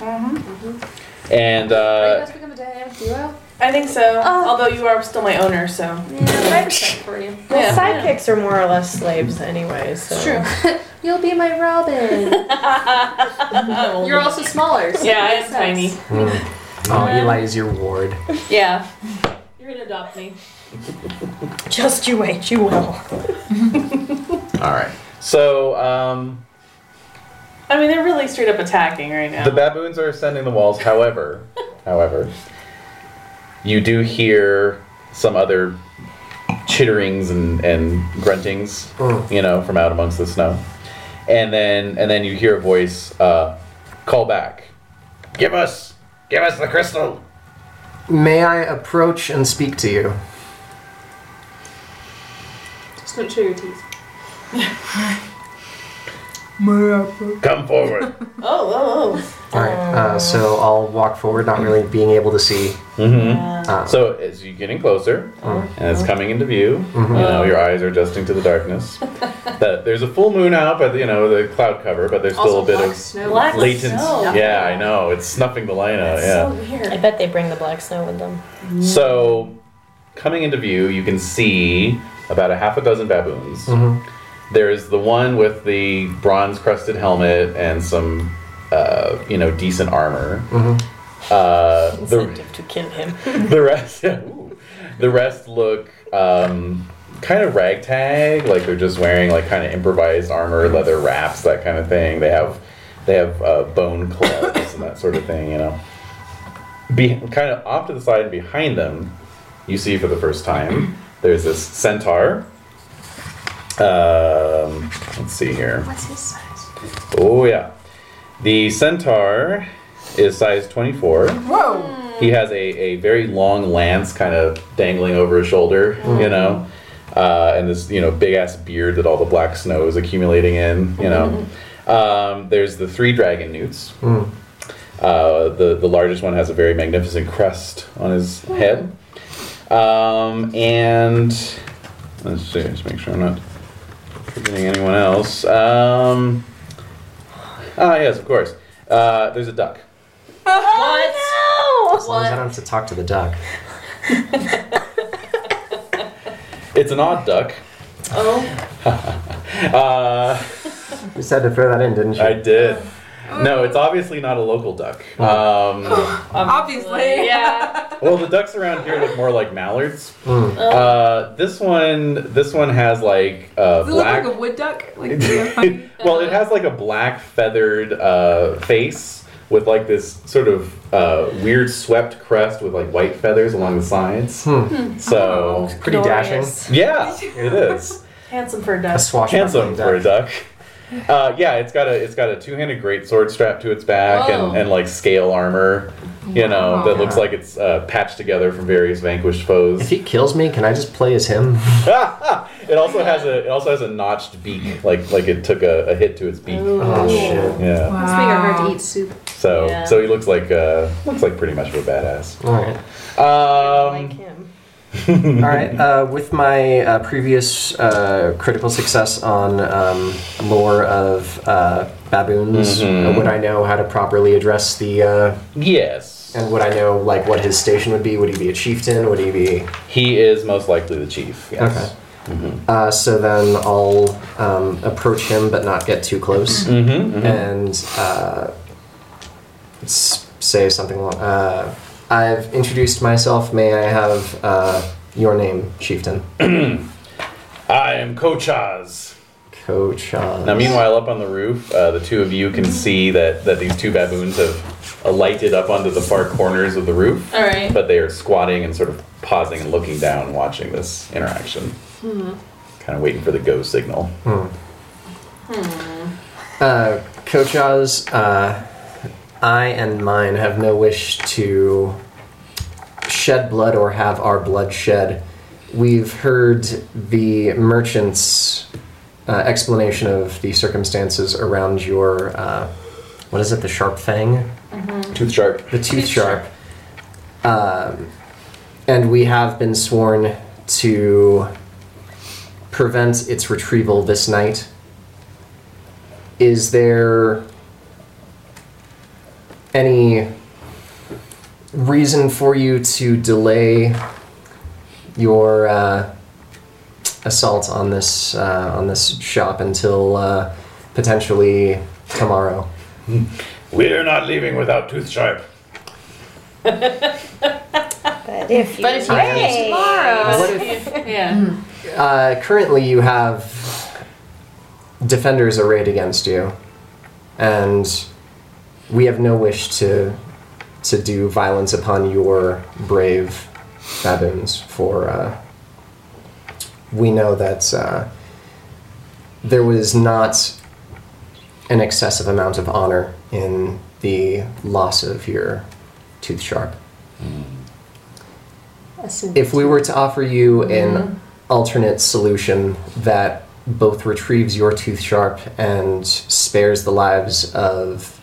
And Are you uh, guys become a dynamic duo? I think so. Although you are still my owner, so Yeah, I respect for you. Well, Yeah. sidekicks are more or less slaves, anyway. So You'll be my Robin. You're also smaller. So yeah, it I'm makes sense. tiny. Oh, Eli is your ward. Yeah. You're gonna adopt me. Just you wait, you will. all right. So um, I mean, they're really straight up attacking right now. the baboons are ascending the walls. However, however, you do hear some other chitterings and, and gruntings, Mm. you know, from out amongst the snow. And then and then you hear a voice uh, call back. Give us, give us the crystal. May I approach and speak to you? Just don't show your teeth. Come forward. Oh, oh, oh. All right. Uh, so I'll walk forward, not really being able to see. Mm-hmm. Uh, So as you're getting closer, and it's coming into view, Mhm. you know, your eyes are adjusting to the darkness. that there's a full moon out, but you know the cloud cover, but there's still Also a bit black of snow. Black latent. snow. Yeah, I know it's snuffing the light out. yeah. I bet they bring the black snow with them. So, coming into view, you can see about a half a dozen baboons. mm-hmm. There's the one with the bronze crusted helmet and some, uh, you know, decent armor. Uh, the, Incentive to kill him. the rest, yeah, ooh. the rest look um, kind of ragtag, like they're just wearing like kind of improvised armor, leather wraps, that kind of thing. They have they have uh, bone clubs and that sort of thing, you know. Be, kind of off to the side and behind them, you see for the first time there's this centaur. Um, let's see here. What's his size? Oh yeah, the centaur is size 24. Whoa. He has a, a very long lance kind of dangling over his shoulder, Mm. you know, uh, and this, you know, big ass beard that all the black snow is accumulating in, you know. Mm. Um, there's the three dragon newts. Uh, the, the largest one has a very magnificent crest on his head. Mm. Um, and let's see, just make sure I'm not forgetting anyone else. Um, ah, yes, of course. Uh, there's a duck. As long as I don't have to talk to the duck. It's an odd duck. Oh, Uh, You said to throw that in, didn't you? I did. No, it's obviously not a local duck. Um, Obviously. yeah. well, the ducks around here look more like mallards. Oh. Mm. Uh, this one, this one has like uh, Does it look black. like a wood duck? Like, you know, funny? well, it has like a black feathered uh, face with like this sort of uh, weird swept crest with like white feathers along the sides. Hmm. So Pretty dashing. Glorious. yeah, it is. Handsome for a A duck. swashbuckling handsome for a duck. duck. Uh, yeah, it's got a it's got a two handed greatsword strapped to its back Whoa. Oh. and, and like scale armor, you know, that looks like it's uh, patched together from various vanquished If foes. he kills me, can I just play as him? it also has a it also has a notched beak, like like it took a, a hit to its beak. Oh shit. Yeah, It's making it hard to eat soup. so Yeah. so he looks like uh, looks like pretty much of a badass. All right. like Um, him. All right. Uh, with my uh, previous uh, critical success on um, lore of uh, baboons, Mhm. uh, would I know how to properly address the? Uh, yes, and would I know like what his station would be? Would he be a chieftain? Would he be? he is most likely the chief. Yes. Okay. Uh, so then I'll um, approach him, but not get too close, Mm-hmm. and uh, s- say something. Along, uh, I've introduced myself. May I have uh, your name, chieftain? I am Kochaz. Coach. uh, Now, meanwhile, up on the roof, uh, the two of you can Mm-hmm. see that, that these two baboons have alighted up onto the far corners of the roof, All right. but they are squatting and sort of pausing and looking down, watching this interaction. Mm-hmm. Kind of waiting for the go signal. Uh, Coach Oz, uh, I and mine have no wish to shed blood or have our blood shed. We've heard the merchant's uh, explanation of the circumstances around your, uh, what is it, the sharp fang? Tooth sharp. The tooth sharp. Um, and we have been sworn to prevent its retrieval this night. Is there any reason for you to delay your uh, assault on this uh, on this shop until uh, potentially tomorrow? We're not leaving without Tooth Sharp. But if you, But if you Hey. tomorrow, What yeah. Uh, currently, you have defenders arrayed against you, and we have no wish to to do violence upon your brave baboons. For uh, we know that uh, there was not an excessive amount of honor in the loss of your tooth sharp if we were to offer you an alternate solution that both retrieves your tooth sharp and spares the lives of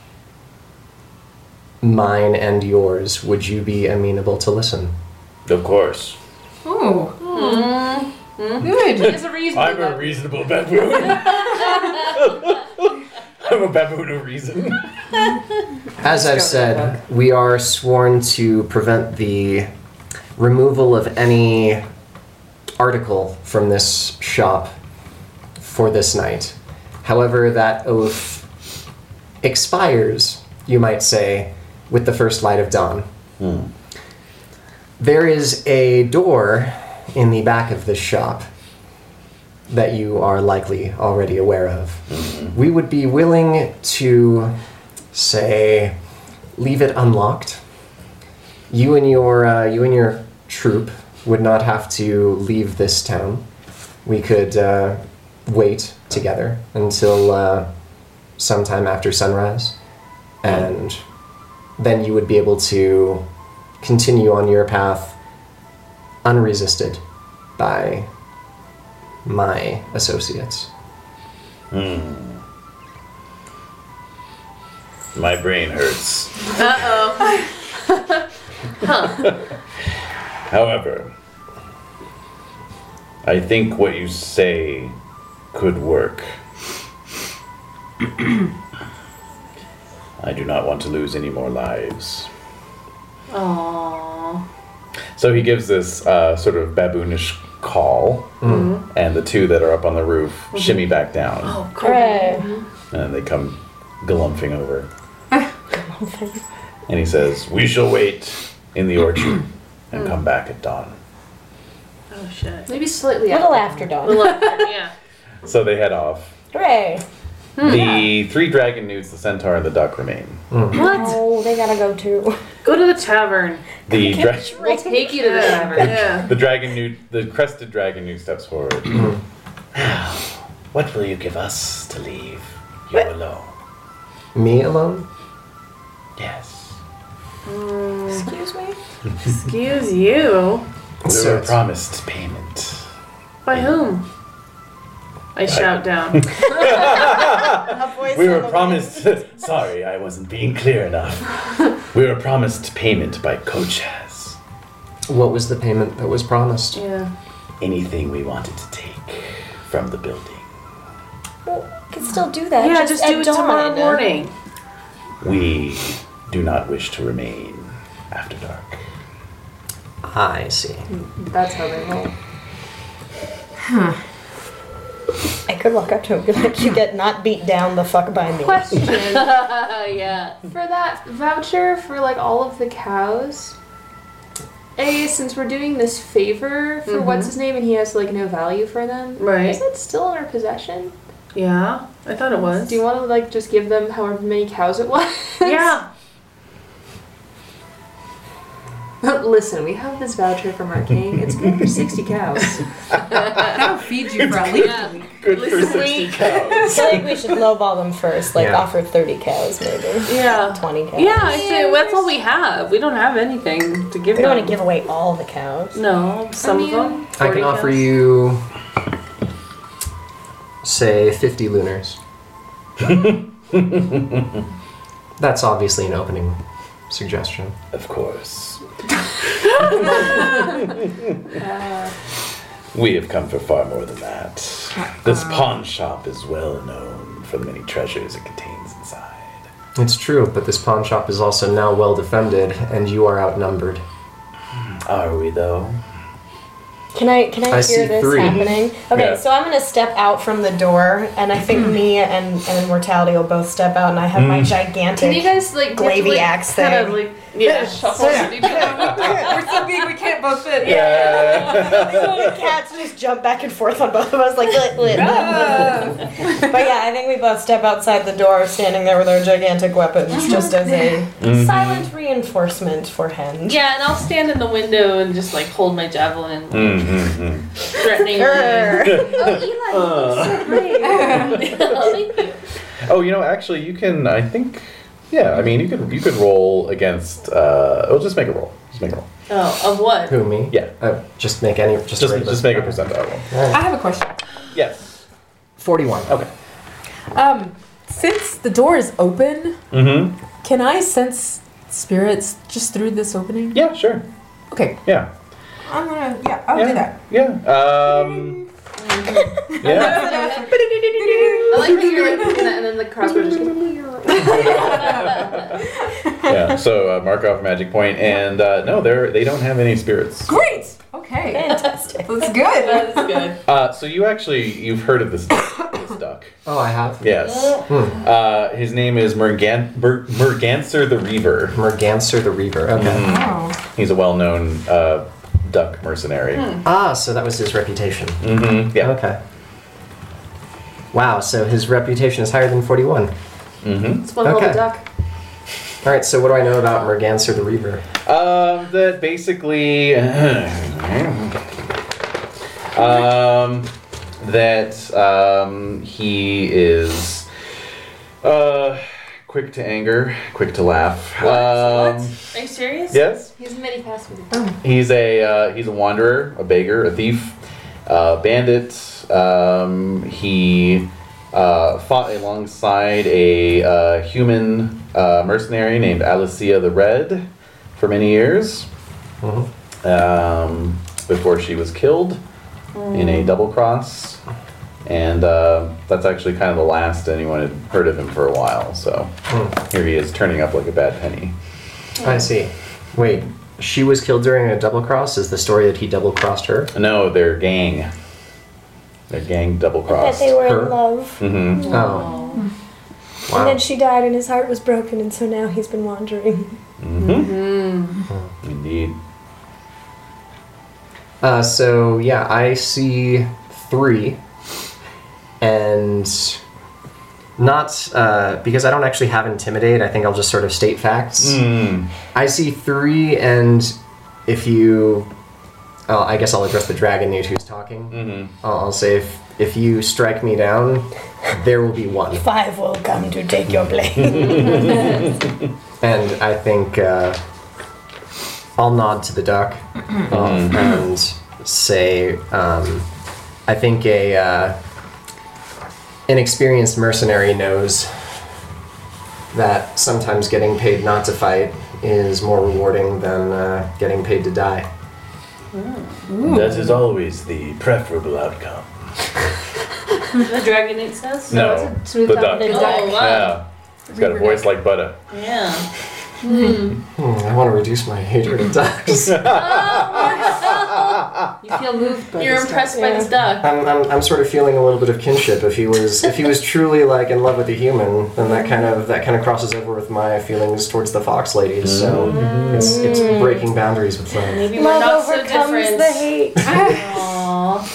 mine and yours, would you be amenable to listen? Of course. Oh. Good. It's a I'm reasonable. a reasonable baboon. I'm a baboon of reason. As I've said, we are sworn to prevent the removal of any article from this shop for this night. However, that oath expires, you might say, with the first light of dawn. There is a door in the back of this shop that you are likely already aware of. We would be willing to say leave it unlocked. You and your uh, you and your troop would not have to leave this town. We could uh, wait together until uh, sometime after sunrise, and then you would be able to continue on your path unresisted by my associates. Hmm. My brain hurts. Uh oh. huh. However, I think what you say could work. I do not want to lose any more lives. Aww. So he gives this uh, sort of baboonish call, Mhm. and the two that are up on the roof Mhm. shimmy back down, Oh, cool. Hooray. and they come galumphing over. and he says, We shall wait in the orchard and come back at dawn. Oh shit. Maybe slightly Little after dawn. Little after, yeah. So they head off. Hooray. The three dragon newts, the centaur, and the duck remain. What? Oh, they gotta go too. Go to the tavern. The, dra- We'll take you to the tavern. the, dragon newt, the crested dragon newt steps forward. What will you give us to leave you alone? Me alone? Yes. Excuse me? Excuse you. We So were it's- promised payment. By whom? I shout down. We were promised. Sorry, I wasn't being clear enough. We were promised payment by Kochas. What was the payment that was promised? Yeah. Anything we wanted to take from the building. Well, you can still do that. yeah, just, just do at it dawn. tomorrow morning. We do not wish to remain after dark. I see. That's how they roll. I could walk up to him and be like, you get not beat down the fuck by me. Question Uh, yeah. for that voucher for like all of the cows. A, since we're doing this favor for Mhm. what's his name and he has like no value for them, Right. Is that still in our possession? Yeah. I thought it was. Do you want to like just give them however many cows it was? yeah. Listen, we have this voucher from our king. It's good for sixty cows. That'll feed you for at least a week. Good for Listen, 60 we- cows. I feel like we should lowball them first, like Yeah. offer 30 cows maybe. Yeah. 20 cows. Yeah, I say that's all we have. We don't have anything to give We them. don't want to give away all the cows. No, some mean, of them. I can 40 offer cows. you, say, 50 lunars. That's obviously an opening suggestion. Of course. Uh, We have come for far more than that. This pawn shop is well known for the many treasures it contains inside. It's true, but this pawn shop is also now well defended, and you are outnumbered. Are we though? Can I can I, I see hear this three. happening? Okay, Yeah. so I'm gonna step out from the door, and I think me and and Mortality will both step out, and I have my gigantic. can you guys like do you have to, Gravy like, axe kind thing. of like Yeah. shuffle with each other? We're so big we can't both fit. the cats just jump back and forth on both of us, like. "Lit, lit, lit, lit." but yeah, I think we both step outside the door, standing there with our gigantic weapons, just as a silent reinforcement for Hend. Yeah, and I'll stand in the window and just like hold my javelin, like, Mm-hmm. threatening. Err. Thank you. Oh, you know, actually, you can. I think. Yeah, I mean, you could you could roll against. Uh, oh, just make a roll. Just make a roll. Oh, of what? Who, me? Yeah. Uh, just make any. Just, Just regular- just make a percentile roll. I have a question. Yes. 41. Okay. Um, since the door is open, Mm-hmm. can I sense spirits just through this opening? Yeah, sure. Okay. Yeah. I'm gonna. Oh, Yeah, I'll yeah. do that. Yeah. Um, yeah. I like that you're like, and then- and then the crossbow just yeah. So uh, mark off magic point, and uh, no, they're they don't have any spirits. Great. Okay. Fantastic. That's good. That is good. Uh, so you actually you've heard of this this duck? Oh, I have. Hmm. Yes. Uh, his name is Mergan- Mer- Merganser the Reaver. Merganser the Reaver. Okay. Mm-hmm. Oh. He's a well-known uh, duck mercenary. Ah, so that was his reputation. Mm-hmm. Yeah. Okay. Wow, so his reputation is higher than 41. Mm-hmm. It's one hell of a Okay. duck. All right, so what do I know about Merganser the Reaver? Um, that basically. um, that um, he is uh, quick to anger, quick to laugh. Um, Are you serious? Yes. He's many past me. He's a uh, he's a wanderer, a beggar, a thief, a bandit. Um, he uh, fought alongside a uh, human uh, mercenary named Alicia the Red for many years um, before she was killed in a double cross. And uh, that's actually kind of the last anyone had heard of him for a while. So here he is turning up like a bad penny. Hmm, I see. Wait, she was killed during a double cross? Is the story that he double crossed her? No, they're gang. They're gang double That crossed. they were Her? in love. Mm-hmm. Oh. And Wow. then she died and his heart was broken, and so now he's been wandering. Mm-hmm. Indeed. Uh, so, yeah, I see three. And not uh, because I don't actually have intimidate, I think I'll just sort of state facts. Mm. I see three, and if you. Oh, I guess I'll address the dragon newt who's talking. Mm-hmm. I'll, I'll say if, if you strike me down, there will be one. Five will come to take your place. And I think uh, I'll nod to the duck um, and say, um, I think a uh, an experienced mercenary knows that sometimes getting paid not to fight is more rewarding than uh, getting paid to die. Mm. That is always the preferable outcome. The dragon it says? No, it's a the smooth duck. The duck. duck. wow. Yeah, he's got a voice like butter. Yeah. Hmm, I want to reduce my hatred of ducks. Oh, You feel moved by You're this duck. impressed by this duck. I'm, I'm, I'm sort of feeling a little bit of kinship. If he was if he was truly like in love with a human, then that kind of that kind of crosses over with my feelings towards the fox ladies. So it's it's breaking boundaries with them. Maybe we're not Love so overcomes different. the hate. Aw.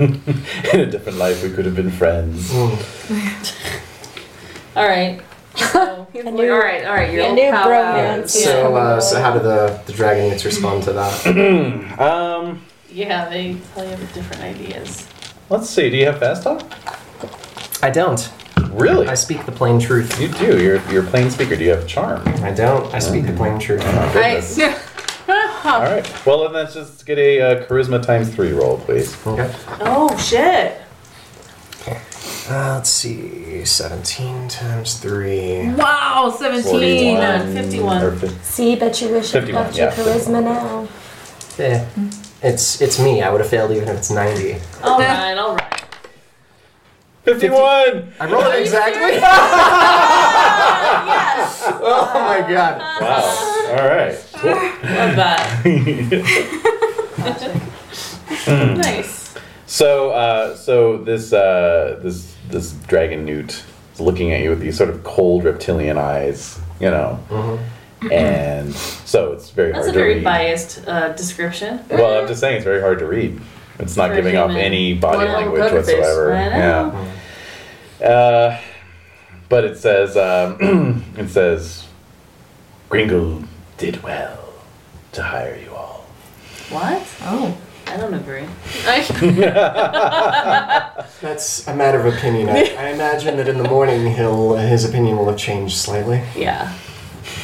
In a different life, we could have been friends. All right. So, All right, all right. You're A all new powwow. bromance. So uh, so how do the the dragon newts respond to that? Um, yeah, they probably have different ideas. let's see. Do you have fast talk? I don't. Really? I speak the plain truth. You do. You're you're a plain speaker. Do you have charm? I don't. I speak the plain truth. Mm-hmm. Goodness. All right. Well, then let's just get a uh, charisma times three roll, please. Okay. Oh, shit. Uh, let's see. Seventeen times three. Wow, 17. uh, 41, 51. or fif- See, bet you wish you 51, left your yeah. charisma now. Eh. It's it's me. I would have failed even if it's ninety. All right, all right. Fifty-one. I rolled it exactly. Yes. Oh my god. Wow. All right. Love that. nice. So, uh, so this uh, this this dragon newt is looking at you with these sort of cold reptilian eyes, you know, and so it's very That's a hard to very read. biased uh, description. Well, I'm just saying it's very hard to read. It's not For a giving off human. any body Well, language poker face. whatsoever. I know. Yeah. Uh, but it says um, it says Gringle did well to hire you all. What? Oh. I don't agree. That's a matter of opinion. I, I imagine that in the morning, he'll uh, his opinion will have changed slightly. Yeah.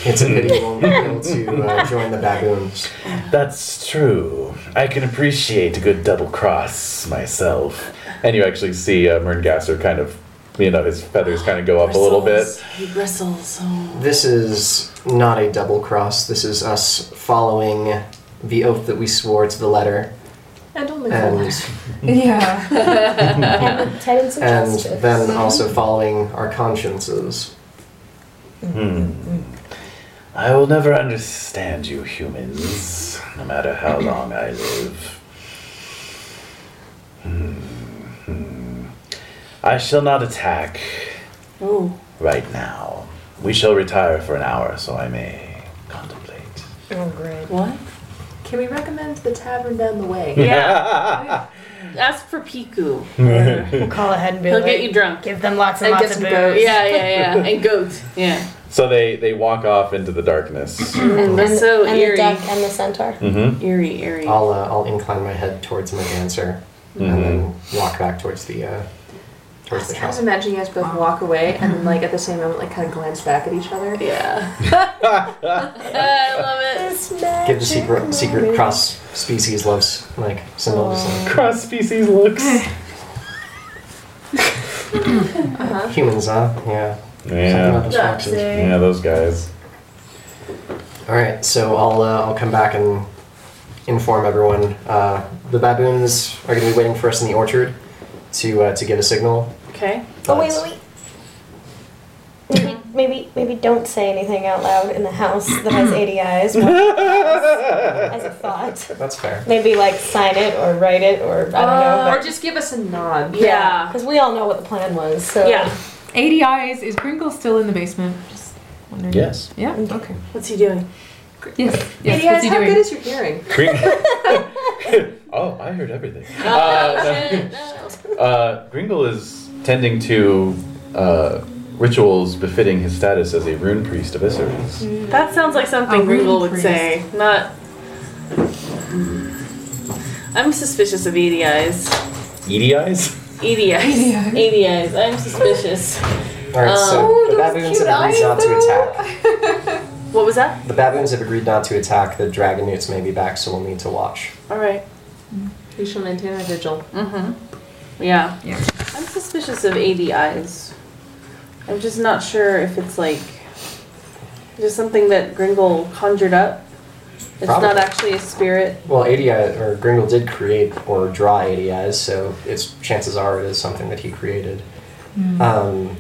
It's a pity he won't be able to uh, join the baboons. That's true. I can appreciate a good double cross myself. and you actually see uh, Merngasser kind of you know, his feathers kind of go up a little bit. He bristles. Oh. This is not a double cross. This is us following the oath that we swore to the letter. And only for And, Yeah. and the tenants of and justice. then Mm-hmm. also following our consciences. Hmm. I will never understand you humans, no matter how long I live. Hmm, hmm. I shall not attack Oh. right now. We shall retire for an hour so I may contemplate. Oh, great. What? Can we recommend the tavern down the way? Yeah. Ask for Piku. We'll call ahead and be He'll like, get you drunk. Give them lots and, lots of goats. Yeah, yeah, yeah. And goats. Yeah. So they, they walk off into the darkness. And that's so and eerie. the duck and the centaur. Mm-hmm. Eerie, eerie. I'll, uh, I'll incline my head towards my dancer and then walk back towards the uh, towards the I was shop. imagining you guys both walk away and then, like, at the same moment, like, kind of glance back at each other. Yeah. I love it. Give the secret secret cross species loves like symbols. Cross species looks. Humans, huh? Yeah. Something about Yeah. those foxes. Yeah, those guys. All right, so I'll uh, I'll come back and inform everyone. Uh, the baboons are going to be waiting for us in the orchard to uh, to give a signal. Okay. Oh wait, wait, wait. Maybe, maybe, maybe don't say anything out loud in the house that has 80 eyes. Watch the house as a thought. That's fair. Maybe like sign it or write it or I don't know. or But, just give us a nod. yeah, because we all know what the plan was. So Yeah. 80 eyes. Is Grinkle still in the basement? Just wondering. Yes. Yeah. Okay. What's he doing? Yes. And Yes. What's he asks, he how doing? good is your hearing? Oh, I heard everything. Uh, uh, Gringle is tending to uh, rituals befitting his status as a rune priest of Isseries. That sounds like something A Groogle would rune say. Not. I'm suspicious of E EDIs. EDIs? Edie eyes? E EDIs. I'm suspicious. All right, so Oh, Um, the baboons have agreed not to attack. What was that? The baboons have agreed not to attack. The dragonutes may be back, so we'll need to watch. All right. We shall maintain our vigil. Mm-hmm. Yeah. Yeah. I'm suspicious of ADIs. I'm just not sure if it's like just something that Gringle conjured up. It's not Probably. actually a spirit. Well, ADI or Gringle did create or draw ADIs, so it's chances are it is something that he created. Um,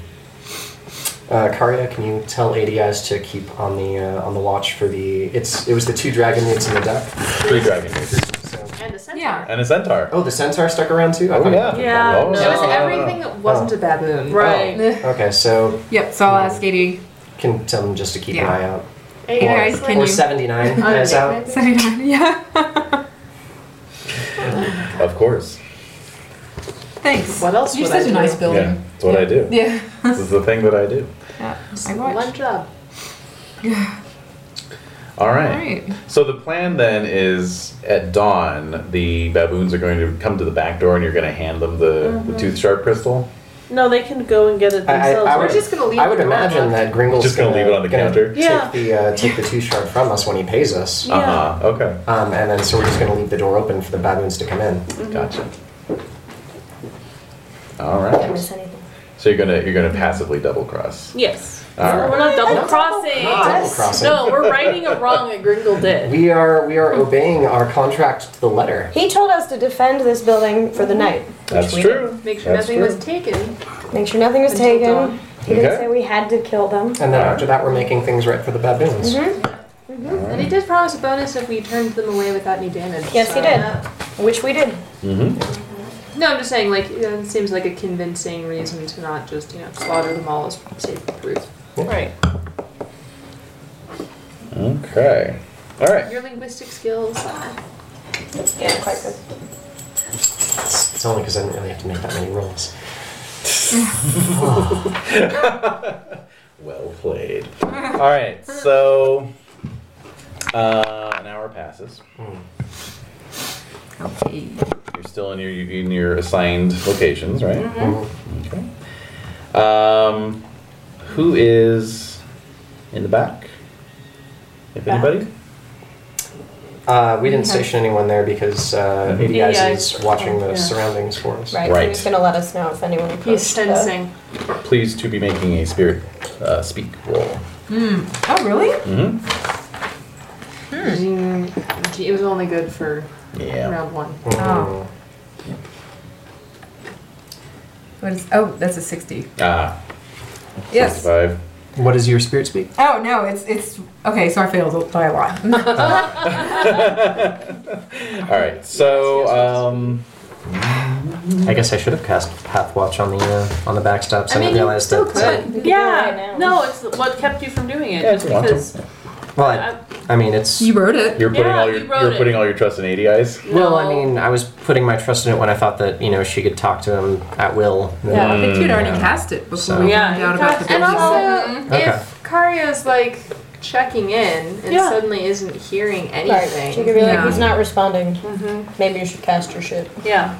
uh, Karya, can you tell ADIs to keep on the uh, on the watch for the? It's it was the two dragon roots in the deck. Three dragon roots. So. And a centaur. Yeah. And a centaur. Oh, the centaur stuck around too. I Oh, thought- yeah. Yeah, Oh, no. It was no, no, no, no. everything that wasn't a Oh. baboon. Right. Okay, so Yep. So I'll ask 80. can tell them just to keep Yeah. an eye out. Hey, or, guys, can or you- 79 eyes out. 79. Yeah. Of course. Thanks. What else You're would such I a do? nice Yeah, building. it's what I do. Yeah. This is the thing that I do. Yeah. I One watched. job. All All right. right. So the plan then is at dawn, the baboons are going to come to the back door, and you're going to hand them the, Mm-hmm. the tooth sharp crystal. No, they can go and get it I, I, themselves. I We're would, just gonna leave I would the door imagine unlocked. that Gringle's Just gonna leave it on the counter? Yeah. Take the uh, take the two shard from us when he pays us. Yeah. Uh huh. Okay. Um, and then so we're just going to leave the door open for the baboons to come in. Mm-hmm. Gotcha. All right. don't miss anything. So you're gonna you're gonna passively double cross. yes. All right. We're not double Not double crossing. cross. No, we're righting a wrong that Gringle did. We are we are obeying our contract to the letter. He told us to defend this building for the night. That's true. Make sure That's nothing true. was taken. Make sure nothing was Until taken. dawn. He didn't Okay. say we had to kill them. And then after that, we're making things right for the baboons. And he did promise a bonus if we turned them away without any damage. Yes, he so- did. Which we did. Mm-hmm. No, I'm just saying, like, you know, it seems like a convincing reason to not just, you know, slaughter them all as safe proof. Right. Okay. All right. Your linguistic skills. uh, Yeah, quite good. It's, it's only because I didn't really have to make that many rolls. Well played. All right. So uh, an hour passes. Okay. You're still in your in your assigned locations, right? Okay. Um, who is in the back? If anybody. Uh, we didn't station anyone there because uh, ADIs Yeah, is watching the yeah. surroundings for us. Right, so Right. he's gonna let us know if anyone approached the- Please to be making a spirit uh, speak roll. Mm. Oh, really? hmm Hmm. It was only good for Yeah. round one. Mm-hmm. Oh. What is? Oh, that's a sixty. Ah. Yes. Five. What is your spirit speak? Oh no, it's it's okay. So I failed by a lot. All right. So, um, I guess I should have cast Path Watch on the uh, on the backstop. So I, I mean, didn't you realize still that. uh, could. Yeah. No, it's what kept you from doing it. Yeah, it's a lot. because uh, uh, well, I, I mean, it's you wrote it. you're putting Yeah, all your you wrote you're it. putting all your trust in ADIs. Well, I mean, I was putting my trust in it when I thought that you know she could talk to him at will. Yeah, I think you'd already Yeah. cast it before So- we Yeah, found you out about cast- the And business. also, Okay. if Karya's like checking in and Yeah. suddenly isn't hearing Right, anything, she could be like, Yeah. he's not responding. Maybe you should cast your shit. Yeah.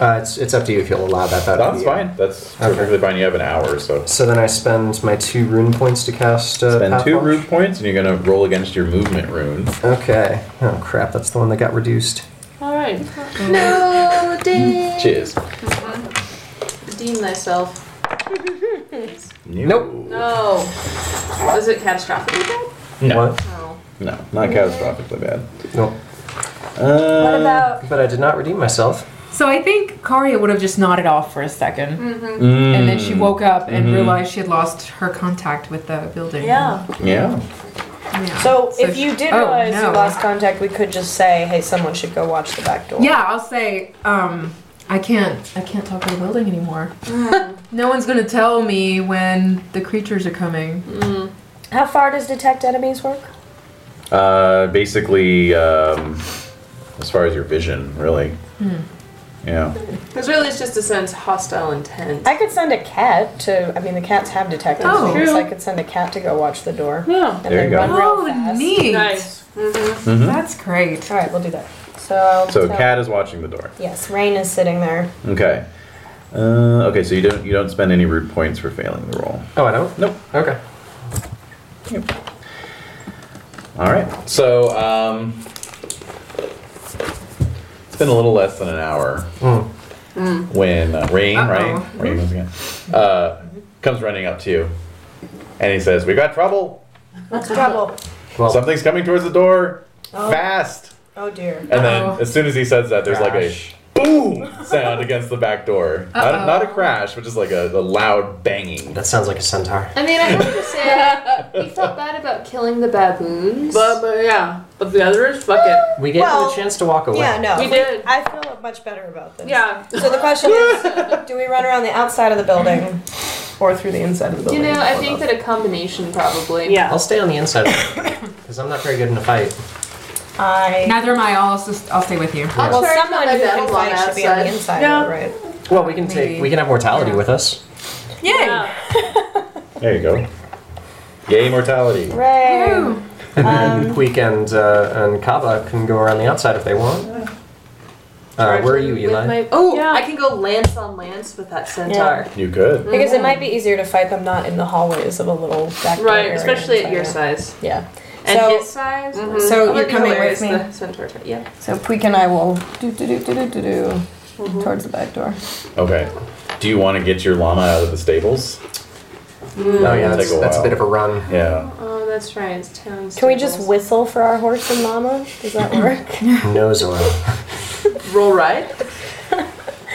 Uh, it's it's up to you if you'll allow that. That That's fine. That's Okay. perfectly fine. You have an hour, so So then I spend my two rune points to cast. Uh, spend Path two Watch. rune points, and you're gonna roll against your movement rune. Okay. Oh crap! That's the one that got reduced. All right. Oh, no, ding. Cheers. Redeem thyself. Nope. No. Was it catastrophically bad? No. What? No. No, not catastrophically bad. Nope. Uh, What about But I did not redeem myself. So I think Karia would have just nodded off for a 2nd Um, and then Mm. she woke up and Mm-hmm. Mhm. realized she had lost her contact with the building. Yeah. Yeah. Yeah. So, So if you sh- did oh, realize no. you lost contact, we could just say, hey, someone should go watch the back door. Yeah, I'll say, um, I can't, I can't talk to the building anymore. no one's gonna tell me when the creatures are coming. How far does detect enemies work? Uh, basically, um, as far as your vision, really. Yeah. Because really, it's just a sense hostile intent. I could send a cat to. I mean, the cats have detectors. Oh. so I could send a cat to go watch the door. Yeah. And There then you go. run real Oh, fast. neat. Nice. Mm-hmm. hmm That's great. All right, we'll do that. So. So, cat is watching the door. Yes, Rain is sitting there. Okay. Uh, okay, so you don't you don't spend any rude points for failing the roll. Oh, I don't. Nope. Okay. All right. So um, it's been a little less than an hour Mm. when uh, Rain, Uh-oh. right? Rain once again, uh, comes running up to you, and he says, "We got trouble. What's trouble? Well, Something's coming towards the door. Oh. Fast!" Oh dear. And Uh-oh. then as soon as he says that, there's Crash. like a boom sound against the back door. Uh-oh. Not, not a crash, but just like a, a loud banging. that sounds like a centaur. I mean, I have to say, we felt bad about killing the baboons. But, but yeah, but the other is fuck it. We gave Well, you a chance to walk away. Yeah, no. We did. I feel much better about this. Yeah. So the question is, do we run around the outside of the building or through the inside of the you building? know, I think that a combination probably. Yeah. I'll stay on the inside because I'm not very good in a fight. I. Neither am I. I'll just, I'll stay with you. I'll Well, try to someone find who that can outlaw fight should be on the outside. inside, Yeah. right? Well, we can Maybe. take we can have mortality with us. Yay! Yeah. There you go. Yay, mortality. Right. Woo. Mm-hmm. And Weekend uh, and Kaba can go around the outside if they want. Uh, where are you, With Eli? my- oh, Yeah. I can go lance on lance with that centaur. You could. Because it might be easier to fight them not in the hallways of a little back door Right, area especially at your inside. size. Yeah. And so, his size. So That you're would be coming hilarious, with me? mm-hmm. The centaur. type. Yeah. so Puik and I will do do do do do do do towards the back door. Okay. Do you want to get your llama out of the stables? Oh yeah, It'll that's, take a that's a while. bit of a run. Yeah. Oh, that's right. It's town. Can we just whistle for our horse and mama? Does that work? Nose oil. roll right?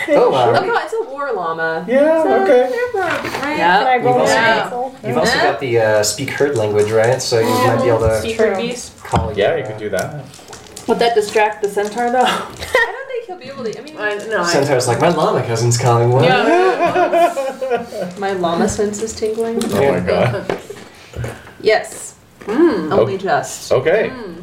Oh, Oh wow. no, it's a war Uh, llama. Yeah, okay. Can I Yeah. roll We've a also- whistle? You've also got the uh, speak herd language, right? So you might be able to Featured True. beast. call. Yeah, your, you could do that. Would that distract the centaur though? I don't think he'll be able to. I mean, I, no. uh, I, Centaur's like my llama cousin's calling one. yeah. my llama sense is tingling. Oh my god. Yes. Oh. Only just. Okay. Hmm.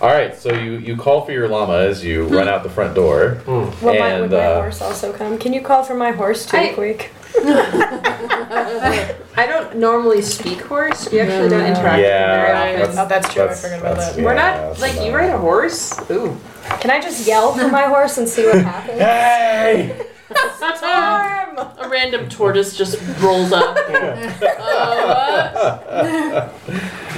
All right, so you, you call for your llama as you run out the front door. Hmm. Will my, would And, my uh, horse also come? Can you call for my horse too, I- quick? I don't normally speak horse. We actually don't interact Yeah. very often. Oh, that's true. I forgot about that. We're yeah, not that's like you about ride a horse. Ooh. Can I just yell for my horse and see what happens? Hey! Storm! A random tortoise just rolls up.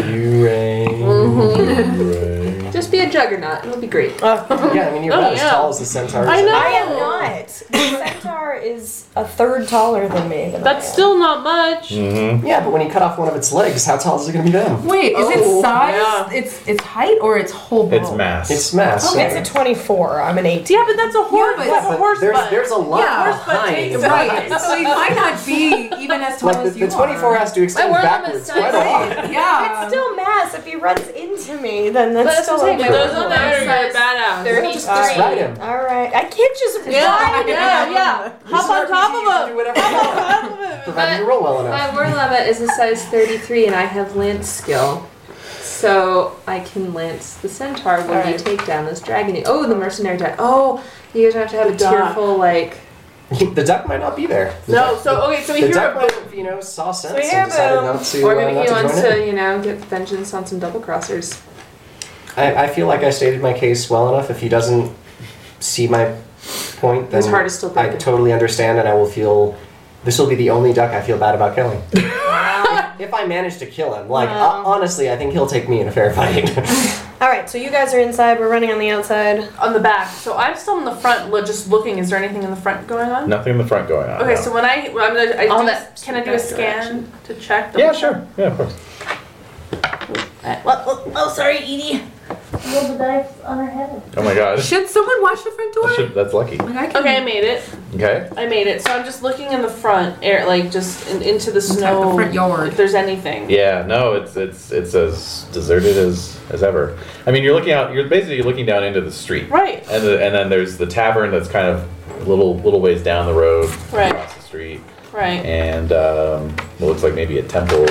You rain. Hooray. Just be a juggernaut. It'll be great. yeah, I mean, you're Oh, about as yeah. tall as the centaur. I know. I am not. The centaur is a third taller than me. Than That's still not much. Mm-hmm. Yeah, but when you cut off one of its legs, how tall is it going to be then? Wait, is Oh, it size? It's it's height or it's whole bone? It's mass. Oh, it's a 24. I'm an 18. Yeah, but that's a horse. but- Yeah, but there's, there's a lot Yeah, horse butt behind. takes right. So you might not be even as tall Like the, as you the 24 are. has to extend world backwards is quite a lot. Yeah. It's still mass. If he runs into me, then That's that's, still what I'm saying, okay. but those on the outside badass. They're Just- just ride him. All right. I can't just Yeah, ride yeah, him. yeah. Hop on top of him. Provided you roll well enough. My war limit is a size 33, and I have lance skill. So I can lance the centaur when you take down this dragon. Oh, the mercenary died. Oh, you guys have to have a Duh. tearful, like. the duck might not be there. The uh, No, duck- so, the- okay, so we the hear duck a might have, you know, saw sense we hear and decided boom. not to, Or uh, maybe not he to wants join in. to, you know, get vengeance on some double crossers. I, I feel like I stated my case well enough. If he doesn't see my point, then His heart is still I totally understand, and I will feel. This will be the only duck I feel bad about killing. if I manage to kill him, like ho- honestly, I think he'll take me in a fair fight. All right. So you guys are inside. We're running on the outside. On the back. So I'm still in the front, lo- just looking. Is there anything in the front going on? Nothing in the front going on. Okay, no. so when I, when I'm gonna, I On do, that can I do a back scan to check? Yeah, sure. Yeah, of course. What, what, oh, sorry, Edie. Roll the dice on her head. Oh my god. Should someone watch the front That door? should- that's lucky. Like I can. Okay, I made it. Okay. I made it. So I'm just looking in the front, air, like just in, into the snow. the front yard. If there's anything. Yeah, no, it's it's it's as deserted as as ever. I mean, you're looking out. You're basically looking down into the street. Right. And the, and then there's the tavern that's kind of little little ways down the road Right. across the street, Right. and um, what looks like maybe a temple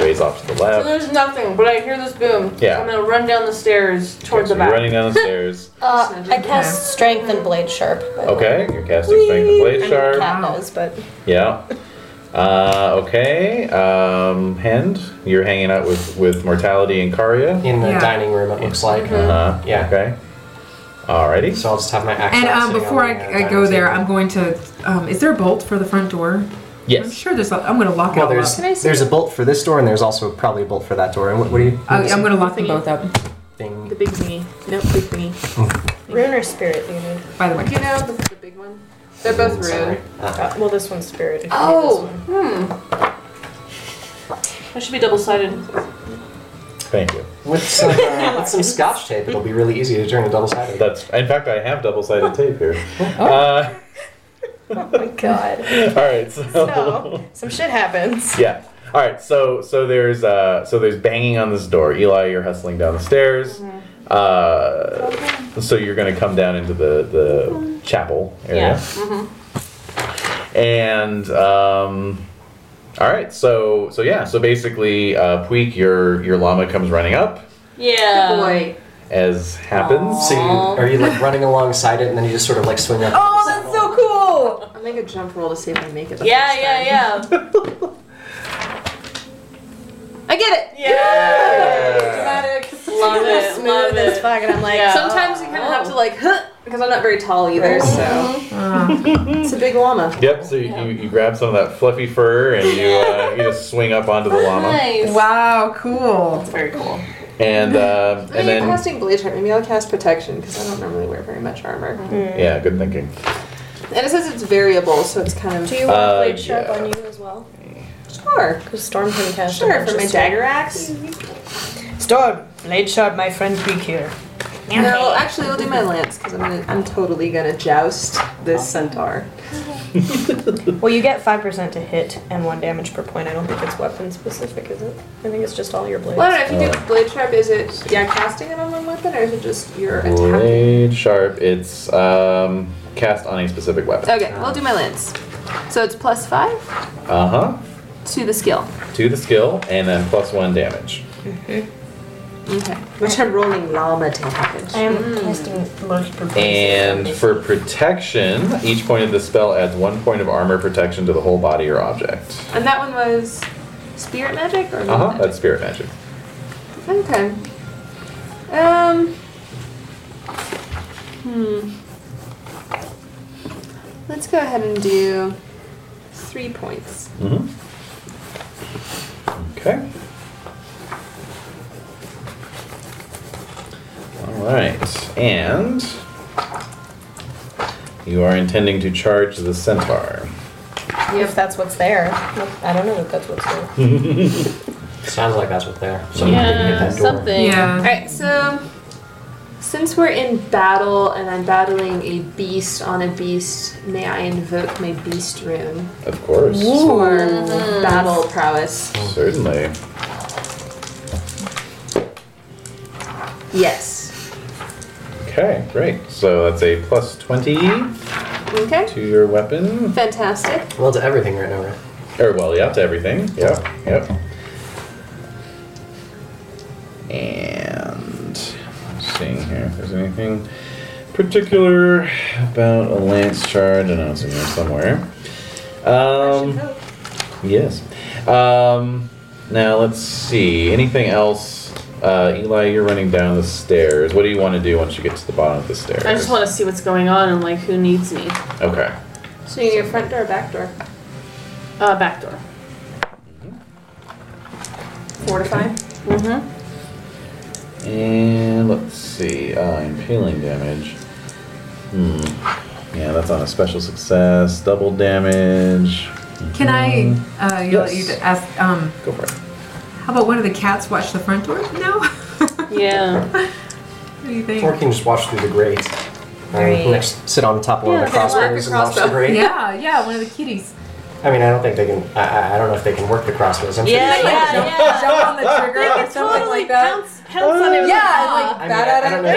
ways off to the So left. there's nothing, but I hear this boom. Yeah. So I'm gonna run down the stairs towards so the you're back. running down the stairs. Uh, I cast strength and blade sharp. by the way. Okay, you're casting strength and blade I mean, shard. Cat knows, but Yeah. Uh, okay. Um, Hand, you're hanging out with with mortality and Karya. In the Yeah. dining room, it looks like. Mm-hmm. Uh-huh. Yeah. Okay. Alrighty. So I'll just have my axe. And out um, sitting before on I, the, uh, I dining go there, table. I'm going to. Um, is there a bolt for the front door? I'm Yes. sure there's. a- I'm going to lock it Well, all there's up. there's a bolt for this door, and there's also probably a bolt for that door. And what, what do you? I, I'm going to lock them both up. Thing. The big thingy. Nope, big thingy. Rune or spirit, you need. By the way, You know, the, the big one. They're both rude. Sorry. Uh, Uh, well, this one's spirit. if you need this Oh, one. hmm. I should be double sided. Thank you. With some, uh, with some scotch tape, it'll be really easy to turn a double sided. That's. In fact, I have double-sided tape here. Uh, Oh my god. all right. So. So, some shit happens. Yeah. All right. So so there's uh so there's banging on this door. Eli, you're hustling down the stairs. Uh, so you're gonna come down into the the chapel area. And um, all right. So so yeah. So basically, uh, Puig, your your llama comes running up Yeah. Good boy. as happens. So you, are you like running alongside it, and then you just sort of like swing up? Oh, that's so cool. I'll make a jump roll to see if I make it. The Yeah, first time. yeah, yeah. I get it. Yeah. Love it. Love smooth as it. fuck, and I'm like, Yeah. Sometimes you kind of have to like, huh, because I'm not very tall either, so it's a big llama. Yep. So you, you, you grab some of that fluffy fur and you uh, you just swing up onto the llama Nice. Wow, cool. Very cool. and uh, I mean, and you're then casting blade armor. Maybe I'll cast protection because I don't normally wear very much armor. yeah, good thinking. And it says it's variable, so it's kind of Do you want Uh, blade sharp yeah. on you as well? sure. Because Storm can cast a Sure, bunch for of my stuff. dagger axe. Storm, blade sharp, my friend Beak here. No, actually, we'll do my lance because I'm gonna, I'm totally gonna joust this centaur. Well, you get 5% to hit and 1 damage per point. I don't think it's weapon specific, is it? I think it's just all your blades. Well, I don't know if you do blade sharp. Is it yeah casting it on one weapon or is it just your attack? Blade sharp. It's um, cast on a specific weapon. Okay, we'll do my lance. So it's plus five Uh to the skill. huh. To the skill, and then plus one damage. Okay, which I'm rolling llama damage. I am casting most pervasive. And for protection, each point of the spell adds one point of armor protection to the whole body or object. And that one was spirit magic or Uh huh. not? That's spirit magic. Okay. Um. Hmm. Let's go ahead and do three points. Mm-hmm. Okay. All All right, and you are intending to charge the centaur. If that's what's there. I don't know if that's what's there. Sounds like that's what they're. yeah, something. All right, so since we're in battle and I'm battling a beast on a beast, may I invoke my beast room Of course. for battle prowess? Certainly. Yes. Okay, great. So that's a plus 20 Okay. to your weapon. Fantastic. Well, to everything right now, right? Or, well, yeah, to everything. Yep, yep. And I'm seeing here if there's anything particular about a lance charge. I know it's in here somewhere. Um, yes. Um, now let's see. Anything else? Uh, Eli, you're running down the stairs. What do you want to do once you get to the bottom of the stairs? I just want to see what's going on and like who needs me. Okay. So you need a front door or back door? Uh, back door. Fortify. Mm-hmm. And let's see, uh, impaling damage. Hmm. Yeah, that's on a special success. Double damage. Can I uh, yell at you to ask? Um, Go for it. How about one of the cats watch the front door now? yeah. What do you think? Or can you just watch through the grate? Um, Right. next, sit on top of one Yeah, of the crossbows and watch the grate. Yeah, yeah, one of the kitties. I mean, I don't think they can. I, I- I don't know if they can work the crossbows. I'm sure Yeah, they can. yeah, Jump- yeah. Jump on the trigger They or could something totally like that. pounce on him. Yeah, Ah. like I mean, bat I at don't him. know if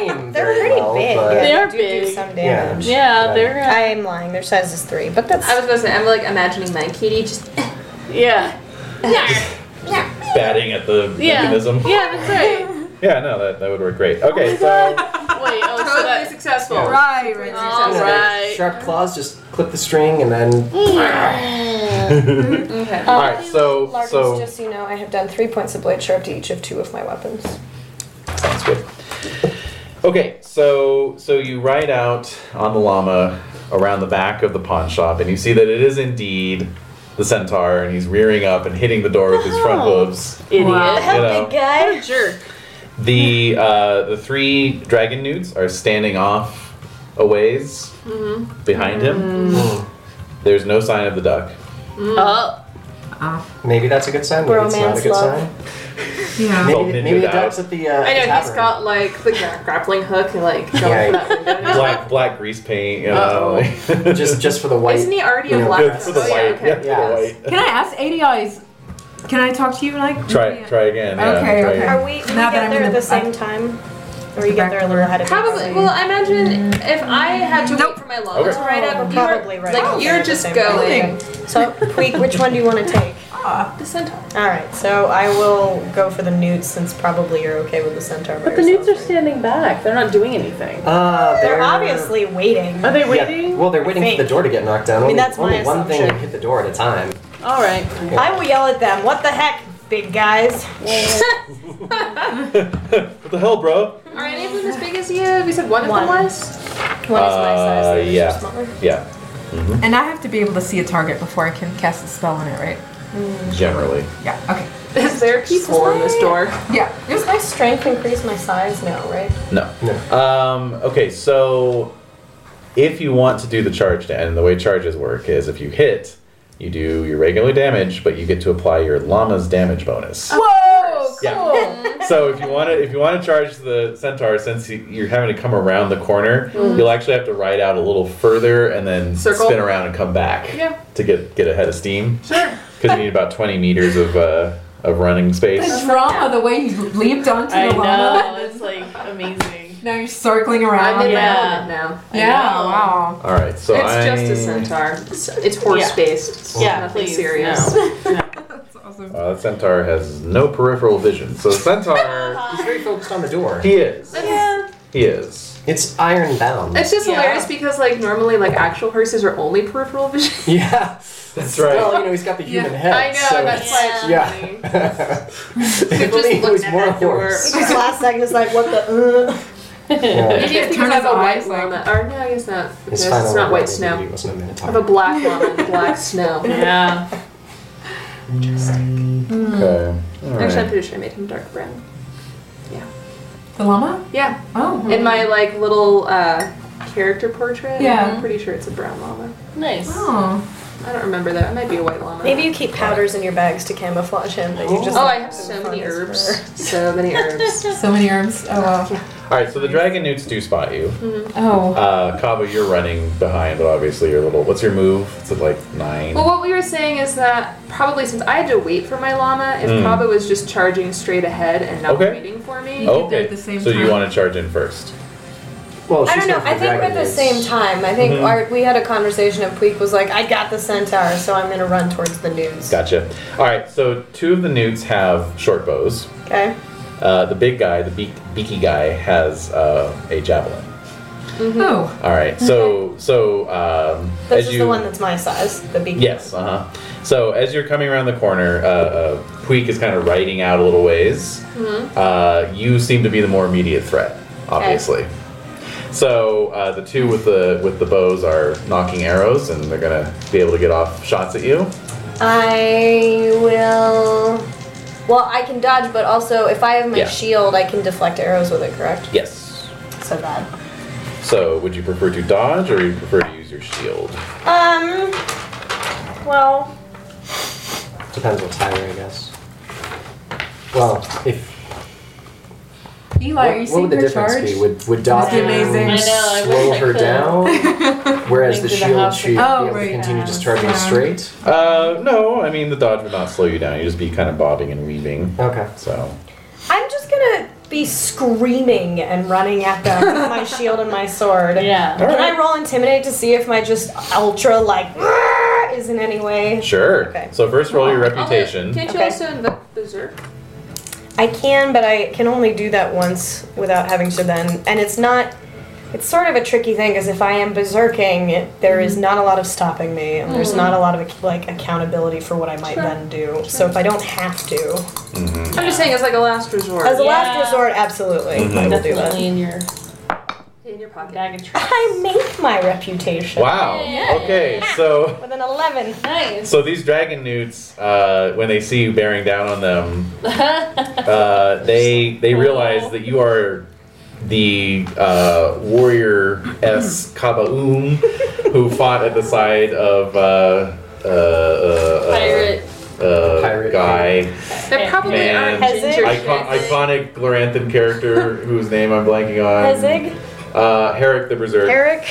aim They're very pretty well, big. but- yeah. They are do big. Do some Yeah. damage. Yeah, Yeah. they're- uh, I am lying. Their size is three, but that's. I was gonna say I'm like imagining my kitty just Yeah. Batting at the Yeah. mechanism. Yeah, Oh that's right. Yeah, no, that, that would work great. Okay, so Wait, oh, so totally that, successful. Yeah. Right, right. All Yeah, right. Sharp claws just clip the string and then. Okay. All Um, right, so- so- just so you know, I have done three points of blade sharp to each of two of my weapons. sounds good. Okay, so so you ride out on the llama around the back of the pawn shop, and you see that it is indeed the centaur, and he's rearing up and hitting the door with his front Oh, hooves. idiot. You know. guy. What a jerk. The uh, the three dragon nudes are standing off a ways Mm-hmm. behind Mm. him. hmm, There's no sign of the duck. Oh. Uh, Maybe that's a good sign. Maybe it's not a Bromance good love. sign. Yeah. Maybe, Don't maybe, figure the it out. duck's at the. Uh, I know he's tavern. got like the gra- grappling hook and like going Yeah. for that window. Black black grease paint. You know. just just for the white. Isn't he already a Yeah, black? for the white. Yeah, for the white. Can I ask ADI's? Can I talk to you like? Try try again. Yeah, Okay, try okay. again. Are we? Do we Now that get I'm there in at the- the same time? Or you get there a little ahead of me? Probably. Well, I imagine if I had to wait for my llama Okay. to ride up, We're you were- probably right. like Oh. you're just going. So, Puig, which one do you want to take? The centaur. All right, so I will go for the newt since probably you're okay with the centaur. But the nudes are standing back. They're not doing anything. Uh, They're obviously waiting. Are they yeah, waiting? Well, they're waiting for the door to get knocked down. I mean, Only- that's my only one thing assumption. can hit the door at a time. All right. I will yell at them. What the heck, big guys? What the hell, bro? Are any of them as big as you? We said one, One. of them was. One is my size. Uh, the others are yeah. smaller. Yeah, And I have to be able to see a target before I can cast a spell on it, right? generally. Yeah. Okay. Is there a pizza in this door? Yeah. Does my strength increase my size? No, right? No. Um, okay, so if you want to do the charge, da- and the way charges work is if you hit, you do your regular damage, but you get to apply your llama's damage bonus. Whoa! Yeah. so if you want to, if you want to charge the centaur, since he- you're having to come around the corner, you'll actually have to ride out a little further and then Circle. spin around and come back Yeah. to get get ahead of steam Sure. because you need about 20 meters of uh, of running space. The drama, the way you leaped onto I the llama. know. It's like amazing. Now you're circling around. I'm in Yeah. my element now. yeah. know. Wow. All right, so it's I, just a centaur. It's, it's horse based. It's Yeah, nothing please, serious. Uh, the centaur has no peripheral vision, so the centaur. He's very focused on the door. he is. Yeah. He is. It's iron bound. It's just Yeah. hilarious because like normally like actual horses are only peripheral vision. yeah. That's Well, you know, he's got the human head. I know, So that's like funny. yeah. They're if just only he was looking at more that door. horse. Just last second is like, what the? Uh? Yeah. Maybe it's because Turn I have his a white eyes, like- llama. Or no, I guess not. His Because final it's not white maybe snow. he wasn't a minotaur. I have a black llama and black snow. Yeah. Okay. All Actually, I'm right. Mm. pretty sure I made him dark brown. Yeah. The llama? Yeah. Oh. In my Hmm. like little uh, character portrait. Yeah. I'm pretty sure it's a brown llama. Nice. oh. I don't remember that. It might be a white llama. Maybe you keep powders in your bags to camouflage him, but you just. Oh, I have so many herbs. So many herbs. so many herbs. Oh wow. All right, so the dragon newts do spot you. Mm-hmm. Oh. Uh, Kava, you're running behind, but obviously you're a little. What's your move? It's at like nine. Well, what we were saying is that probably since I had to wait for my llama, if Mm. Kaba was just charging straight ahead and not Okay. Oh, waiting for me, okay. so you want to charge in first? Well, I don't know. I think we're at the same time. I think Mhm. our, we had a conversation and Puig was like, I got the centaur, so I'm going to run towards the news. Gotcha. All right, so two of the newts have short bows. Okay? Uh, the big guy, the beak, beaky guy, has uh, a javelin. Oh. All right, so so um, This as is you the one that's my size, the big yes, uh huh. So as you're coming around the corner, uh, uh, Puig is kind of riding out a little ways. Mhm. Uh, you seem to be the more immediate threat, obviously. So uh, the two with the with the bows are knocking arrows, and they're gonna be able to get off shots at you. I will. Well, I can dodge, but also if I have my Yeah. shield, I can deflect arrows with it, correct? Yes. So that. So would you prefer to dodge, or you prefer to use your shield? Um. Well, Depends what time, I guess. Well, if Eli, are you what, seeing would the her difference charge? be? Would would Doc That'd be amazing. I know, I wish slow I her could. down, whereas the Into the shield house. should be Oh, able right, to continue just charging straight? Uh, no, I mean the dodge would not slow you down. You just be kind of bobbing and weaving. Okay. So I'm just gonna be screaming and running at them with my shield and my sword. Yeah. Uh, Can Alright. I roll intimidate to see if my just ultra like is in any way? sure. Okay. So first roll your reputation. Can't you Okay. also invoke Berserk? I can, but I can only do that once without having to then. And it's not. It's sort of a tricky thing because if I am berserking, it, there Mm-hmm. is not a lot of stopping me, and there's Mhm. not a lot of like accountability for what I might Sure. then do. So if I don't have to, Mm-hmm. I'm just saying, it's like a last resort. as a last Yeah. resort, absolutely, Mhm. I will do that. Definitely in your in your pocket. I make my reputation. Wow. Okay. So With an eleven. Nice. so these dragon newts, uh, when they see you bearing down on them, uh, they they realize that you are the uh, warrior S Kabaum who fought at the side of uh, uh, uh, uh, pirate. uh, guy. There probably And aren't ginger icon- shit. iconic Gloranthan character whose name I'm blanking on. Hezig, Uh, Herrick the Berserk. Eric,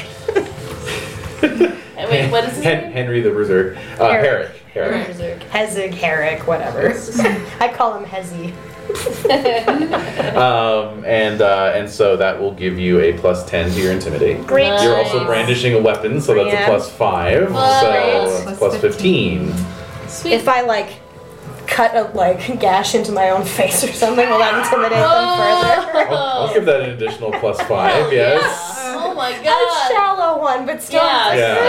Wait, what is his Hen- Henry the Berserk. Uh, Herrick. Herrick. Hezig, Herrick, whatever. I call him Hezzy. Um, and uh, and so that will give you a plus ten to your intimidate. Great. You're also Nice. brandishing a weapon, so that's a Yeah. plus five. Plus so eight. that's plus fifteen. If I like cut a like gash into my own face or something, will that intimidate them further? I'll give that an additional plus five. Yes. Oh my god. A shallow one, but still. Yeah. Yeah.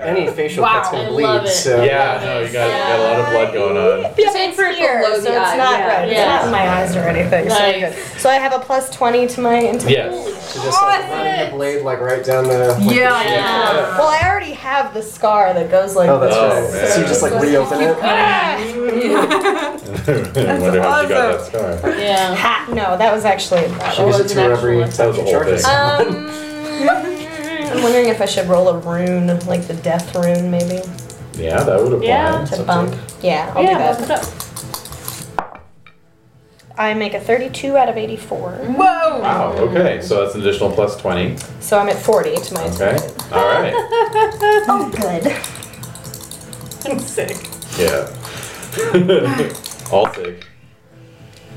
Any facial Wow. cut's I gonna love bleed. it. So Yeah, No, you got, you got a lot of blood going on. Just in for here, below so the it's eye, not yeah. right. It's Yeah. not in my eyes or anything. So, I'm good. so I have a plus twenty to my intimidate. Yes. She's just like running the blade like right down the. like, the Yeah. shield. Well, I already have the scar that goes like. Oh, that's Oh, right. So you just like reopen it. I wonder how she got that scar. Yeah. Ha, no, that was actually. She uses it to her every That was the whole thing. Um, I'm wondering if I should roll a rune, like the death rune, maybe Yeah, that would apply. Yeah. to bump. Yeah, I'll Yeah, do bump it that. up. I make a 32 out of 84. Whoa! Wow. Okay. So that's an additional plus twenty. So I'm at 40 to my Okay. All right. Oh, good. I'm sick. Yeah. All sick.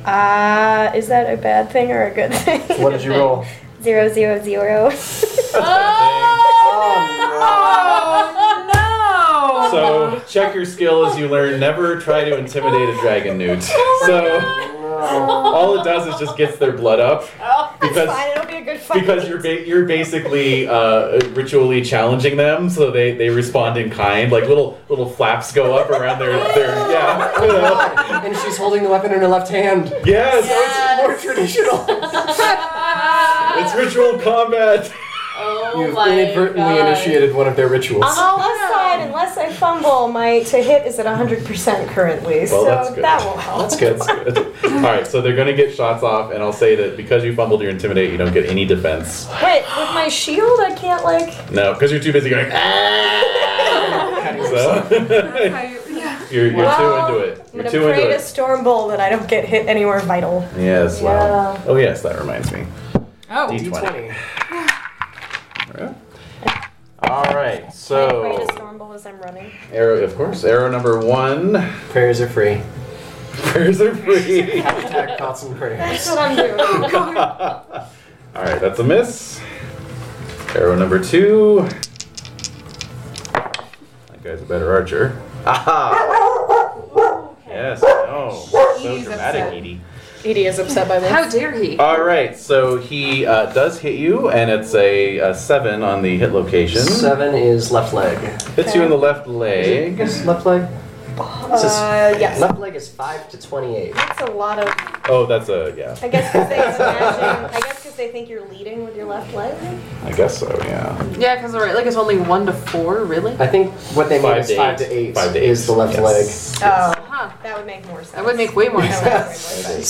Uh, is that a bad thing or a good thing? What did you roll? Zero zero zero. Oh. Oh So check your skill as you learn. Never try to intimidate a dragon newt. Oh So all it does is just gets their blood up Oh, that's Because- fine. It'll be a good fight. because you're ba- you're basically uh, ritually challenging them, so they, they respond in kind. Like little little flaps go up around their their yeah. you know. Oh, and she's holding the weapon in her left hand. Yes, More traditional. it's ritual combat. Oh You've my inadvertently God. initiated one of their rituals. All aside, unless I fumble, my to hit is at 100% currently, so that's good. that will help. That's good. All right, so they're going to get shots off, and I'll say that because you fumbled your intimidate, you don't get any defense. Wait, with my shield, I can't like. No, because you're too busy going. "Ah!" so you're, you're Well, too into it. I'm You're gonna too pray into to it. Storm Bolt that I don't get hit anywhere vital. Yes. Wow. Yeah. Oh yes, that reminds me. Oh, D20. All right, Oh. Pray to so Storm Bolt as I'm running. Arrow, of course. Arrow number one. Prayers are free. Prayers are free. Attack thoughts and prayers. what I'm doing. Oh, All right, that's a miss. Arrow number two. That guy's a better archer. Aha! Yes. Oh, so Edie's dramatic, upset. Edie. Edie is upset by this. How dare he? All right, so he uh, does hit you, and it's a, a seven on the hit location. Seven is left leg. Hits you in the left leg. Left leg. This is- Uh, yes. Left leg is five to twenty-eight. That's a lot of. Oh, that's a yeah. I guess because they imagine. I guess because they think you're leading with your left leg. I guess so. Yeah. Yeah, because right, like it's only one to four, really. I think what they mean Five is to five eight. to eight Five to is eight, the left yes. Oh, Huh. that would make more sense. That would make way more That sense. would make more leg. sense.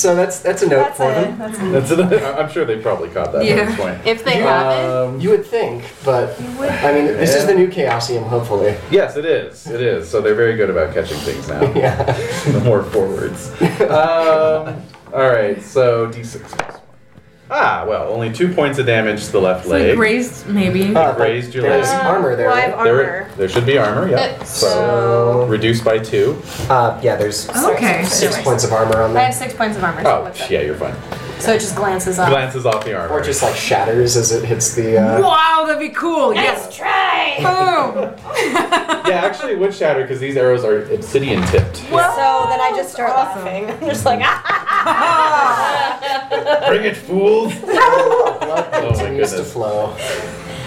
So that's that's a note That's for it. them. That's That's another, I'm sure they probably caught that at Yeah. this point. If they You- haven't, Um, You would think, but I mean, this is Yeah. the new Chaosium, hopefully. yes, it is. It is. So they're very good about catching things now. Yeah. the more forwards. Um, all right, so d6. plus one. Ah, well, only two points of damage to the left It's like leg. raised, maybe. Uh, but raised your there's leg. armor there. Well, I have right? there, armor. there should be armor. Yeah. So So reduced by two. uh, yeah, there's Okay. six points of armor on I have there, six points of armor. so Oh, what's that? yeah, you're fine. So it just glances off. Glances off the armor. or just like shatters as it hits the. Uh, Wow, that'd be cool. Yes. Try! Boom. yeah, actually, it would shatter because these arrows are obsidian tipped. So then I just start laughing. I'm just like, ah! Bring it, fools! blood Oh my continues to goodness. flow.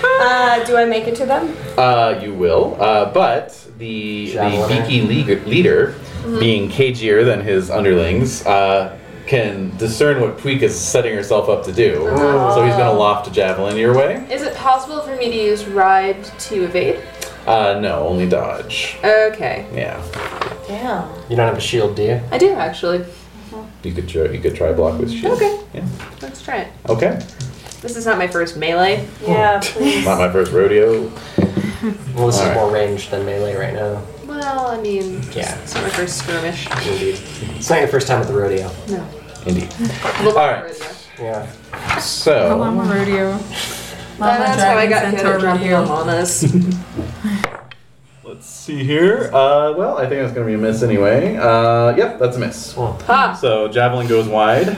Uh, do I make it to them? Uh, you will, uh, but the the Javeliner. beaky league- leader, being cagier than his underlings, uh, can discern what Puik is setting herself up to do. So he's going to loft a javelin your way. is it possible for me to use ride to evade? Uh, no, only dodge. Okay, Yeah, Damn. You don't have a shield, do you? I do actually. you could try, you could try block with shield. Okay. Yeah. Let's try it. Okay. This is not my first melee. Yeah, please. Not my first rodeo. Well, this is Alright. more ranged than melee right now. Well, I mean, just- Yeah. it's not my first skirmish. Indeed, it's not your first time at the rodeo. No. Indeed. Well, All right. Yeah. So Llama rodeo. Llama That's how I dragon got good centaur at jumping rodeo. on llamas. let's see here. Uh, well, I think that's going to be a miss anyway. Uh, yep, that's a miss. ha! So javelin goes wide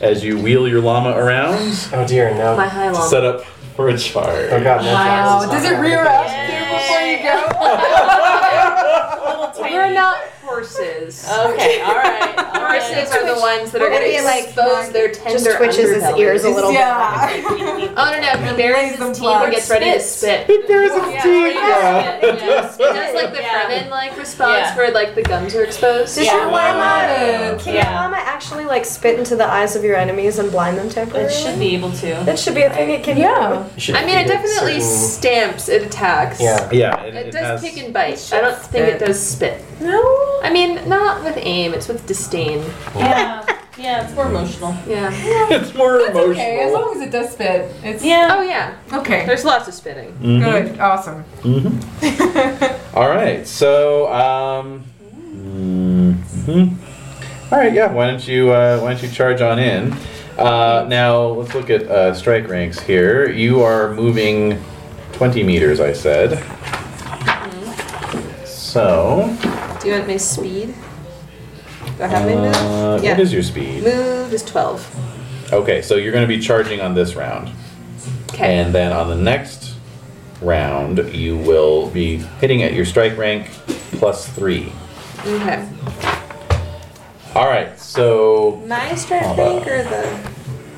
as you wheel your llama around Oh dear, no. My high to llama. set up for a charge. Oh god, no. Wow. Jax is Does not it gonna rear hit up that. We're not horses. Okay, alright. alright. Horses are the ones that are going to Maybe, like, expose their tender just twitches his underbellies. ears a little Yeah. Wait, Oh no no! He Lays buries them his teeth and flat. gets ready to spit. It bears its Yeah, teeth. yeah, yeah. yeah. It does like the Yeah. Fremen like response Yeah. where like the gums are exposed. Does your llama, Wow. can Yeah. your llama actually like spit into the eyes of your enemies and blind them temporarily? It should be able to. That should be a thing it can do. Yeah. You should I mean, it defeat definitely certain- stamps. It attacks. Yeah. Yeah, it, It, it does has- pick and bite. I don't think it does spit. No. I mean, not with aim. It's with disdain. Yeah. Yeah, it's more emotional. Yeah. it's more That's emotional. okay, as long as it does spit. It's Yeah. Oh yeah. okay. There's lots of spitting. Mhm. Good. Awesome. All right, so um, mhm. All right, yeah. Why don't you uh, Why don't you charge on in? Uh, now let's look at uh, strike ranks here. You are moving twenty meters, I said. Mm-hmm. So, Do you want my speed? Do I have my move? uh, Yeah. what is your speed? Move is twelve. Okay, so you're going to be charging on this round, Okay. and then on the next round you will be hitting at your strike rank plus three. Okay. All right, so My strike rank or the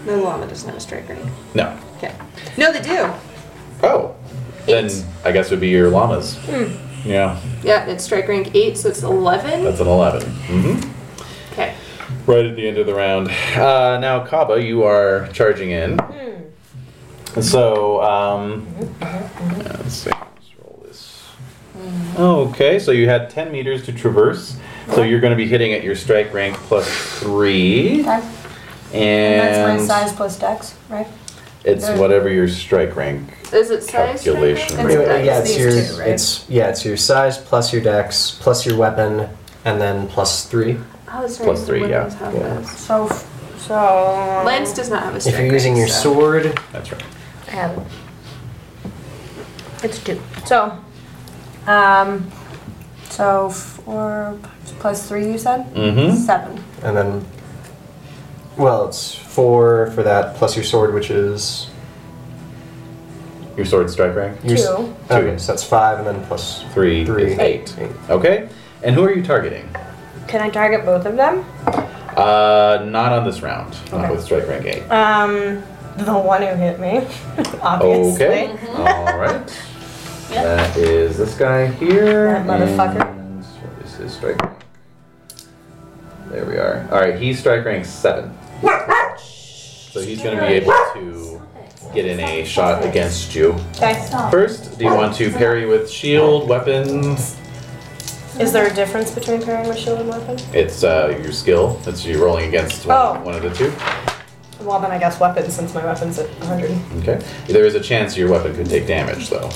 the llama doesn't have a strike rank. no, Okay. No, they do. Oh. Eight. Hmm. Then I guess it would be your llamas. Yeah, Yeah, it's strike rank eight, so it's eleven. that's an 11. hmm Okay. Right at the end of the round. Uh, now, Kaba, you are charging in. Hmm. And so, um, yeah, let's see. Let's roll this. Okay, so you had 10 meters to traverse. So you're going to be hitting at your strike rank plus three. Okay. And that's my And size plus dex, right? it's whatever your strike rank Is it size? calculation It's rate. dex. yeah, it's These your two, right? it's yeah, it's your size plus your dex plus your weapon and then plus three. Oh, that's right. Plus the three, yeah. women's have Yeah. those. So, um, so Lance does not have a If strike you're using rank, your so- sword, that's right. Um, it's two. So, um, so four plus three, you said? Mm-hmm. Mhm. Seven. and then well, it's four for that plus your sword, which is Your sword strike rank? your, s- Two. Okay, so that's five, and then plus Three, Three. is eight. Okay, and who are you targeting? Can I target both of them? Uh, not on this round. Not with strike rank eight. Um, the one who hit me, obviously. Okay. All right. That is this guy here. That motherfucker. and What is his strike rank? There we are. All right, he's strike rank seven. So he's going to be able to get in a shot against you. Okay. First, do you want to parry with shield, weapon? Is there a difference between pairing with shield and weapon? It's uh, your skill. It's you rolling against one, Oh. one of the two. Well, then I guess weapon, since my weapon's at 100. Okay. There is a chance your weapon could take damage, though.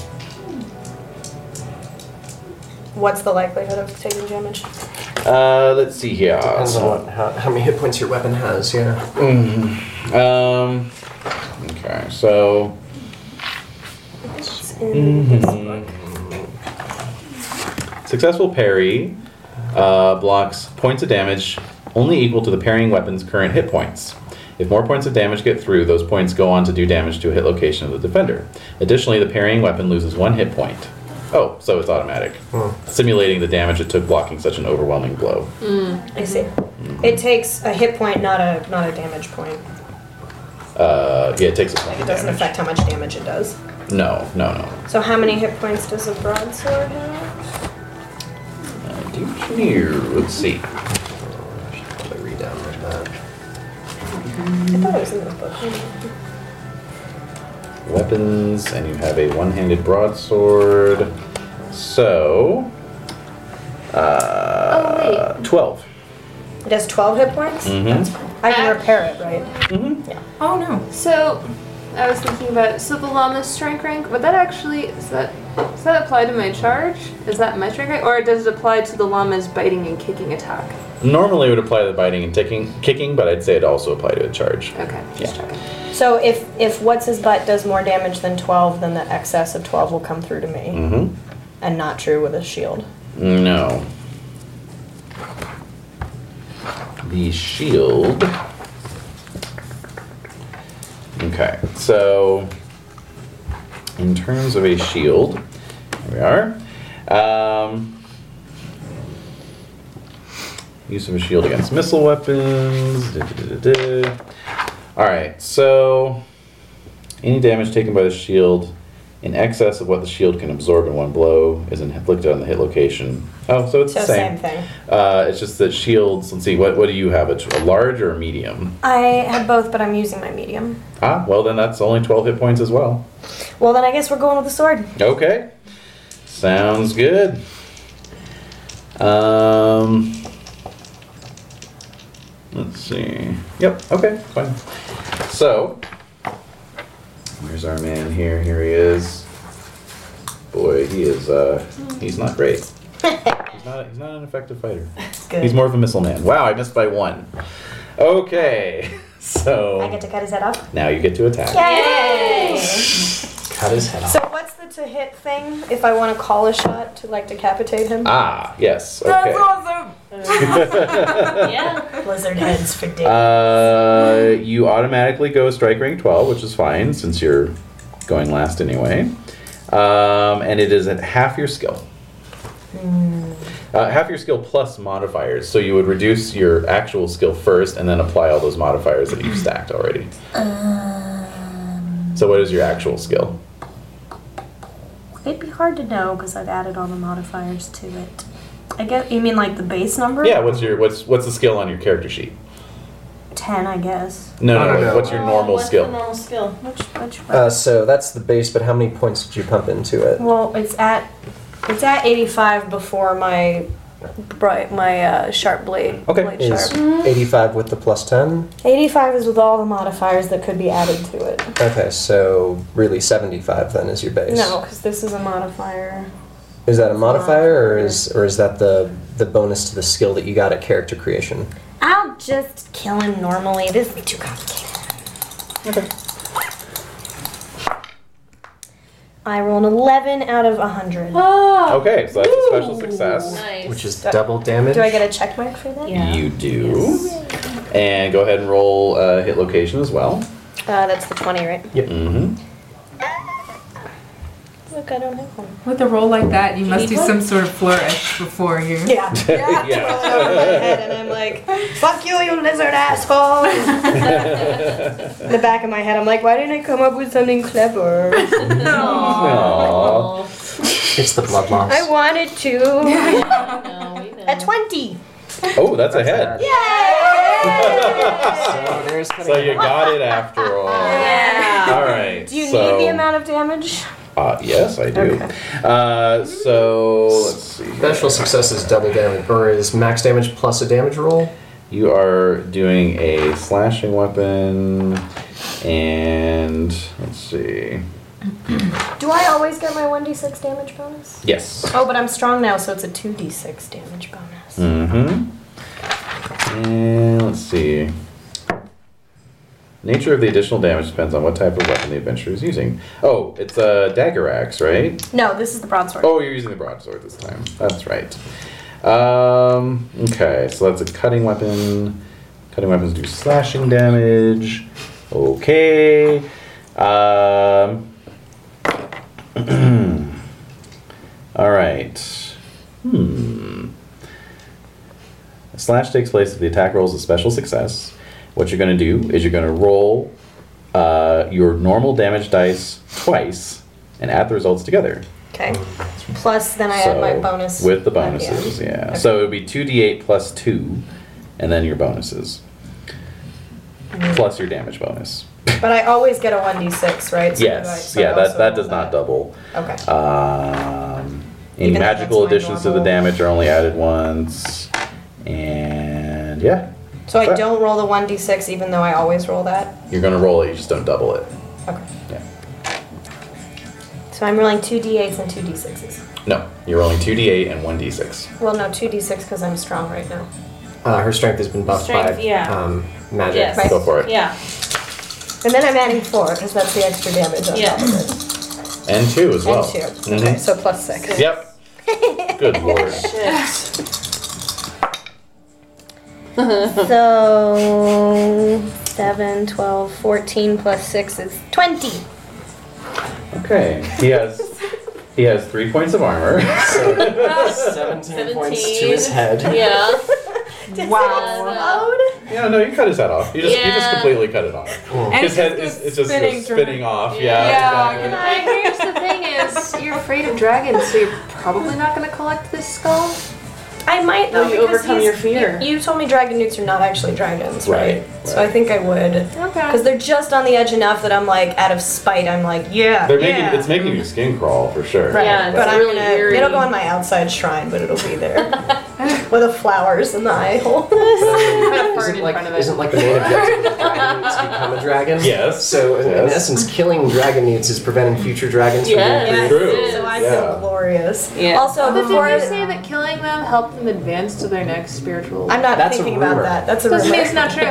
What's the likelihood of taking damage? Uh, let's see here. Depends So- on what, how, how many hit points your weapon has. Yeah. Mhm. Um. Okay, so. Mm. Successful parry uh, blocks points of damage only equal to the parrying weapon's current hit points. If more points of damage get through, those points go on to do damage to a hit location of the defender. Additionally, the parrying weapon loses one hit point. Oh, so it's automatic, simulating the damage it took blocking such an overwhelming blow. I see. Mm. It takes a hit point, not a not a damage point. Uh, yeah, it takes a point It of doesn't damage. affect how much damage it does. No, no, no. So how many hit points does a broadsword have? Here, let's see. Read down like that. I thought it was in this book. Weapons, and you have a one handed broadsword. So. Uh, 12. It has 12 hit points? Mhm. I can repair it, right? Mm-hmm. Yeah. Oh no. So, I was thinking about so the llama strike rank. Would that actually is that does that apply to my charge? Is that my strike rank, or does it apply to the llama's biting and kicking attack? Normally it would apply to the biting and ticking, kicking, but I'd say it also apply to a charge. Okay. Yeah. So if if what's his butt does more damage than 12, then the excess of 12 will come through to me. Mm And not true with a shield. hmm. No. The shield. Okay, so in terms of a shield, here we are. Um, use of a shield against missile weapons. da, da, da, da, da. All right, so any damage taken by the shield in excess of what the shield can absorb in one blow is inflicted on the hit location. Oh, so it's So the same. same thing. Uh, it's just that shields. Let's see, what what do you have? A, t- a large or a medium? I have both, but I'm using my medium. Ah, well then that's only twelve hit points as well. Well, then I guess we're going with the sword. Okay. Sounds good. Um, let's see. Yep. Okay. Fine. So, where's our man here? Here he is. Boy, he is. Uh, he's not great. he's not. He's not an effective fighter. Good. He's more of a missile man. Wow, I missed by one. Okay. I So get to cut his head off. now you get to attack. Yay! Cut his head So what's the to hit thing if I want to call a shot to like decapitate him? Ah, yes. Okay. awesome! yeah. Blizzard heads for days. Uh, you automatically go strike rank 12, which is fine since you're going last anyway. Um, and it is at half your skill. Uh, half your skill plus modifiers. So you would reduce your actual skill first and then apply all those modifiers that you've stacked already. So, what is your actual skill? It'd be hard to know because I've added all the modifiers to it. I guess you mean like the base number? Yeah, what's your what's what's the skill on your character sheet? ten, I guess. No, No, no, no, no. no. What's your normal Oh, What's skill? the normal skill? Which which Uh, so that's the base, but how many points did you pump into it? Well, it's at it's at 85 before my bright my uh, sharp blade. Okay, blade is sharp. 85 with the plus 10? 85 is with all the modifiers that could be added to it. Okay, so really 75 then is your base. No, because this is a modifier. Is that a modifier, or is or is that the the bonus to the skill that you got at character creation? I'll just kill him normally. This is too complicated. I rolled an 11 out of 100. Okay, so that's a special success. Which is double damage. Do I get a check mark for that? You do. And go ahead and roll uh, hit location as well. Uh, that's the 20, right? Yep. Mm-hmm. Look, I don't have one. With a roll like that, you must need do one? some sort of flourish before you. Yeah. Yeah. And I'm like, fuck you, you lizard asshole! In the back of my head, I'm like, why didn't I come up with something clever? It's the blood loss. I wanted to. A 20! Oh, that's a head. Yay! so you got it after all. All right. Do you so, need the amount of damage? Uh, yes, I do. Uh, so let's see. Special success is double damage, or is max damage plus a damage roll? You are doing a slashing weapon, and let's see. Do I always get my 1d6 damage bonus? Yes. Oh, but I'm strong now, so it's a 2d6 damage bonus. Mm-hmm. And let's see. Nature of the additional damage depends on what type of weapon the adventurer is using. Oh, it's a dagger axe, right? No, this is the broadsword. Oh, you're using the broadsword this time. That's right. Um, okay, so that's a cutting weapon. Cutting weapons do slashing damage. Okay. Um, all right. Hmm. A slash takes place if the attack rolls a special success. What you're going to do is you're going to roll uh, your normal damage dice twice and add the results together. Okay. Plus, then I add my bonus. With the Yeah. bonuses, yeah. So it would be 2d8 plus 2, and then your bonuses. Plus your damage bonus. But I always get a 1d6, right? So do I- yes, so I yeah, that, also that roll does not double. Okay. Um, any Even though magical that's my additions to the normal- damage are only added once. And yeah, So I don't roll the 1d6 even though I always roll that? you're going to roll it, you just don't double it. Okay. Yeah. So I'm rolling 2d8s and 2d6s. No, you're rolling 2d8 and 1d6. Well, no, 2d6 because I'm strong right now. Uh, her strength has been buffed Strength, by yeah. um, magic. Yes. Go for it. Yeah. And then I'm adding 4 because that's the extra damage on top of it. And 2 as well. And 2. Mhm. Okay, so plus 6. Yep. Good lord. so 7, 12, 14 plus 6 is 20. Okay, he has he has three points of armor. Seventeen points to his head. Yeah. wow. Yeah, no, you cut his head off. You just you just Yeah. completely cut it off. And his it's head is just it's just spinning spinning, spinning off. Yeah. exactly. here's the thing is, you're afraid of dragons, so you're probably not going to collect this skull. I might though No, you because overcome he's- your fear. You, you told me dragon newts are not actually dragons, right? Right, So I think I would. Okay. Because they're just on the edge enough that I'm like, out of spite, I'm like, yeah. They're making yeah. it's making your skin crawl for sure. Right. Yeah, it's but I'm really gonna. eerie. It'll go on my outside shrine, but it'll be there with the flowers in the eye hole. um, Isn't like, isn't like the main objective of dragon needs to become a dragon? Yes. So in, in Yes. essence, killing dragon needs is preventing future dragons Yes. from being True. so I yeah. feel glorious. Yeah. Also, But before did you say that killing them helped them advance to their next spiritual? I'm not That's a thinking about rumor. that. That's a Doesn't mean rumor. it's not true.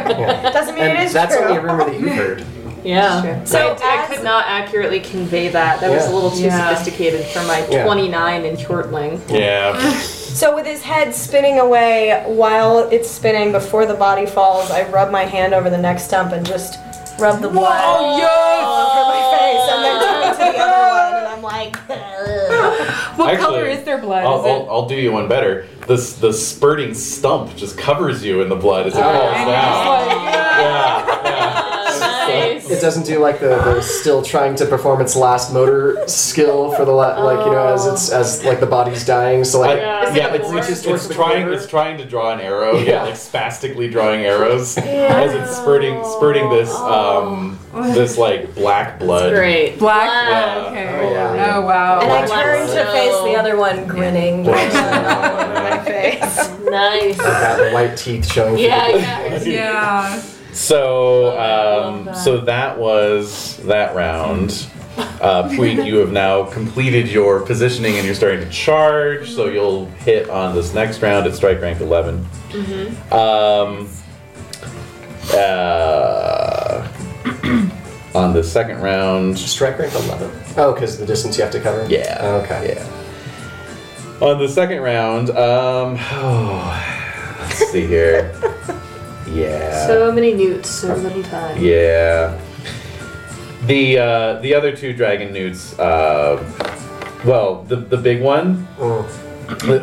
Doesn't mean And it is that's true. only a rumor that you heard. Yeah. So So I, I as- could not accurately convey that. That was a Yeah. little too Yeah. sophisticated for my Yeah. 29 in shortling. Yeah. So with his head spinning away while it's spinning before the body falls, I rub my hand over the neck stump and just rub the blood Oh, all over my face and then turn to the other one and I'm like What Actually, color is their blood? I'll, Is it- I'll, I'll do you one better. This the spurting stump Oh, just covers you in the blood as it falls and you're just down. like, Yeah. yeah. Nice. it doesn't do like the, the still trying to perform its last motor skill for the la- like you know as it's as like the body's dying. So like I- it yeah, it's, it's, it's trying. It's trying to draw an arrow. Yeah, Yeah. like spastically drawing arrows as it's spurting, spurting this, Oh. um, this like black blood. Great. Black. Yeah. Okay. Oh, yeah. Oh wow. And I Black turned to blood. face Oh. the other one, grinning. my face. Nice. got the uh, white teeth showing. through Yeah, the- yeah. Yeah. So, um, so that was that round. Uh, Puig, you have now completed your positioning and you're starting to charge. So you'll hit on this next round at strike rank 11. Mm-hmm. Um, uh, on the second round, strike rank 11. Oh, because the distance you have to cover. Yeah. Okay. Yeah. On the second round, um, let's see here. Yeah. So many newts, so little time. Yeah. The uh, the other two dragon newts. Uh, well, the the big one, Mm.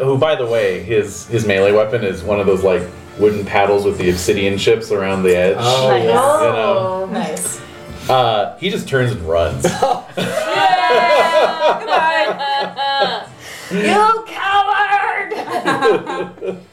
who by the way, his his melee weapon is one of those like wooden paddles with the obsidian chips around the edge. Oh, Nice. You know? Oh, nice. Uh, he just turns and runs. you coward!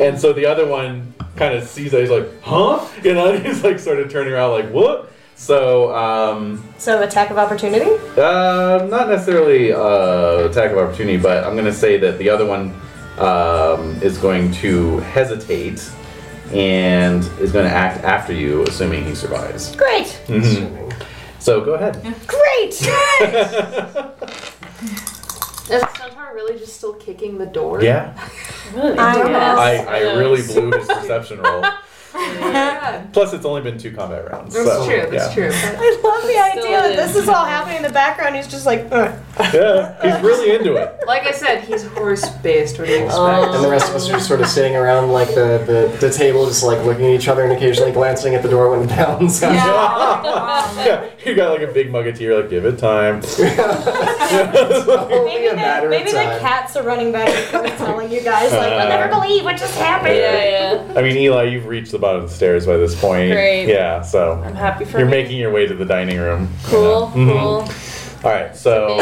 and so the other one kind of sees that he's like, huh? You know, he's like sort of turning around like, what? So, um, So attack of opportunity. Uh, not necessarily uh, attack of opportunity, but I'm going to say that the other one um, is going to hesitate and is going to act after you, assuming he survives. Great. Mm-hmm. Mhm. So go ahead. Great. Is Centaur really just still kicking the door? Yeah. Really? I know. I, I really blew his perception roll. Yeah. Plus, it's only been two combat rounds. That's so, true, that's yeah. true. I love the idea that is. this is all happening in the background. He's just like, Ugh. Yeah, he's really into it. Like I said, he's horse based. What do you expect? And the rest of us are just sort of sitting around like the, the, the table, just like looking at each other and occasionally glancing at the door when it pounds. Yeah, you got like a big mug of tea. You're like, give it time. maybe, the, maybe the cats are running back and forth telling you guys like, "I'll never believe what just happened." yeah, yeah. I mean, Eli, you've reached the bottom of the stairs by this point. Great. Yeah, so I'm happy for you're me. making your way to the dining room. Cool, Mhm. cool. All right, so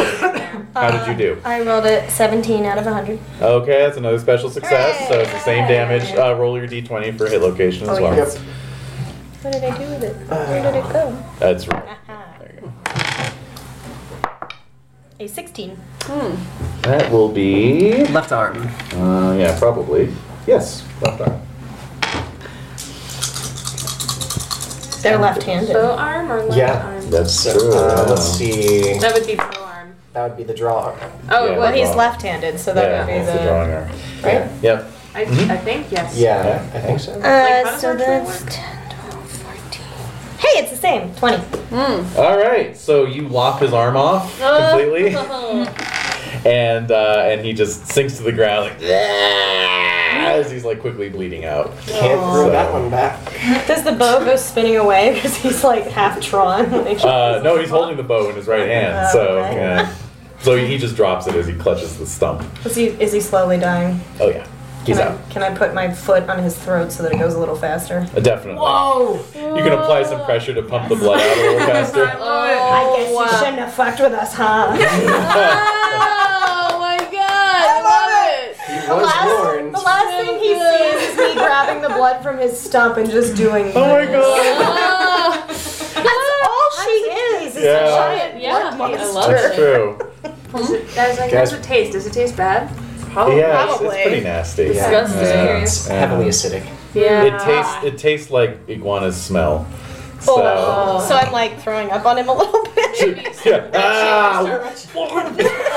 how did you Uh, do? I rolled a 17 out of 100. Okay, that's another special success. So it's the same damage. Uh, roll your d20 for hit location as Oh, well. yes. What did I do with it? Where did it go? That's right. A 16. That will be left arm. Uh, yeah, probably. Yes, left arm. They're left-handed. Bow arm or left Yeah. arm? That's true. Uh, let's see. That would be bow arm. That would be the draw arm. Oh, Yeah, well, the he's draw- left-handed, so that yeah, would be that's the drawing arm. right. Yep. I, I think yes. Yeah, I think so. Uh, so that's 10, 12, 14. Hey, it's the same. 20. All right, so you lop his arm off Oh. completely, Oh, and uh, and he just sinks to the ground like as he's like quickly bleeding out. Can't Aw. throw that one back. Does the bow go spinning away because he's like half drawn? Like, Uh, no, he's holding the bow in his right hand, Oh, so okay. yeah. So he just drops it as he clutches the stump. is he is he slowly dying? Oh yeah, he's Can out. I, can I put my foot on his throat so that it goes a little faster? Uh, Definitely. Whoa! You can apply some pressure to pump the blood out a little faster. I guess you shouldn't have fucked with us, huh? Oh my god! I love it! He The was last, warned. the last thing he sees is me grabbing the blood from his stump and just doing. Oh my god! That's all she is. Is Yeah. a giant Yeah, blood I monster. love That's it. true. Does it, guys, like, Guys- how's it taste? Does it taste bad? Yeah, it's, it's pretty nasty. Disgusting. Yeah. It's Yeah. heavily acidic. Yeah. It tastes. It tastes like iguana's smell. Oh. So. So I'm like throwing up on him a little bit. Yeah. Ah,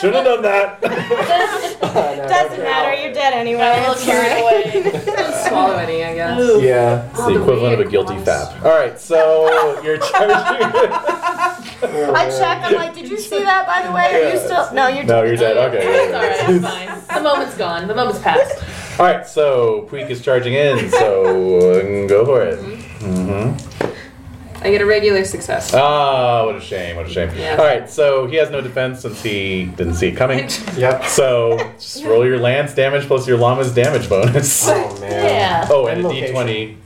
should have done that. Doesn't matter. You're dead anyway. Gotta look It's fine. Swallow any, I guess. Yeah. It's the equivalent of a guilty fap. All right, so you're charging. I check. I'm like, did you see that? By the way, are you still? No, you're. no, you're dead. Okay. It's yeah, yeah. alright, it's fine. The moment's gone. The moment's passed. All right, so Puig is charging in. So uh, go for it. Mm-hmm. I get a regular success. Ah, what a shame! What a shame! Yeah. All right, so he has no defense since he didn't see it coming. Yep. So just roll your lance damage plus your llama's damage bonus. Oh man. Yeah. Oh, and a And location. d20.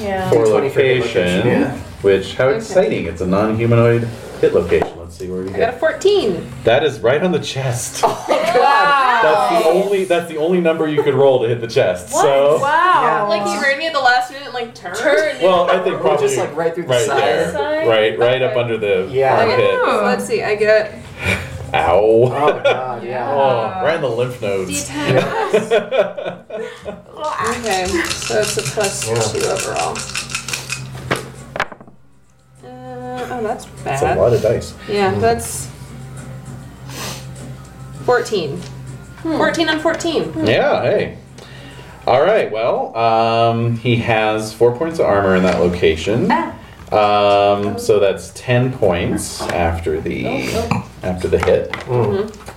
Yeah. for D20 for location, location, yeah. which how exciting! It's a non-humanoid hit location. Let's see where we I got get. a Oh. 14. That is right on the chest. Wow. That's the only. That's the only number you could roll to hit the chest. So. Like he heard me at the last minute and like turned. Well, I think Or probably just, like, right through the side. there. Side? right, right up under the Yeah. Okay, armpit. so let's see. I get Ow! Oh god, yeah. Oh. right in the lymph nodes. Okay, so it's a plus two overall. Uh, oh, that's bad. That's a lot of dice. Yeah, that's 14. Hmm. 14 on 14. Yeah, hey. All right, well, um, he has four points of armor in that location. Ah. Um, so that's 10 points after the after the hit. Mm-hmm.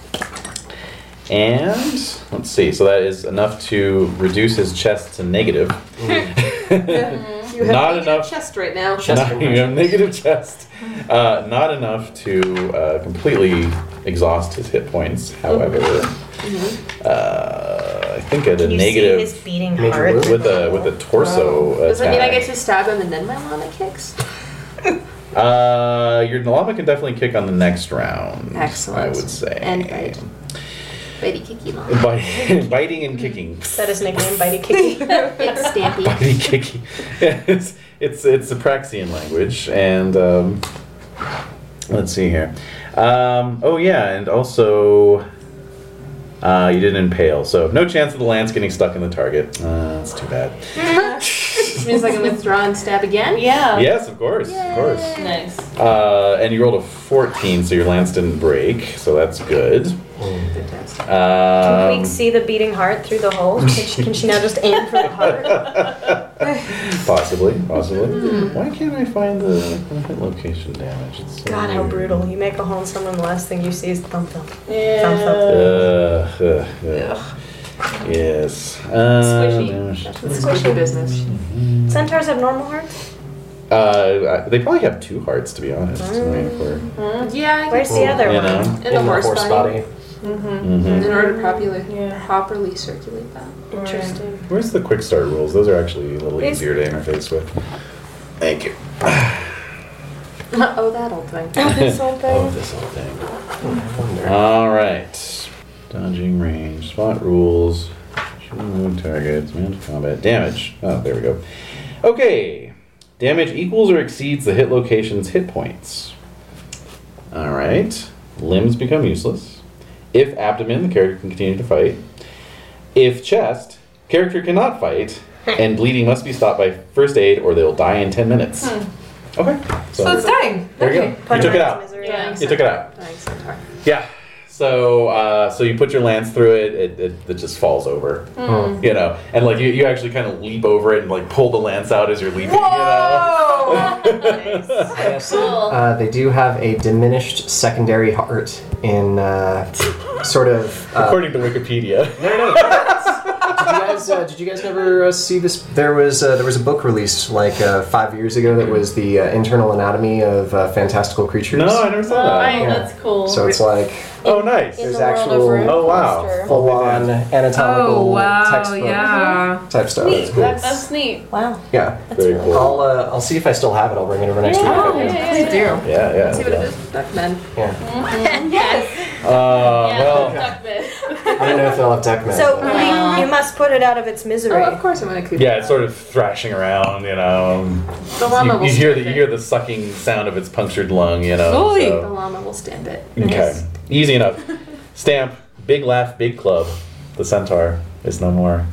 And let's see, so that is enough to reduce his chest to negative. Mm-hmm. You have Not negative enough- chest right now. Not, you have negative chest. Uh, not enough to uh, completely exhaust his hit points, however. Mm-hmm. Uh, I think at a Can you see negative his beating Major heart? wound? with a with a torso Does that attack. mean I get to stab him and then my llama kicks? uh, your Nalama can definitely kick on the next round. Excellent. I would say. And bite. Bitey kicky llama. Bite, biting and kicking. That is nickname Bitey Kitty. it's Stampy. Biting, kicking. it's it's it's a Praxian language, and um, let's see here. Um, oh yeah, and also. Uh, you didn't impale, so no chance of the lance getting stuck in the target. Uh, that's too bad. Which means I can withdraw and stab again? Yeah. yes, of course, of course. Nice. Uh, and you rolled a 14, so your lance didn't break, so that's good. Oh, Can we Um, see the beating heart through the hole? Can she, can she now just aim for the heart? possibly, possibly. Hmm. Why can't I find the hit location damage? It's so God, how weird. brutal. You make a hole in someone, the last thing you see is thump thump. Thump Uh, thump. uh, uh, yes. Um, Squishy business. Centaurs have normal hearts? Mm-hmm. uh, I- they probably have two hearts, to be honest. I mean, Mm. if we're- Yeah. I Where's guess- the other You one? know. In, the horse, body. Mm-hmm. Mhm. In order to properly, properly circulate that. Interesting. Where's the quick start rules? Those are actually a little It's- easier to interface with. Thank you. oh, that old thing. Oh, this whole thing. All right. Dodging range, spot rules, shoot targets, man to combat, damage. Oh, there we go. Okay. Damage equals or exceeds the hit location's hit points. All right. Limbs become useless. If abdomen, the character can continue to fight. If chest, character cannot fight, and bleeding must be stopped by first aid or they'll die in 10 minutes. Okay. Hmm. So it's dying. There you Okay. go. You took it out. Yeah. You took it out. Thanks, Centaur. Yeah. So uh, so you put your lance through it, it, it, it just falls over. Hmm. You know, and like you, you actually kind of leap over it and like pull the lance out as you're leaping. Uh, they do have a diminished secondary heart in uh, sort of. Uh, According to Wikipedia. No, no, no. did, you guys, uh, did you guys never uh, see this? There was uh, there was a book released like uh, five years ago that was the uh, internal anatomy of uh, fantastical creatures. No, I never saw that. Yeah. cool. So it's like Oh, nice. there's actual Oh wow. full on anatomical Oh, wow, textbook yeah. type stuff. Neat. That's, that's neat. Wow. Yeah, Very cool. I'll uh, I'll see if I still have it. I'll bring it over next Yeah, week. yeah, Please do. Yeah, yeah. Let's see what it is. Duck men. Yeah. yes. Uh, well, I don't know if they'll have duck men. So we, you must put it out of its misery. Oh, of course I'm gonna coop. yeah, it's sort of thrashing around. You know, um, The llama you, will you hear the stamp you it. hear the sucking sound of its punctured lung. You know. Oy. so- The llama will stamp it. Okay. Easy enough. Stamp, big laugh, big club. The centaur is no more.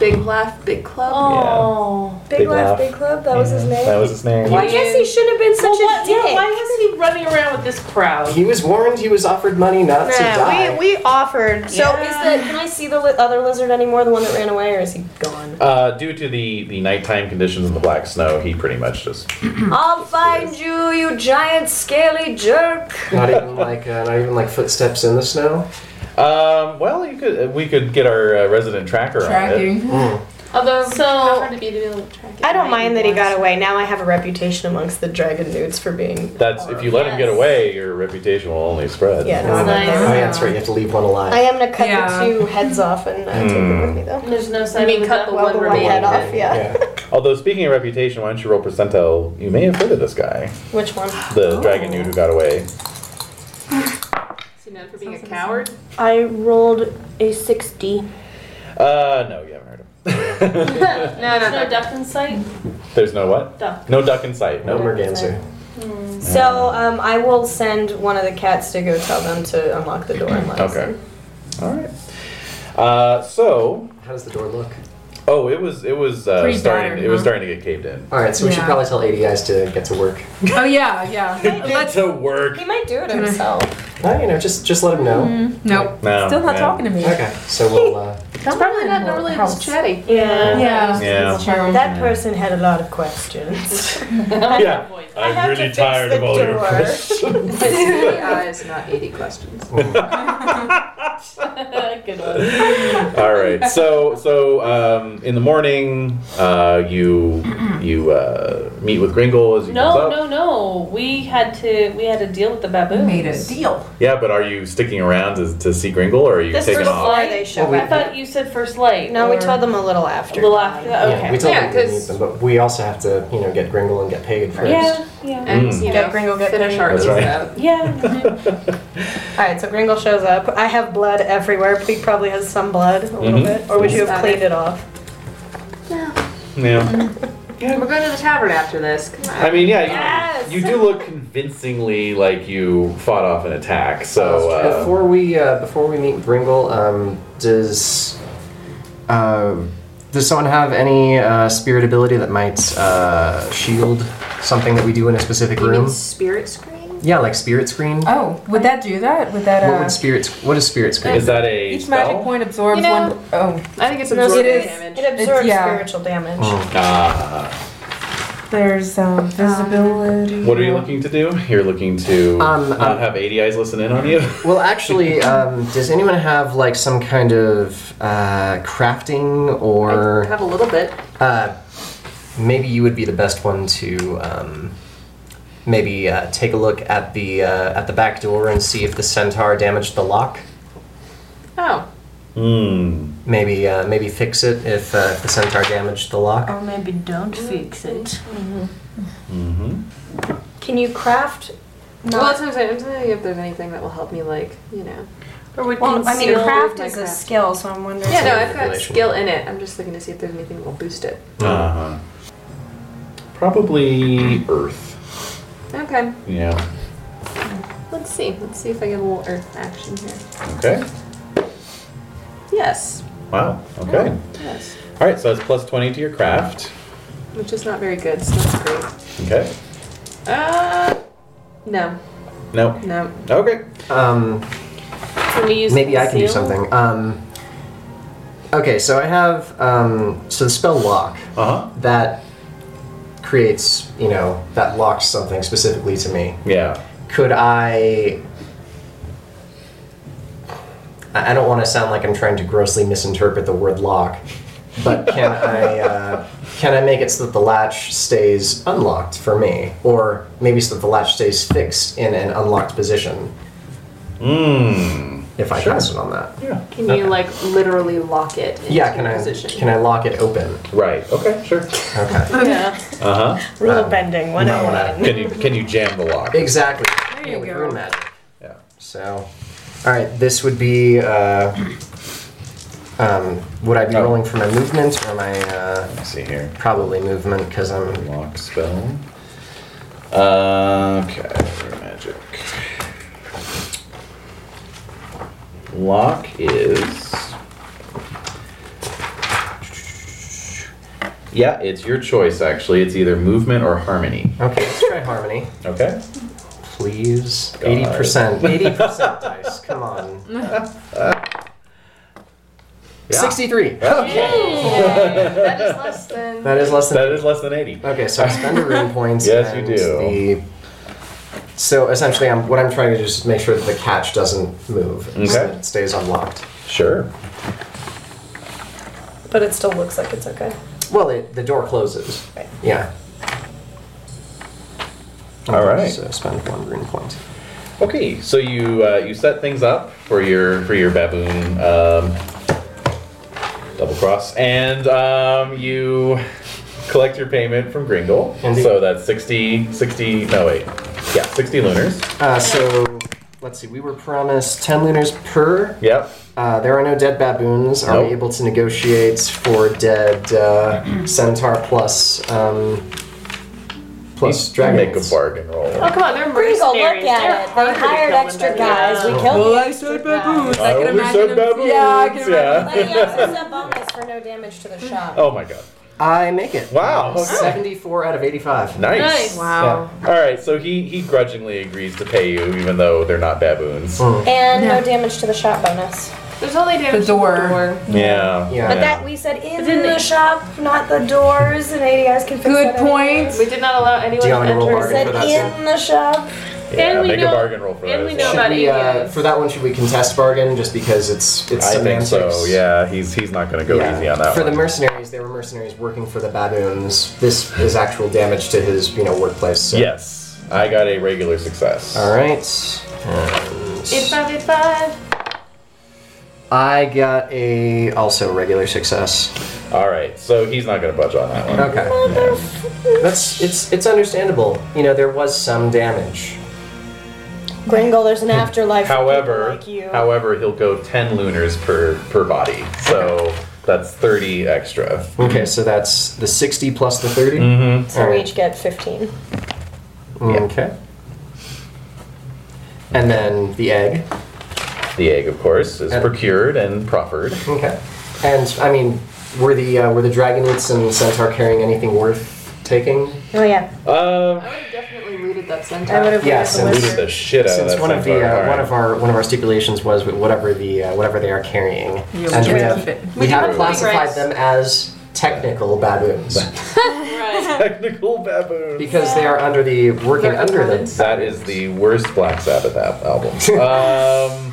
Big laugh, big club. Oh. Big, Big Laugh Laugh. Big Club, that was his Yeah, name? That was his name. I guess he should have been Well, such what, a dick. yeah, why was he running around with this crowd? he was warned. He was offered money not to die. Nah, we, we offered. So Yeah. is the can I see the li- other lizard anymore? The one that ran away, or is he gone? Uh, due to the, the nighttime conditions and the black snow, he pretty much just. I'll find you, you giant scaly jerk. not even like uh, not even like footsteps in the snow. Um, well, you could we could get our uh, resident tracker on it. Tracking. Mm. Although, So- how hard to be to be able to track it. I don't mind that he got away. Now I have a reputation amongst the dragon nudes for being. That's if you let him get away, your reputation will only spread. Yeah, no, I'm not Nice. Oh, yeah, that's right. You have to leave one alive. I am gonna cut Yeah. the two heads off and uh, take Hmm. it with me though. There's no sign I mean, of cut the the one, one one head remaining. off. Yeah. Although speaking of reputation, why don't you roll percentile? You may have heard of this guy, Which one? the dragon dude who got away. See, known for being a coward. I rolled a 60. Uh, no, you haven't heard of him. no, no, no. no duck in sight. There's no what? Duck. No duck in sight. No merganser. So Hmm. um, I will send one of the cats to go tell them to unlock the door. And let us Okay. in. All right. Uh, so How does the door look? oh, it was it was uh, Pretty starting battered, it was huh? starting to get caved in. All right, so we should Yeah. probably tell 80 guys to get to work. Oh yeah, yeah. Get Let's, to work. He might do it himself. Uh, you know, just just let him know. Mm, nope. No, Oh, Still not yeah. talking to Mm. me. Okay, so we'll. Uh, It's probably not normally this chatty. Yeah. Yeah. Yeah. True. That person had a lot of questions. Yeah. I'm have to really fix tired of the all your door. questions. It's 80 eyes, not 80 questions. Good one. All right. So so um, in the morning, uh, you you uh, meet with Gringle as he comes No, up. no, no. We had to. We had to deal with the baboons. Made a deal. Yeah, but are you sticking around to, to see Gringle, or are you This taking first off? floor they show I up. thought you said first light. No, we or- told them a little after. Little after that? Yeah, we Okay. told Yeah, them we need 'cause- them, but we also have to, you know, get Gringle and get paid first. Yeah, yeah, And, Mm. you Get know, Gringo, get finish Gringo. our That's right. out. yeah. All right, so Gringle shows up. I have blood everywhere. He probably has some blood, a little Mhm. bit. Or would you have Stop cleaned it. it off? Yeah. We're going to the tavern after this. Come on. I mean, yeah, you, you do look convincingly like you fought off an attack. So uh, before we uh, before we meet Gringle, um, does uh, does someone have any uh, spirit ability that might uh, shield something that we do in a specific You mean room? spirit screen? Yeah, like spirit screen. Oh, would that do that? Would that? Uh, What would spirit? What is spirit screen? is that a each spell? magic point absorbs You know- one. Oh, I think it's No, absorbing it is- damage. It absorbs yeah. spiritual damage. Hmm. Ah. there's um, visibility. what are Mm-hmm. you looking to do? You're looking to Um, not um, have 80 eyes listen in on you. Well, actually, um, does anyone have like some kind of uh, crafting I or have a little bit. uh, maybe you would be the best one to um, maybe uh, take a look at the uh, at the back door and see if the centaur damaged the lock. Oh. Hmm. Maybe uh, maybe fix it if, uh, if the centaur damaged the lock. Or Oh, maybe don't Mm. fix it. Mm-hmm. Can you craft? Well, that's what I'm saying. I'm saying if there's anything that will help me, like, you know. Or would Well, I mean, conceal craft my is a craft. skill, so I'm wondering. Yeah, no, I've got manipulation. skill in it. I'm just looking to see if there's anything that will boost it. Hmm. Uh-huh. Probably Earth. Okay. Yeah. Let's see. Let's see if I get a little earth action here. Okay. Yes. Wow. Okay. Yes. All right. So that's plus 20 to your craft. Which is not very good, so that's great. Okay. Uh. No. No. No. Okay. Um, Can we use maybe I can do conceal? something. Um, okay, so I have um, so the spell lock. Uh huh. that creates, you know, that locks something specifically to me. Yeah. Could I. I I don't want to sound like I'm trying to grossly misinterpret the word lock, but can I uh, can I make it so that the latch stays unlocked for me, or maybe so that the latch stays fixed in an unlocked position Mmm. if I Sure. cast it on that? Yeah. Can you, like, literally lock it into Yeah, can a I position? can I lock it open? Right. Okay. Sure. Okay. Yeah. Uh huh. Rule Um, of bending. One not what I- Can you can you jam the lock? Exactly. There you with go. rune magic. Yeah. So, all right. This would be. Uh, um, would I be Oh. rolling for my movement or my? Uh, Let's see here. probably movement because I'm. Lock spell. Uh, okay, magic. Lock is. Yeah, it's your choice actually. It's either movement or harmony. Okay, let's try harmony, Okay? please. God. Eighty percent. Eighty percent dice. Come on. Yeah. Sixty-three. that is less than. That is less than. That is less than 80. Okay, so I spend a rune point. Yes, you and do. The, so essentially, I'm, what I'm trying to do is just make sure that the catch doesn't move. so Okay. that it stays unlocked. Sure. But it still looks like it's okay. Well, it, the door closes. Yeah. All right. So spend one green point. Okay, so you uh, you set things up for your for your baboon um, double cross, and um, you collect your payment from Gringle. Indeed. So that's 60, 60, no wait, yeah, sixty lunars. Uh, so let's see. We were promised ten lunars per. Yep. Uh, there are no dead baboons. Are Nope. we able to negotiate for dead uh, centaur plus um, plus dragons? Make a bargain roll. Oh, come on, they're Please go look mercenaries. at They're it. They harder to hired kill than extra baboons. guys. We killed Well, Yeah. I said baboons. I only said Uh, baboons. Letting Yeah. us a bonus for no damage to the shop. Oh my god. I make it. Wow. okay. 74 out of 85. Nice. All right, so he he grudgingly agrees to pay you, even though they're not baboons. Hmm. And no damage to the shop bonus. There's only damage the door. to the door. Yeah. Yeah. But that we said in in the the- shop, not the doors, and eighty guys can fix that Good point. anyways. We did not allow anyone Do to you want me to roll enter. bargain for that, too? In the shop. Yeah, and we make know, a bargain roll for that. and as we know well. about We, uh, aliens. for that one, should we contest bargain just because it's it's I think semantics? so. Yeah, he's he's not going to go Yeah. easy on that For one. the mercenaries, they were mercenaries working for the baboons. This is actual damage to his you know workplace. so- yes, I got a regular success. All right. And It's five, it's five. I got a also regular success. All right, so he's not going to budge on that one. Okay. That's it's it's understandable. You know there was some damage. Gringle, there's an afterlife. for However, people like you. however, he'll go ten lunars per per body, so that's thirty extra. Okay, so that's the sixty plus the 30 Mhm. so Oh. we each get fifteen. Okay. And then the egg. The egg, of course, is And- procured and proffered. Okay. And I mean, were the uh, were the dragonites and centaur carrying anything worth taking? Oh yeah. Um, I would have definitely looted that centaur. I would have Yes, the and looted the shit out of Since that one of the centaur, uh, alright. one of our one of our stipulations was with whatever the uh, whatever they are carrying, we and can't we have, keep it. we We have don't classified regress. them as technical baboons Right. Technical baboon. because they are under the working They're under the uncommon. That is the worst Black Sabbath al- album. Um,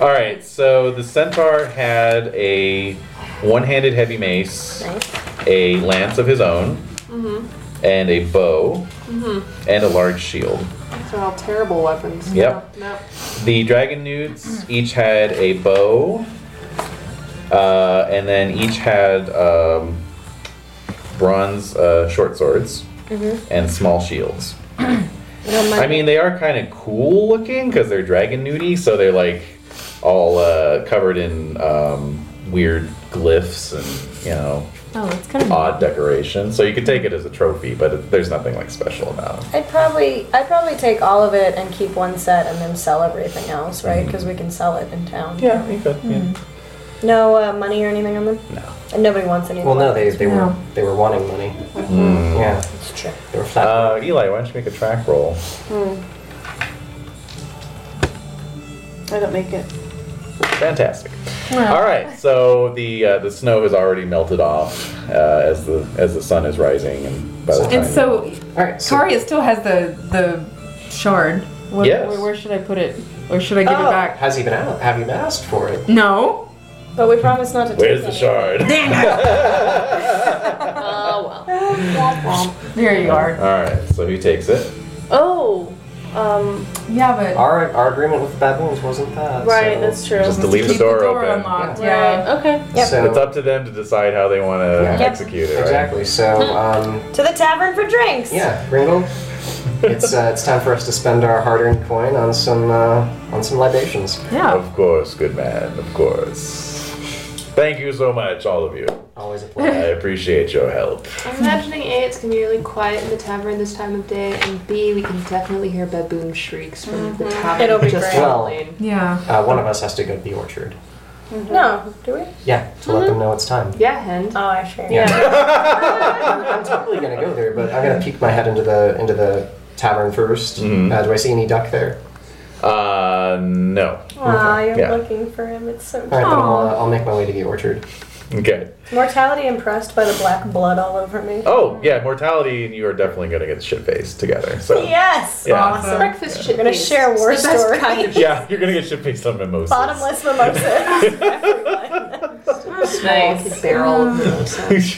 all right, so the centaur had a one-handed heavy mace, a lance of his own, and a bow, and a large shield. These are all terrible weapons. Yep. No. The dragon newts each had a bow, uh, and then each had um, bronze uh, short swords and small shields. I mean, they are kind of cool looking because they're dragon nudie, so they're like all uh, covered in um, weird glyphs and you know Oh, that's kind of odd decoration. So you could take it as a trophy, but it, there's nothing like special about it. I'd probably I'd probably take all of it and keep one set and then sell everything else, right? Mm-hmm. Because we can sell it in town. Yeah, you could. Yeah. No uh, money or anything on them. No. And nobody wants anything. well no they, they were No. they were wanting money Mm. yeah It's true. they were flat Oh. Uh, Eli, why don't you make a track roll? I don't make it. Fantastic. All right, so the uh, the snow has already melted off uh, as the as the sun is rising, and by the time And so, all right so Karia still has the the shard. What, Yes. where, where should I put it, or should I give it Oh, back? has he been out have you been asked for it No. But we promised not to. where's take the shard? any. Oh well. There you All are. right, so he takes it. Oh. Um. Yeah, but our, our agreement with the baboons wasn't that Right. so- That's true. Just to leave the keep the door, door open. unlocked. Right. Yeah. Okay. Yep. so It's up to them to decide how they want to Yeah. Yep. execute it. Right? exactly so um, To the tavern for drinks. Yeah, Gringle. it's uh, it's time for us to spend our hard-earned coin on some uh, on some libations. Yeah. Of course, good man. Of course. Thank you so much, all of you. Always a I pleasure. appreciate your help. I'm imagining A, it's gonna be really quiet in the tavern this time of day, and B, we can definitely hear baboon shrieks from the top Mm-hmm. It'll of be just great. the Well, lane. Yeah. Uh, one of us has to go to the orchard. No, do we? Yeah, to let them know it's time. Yeah, Hen. Oh, I sure. I'm totally gonna go there, but I'm gonna peek my head into the into the tavern 1st Mhm. Uh, do I see any duck there? Uh, no. Aw, you're Yeah. looking for him. It's so. All right, then I'll, Aw. uh, I'll make my way to the orchard. Okay. Mortality impressed by the black blood all over me. Oh, yeah, mortality and you are definitely going to get shit faced together. So. Yes. Oh. Yeah. Awesome. Breakfast shit. We're gonna face. share war It's the best story. kind of Yeah, you're gonna get shit faced on mimosas. Bottomless mimosas. small Nice. could barrel of those.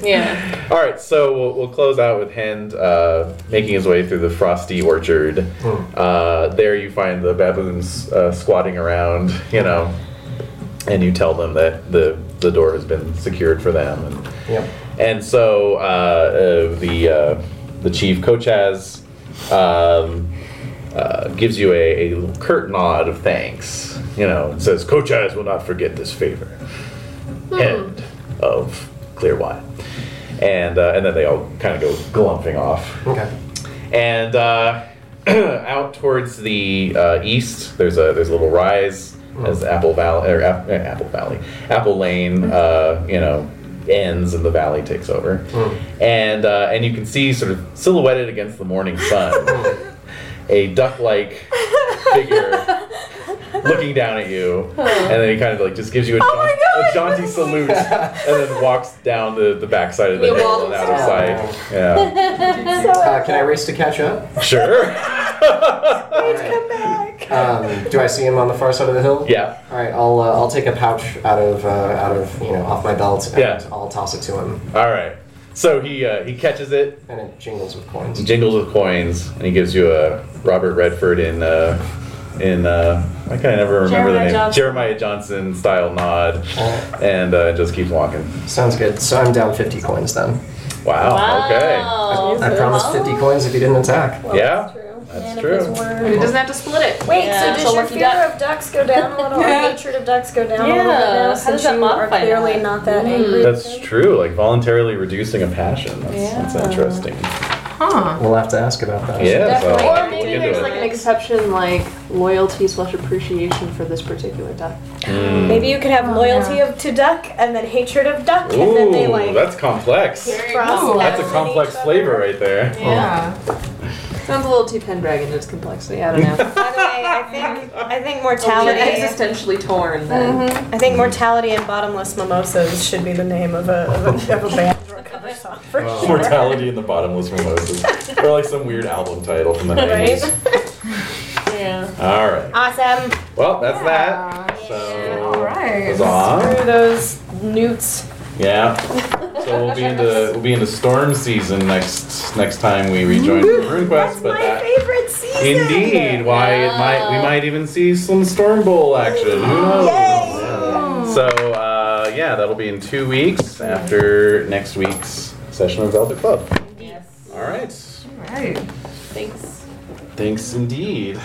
Yeah. All right, so we'll, we'll close out with Hend uh, making his way through the frosty orchard. Uh, there, you find the baboons uh, squatting around, you know, and you tell them that the the door has been secured for them, and Yep. and so uh, uh, the uh, the chief Kochaz um, uh, gives you a, a little curt nod of thanks, you know, and says Kochaz will not forget this favor end of clear wine. And, uh, and then they all kind of go glumping off. Okay. And uh, out towards the uh, east, there's a there's a little rise Hmm. as Apple Valley or Ap- eh, Apple Valley, Apple Lane, uh, you know, ends and the valley takes over. Hmm. And uh, and you can see sort of silhouetted against the morning Hmm. sun, a duck-like figure looking down at you, and then he kind of like just gives you a, Hmm. Oh my jaun- a jaunty salute, and then walks down the, the backside of the You hill and waltz out of down. sight. Yeah, Uh, can I race to catch up? sure. Um, do I see him on the far side of the hill? Yeah. All right, I'll uh, I'll take a pouch out of uh, out of you know off my belt and Yeah. I'll toss it to him. All right. So he uh, he catches it and it jingles with coins. Jingles with coins, and he gives you a Robert Redford in uh, in uh, why can I never remember the Jeremiah name Johnson. Jeremiah Johnson style nod, and uh, just keeps walking. Sounds good. So I'm down 50 coins then. Wow. Oh, Okay. I, I promised 50 coins if you didn't attack. yeah. That's true. And it doesn't have to split it. Wait, Yeah. so It's a does your lucky fear duck. of ducks go down a little, or Yeah. hatred of ducks go down a little Yeah, bit how now, does since that you are modify that? Mm. clearly not that angry? That's true. Like voluntarily reducing a passion. That's, that's interesting. Huh. We'll have to ask about that. Yeah. So Definitely. we'll Or maybe get there's to like it. an exception, like loyalty slash appreciation for this particular duck. Mm. Hmm. Maybe you could have loyalty of to duck and then hatred of duck, and then they Ooh, like that's complex. cross That's a that. complex flavor right there. Yeah. Sounds a little too Pendragon just complexity. I don't know. By the way, I think Oh, I think Mortality. mortality. existentially torn then. Mhm. I think mortality and bottomless mimosas should be the name of a of a, of a band or a cover song for sure. Mortality in the bottomless mimosas, or like some weird album title from the Right? 90s. yeah. All right. Awesome. Well, that's that. So, all Huzzah. Screw those newts. Yeah. So we'll be into we'll be into storm season next next time we rejoin RuneQuest, but that Favorite season. Indeed. Why it might we might even see some Storm Bowl action. Who knows? Yeah. So uh, yeah, that'll be in two weeks after next week's session of Velvet Club. Yes. All right. All right. Thanks. Thanks indeed.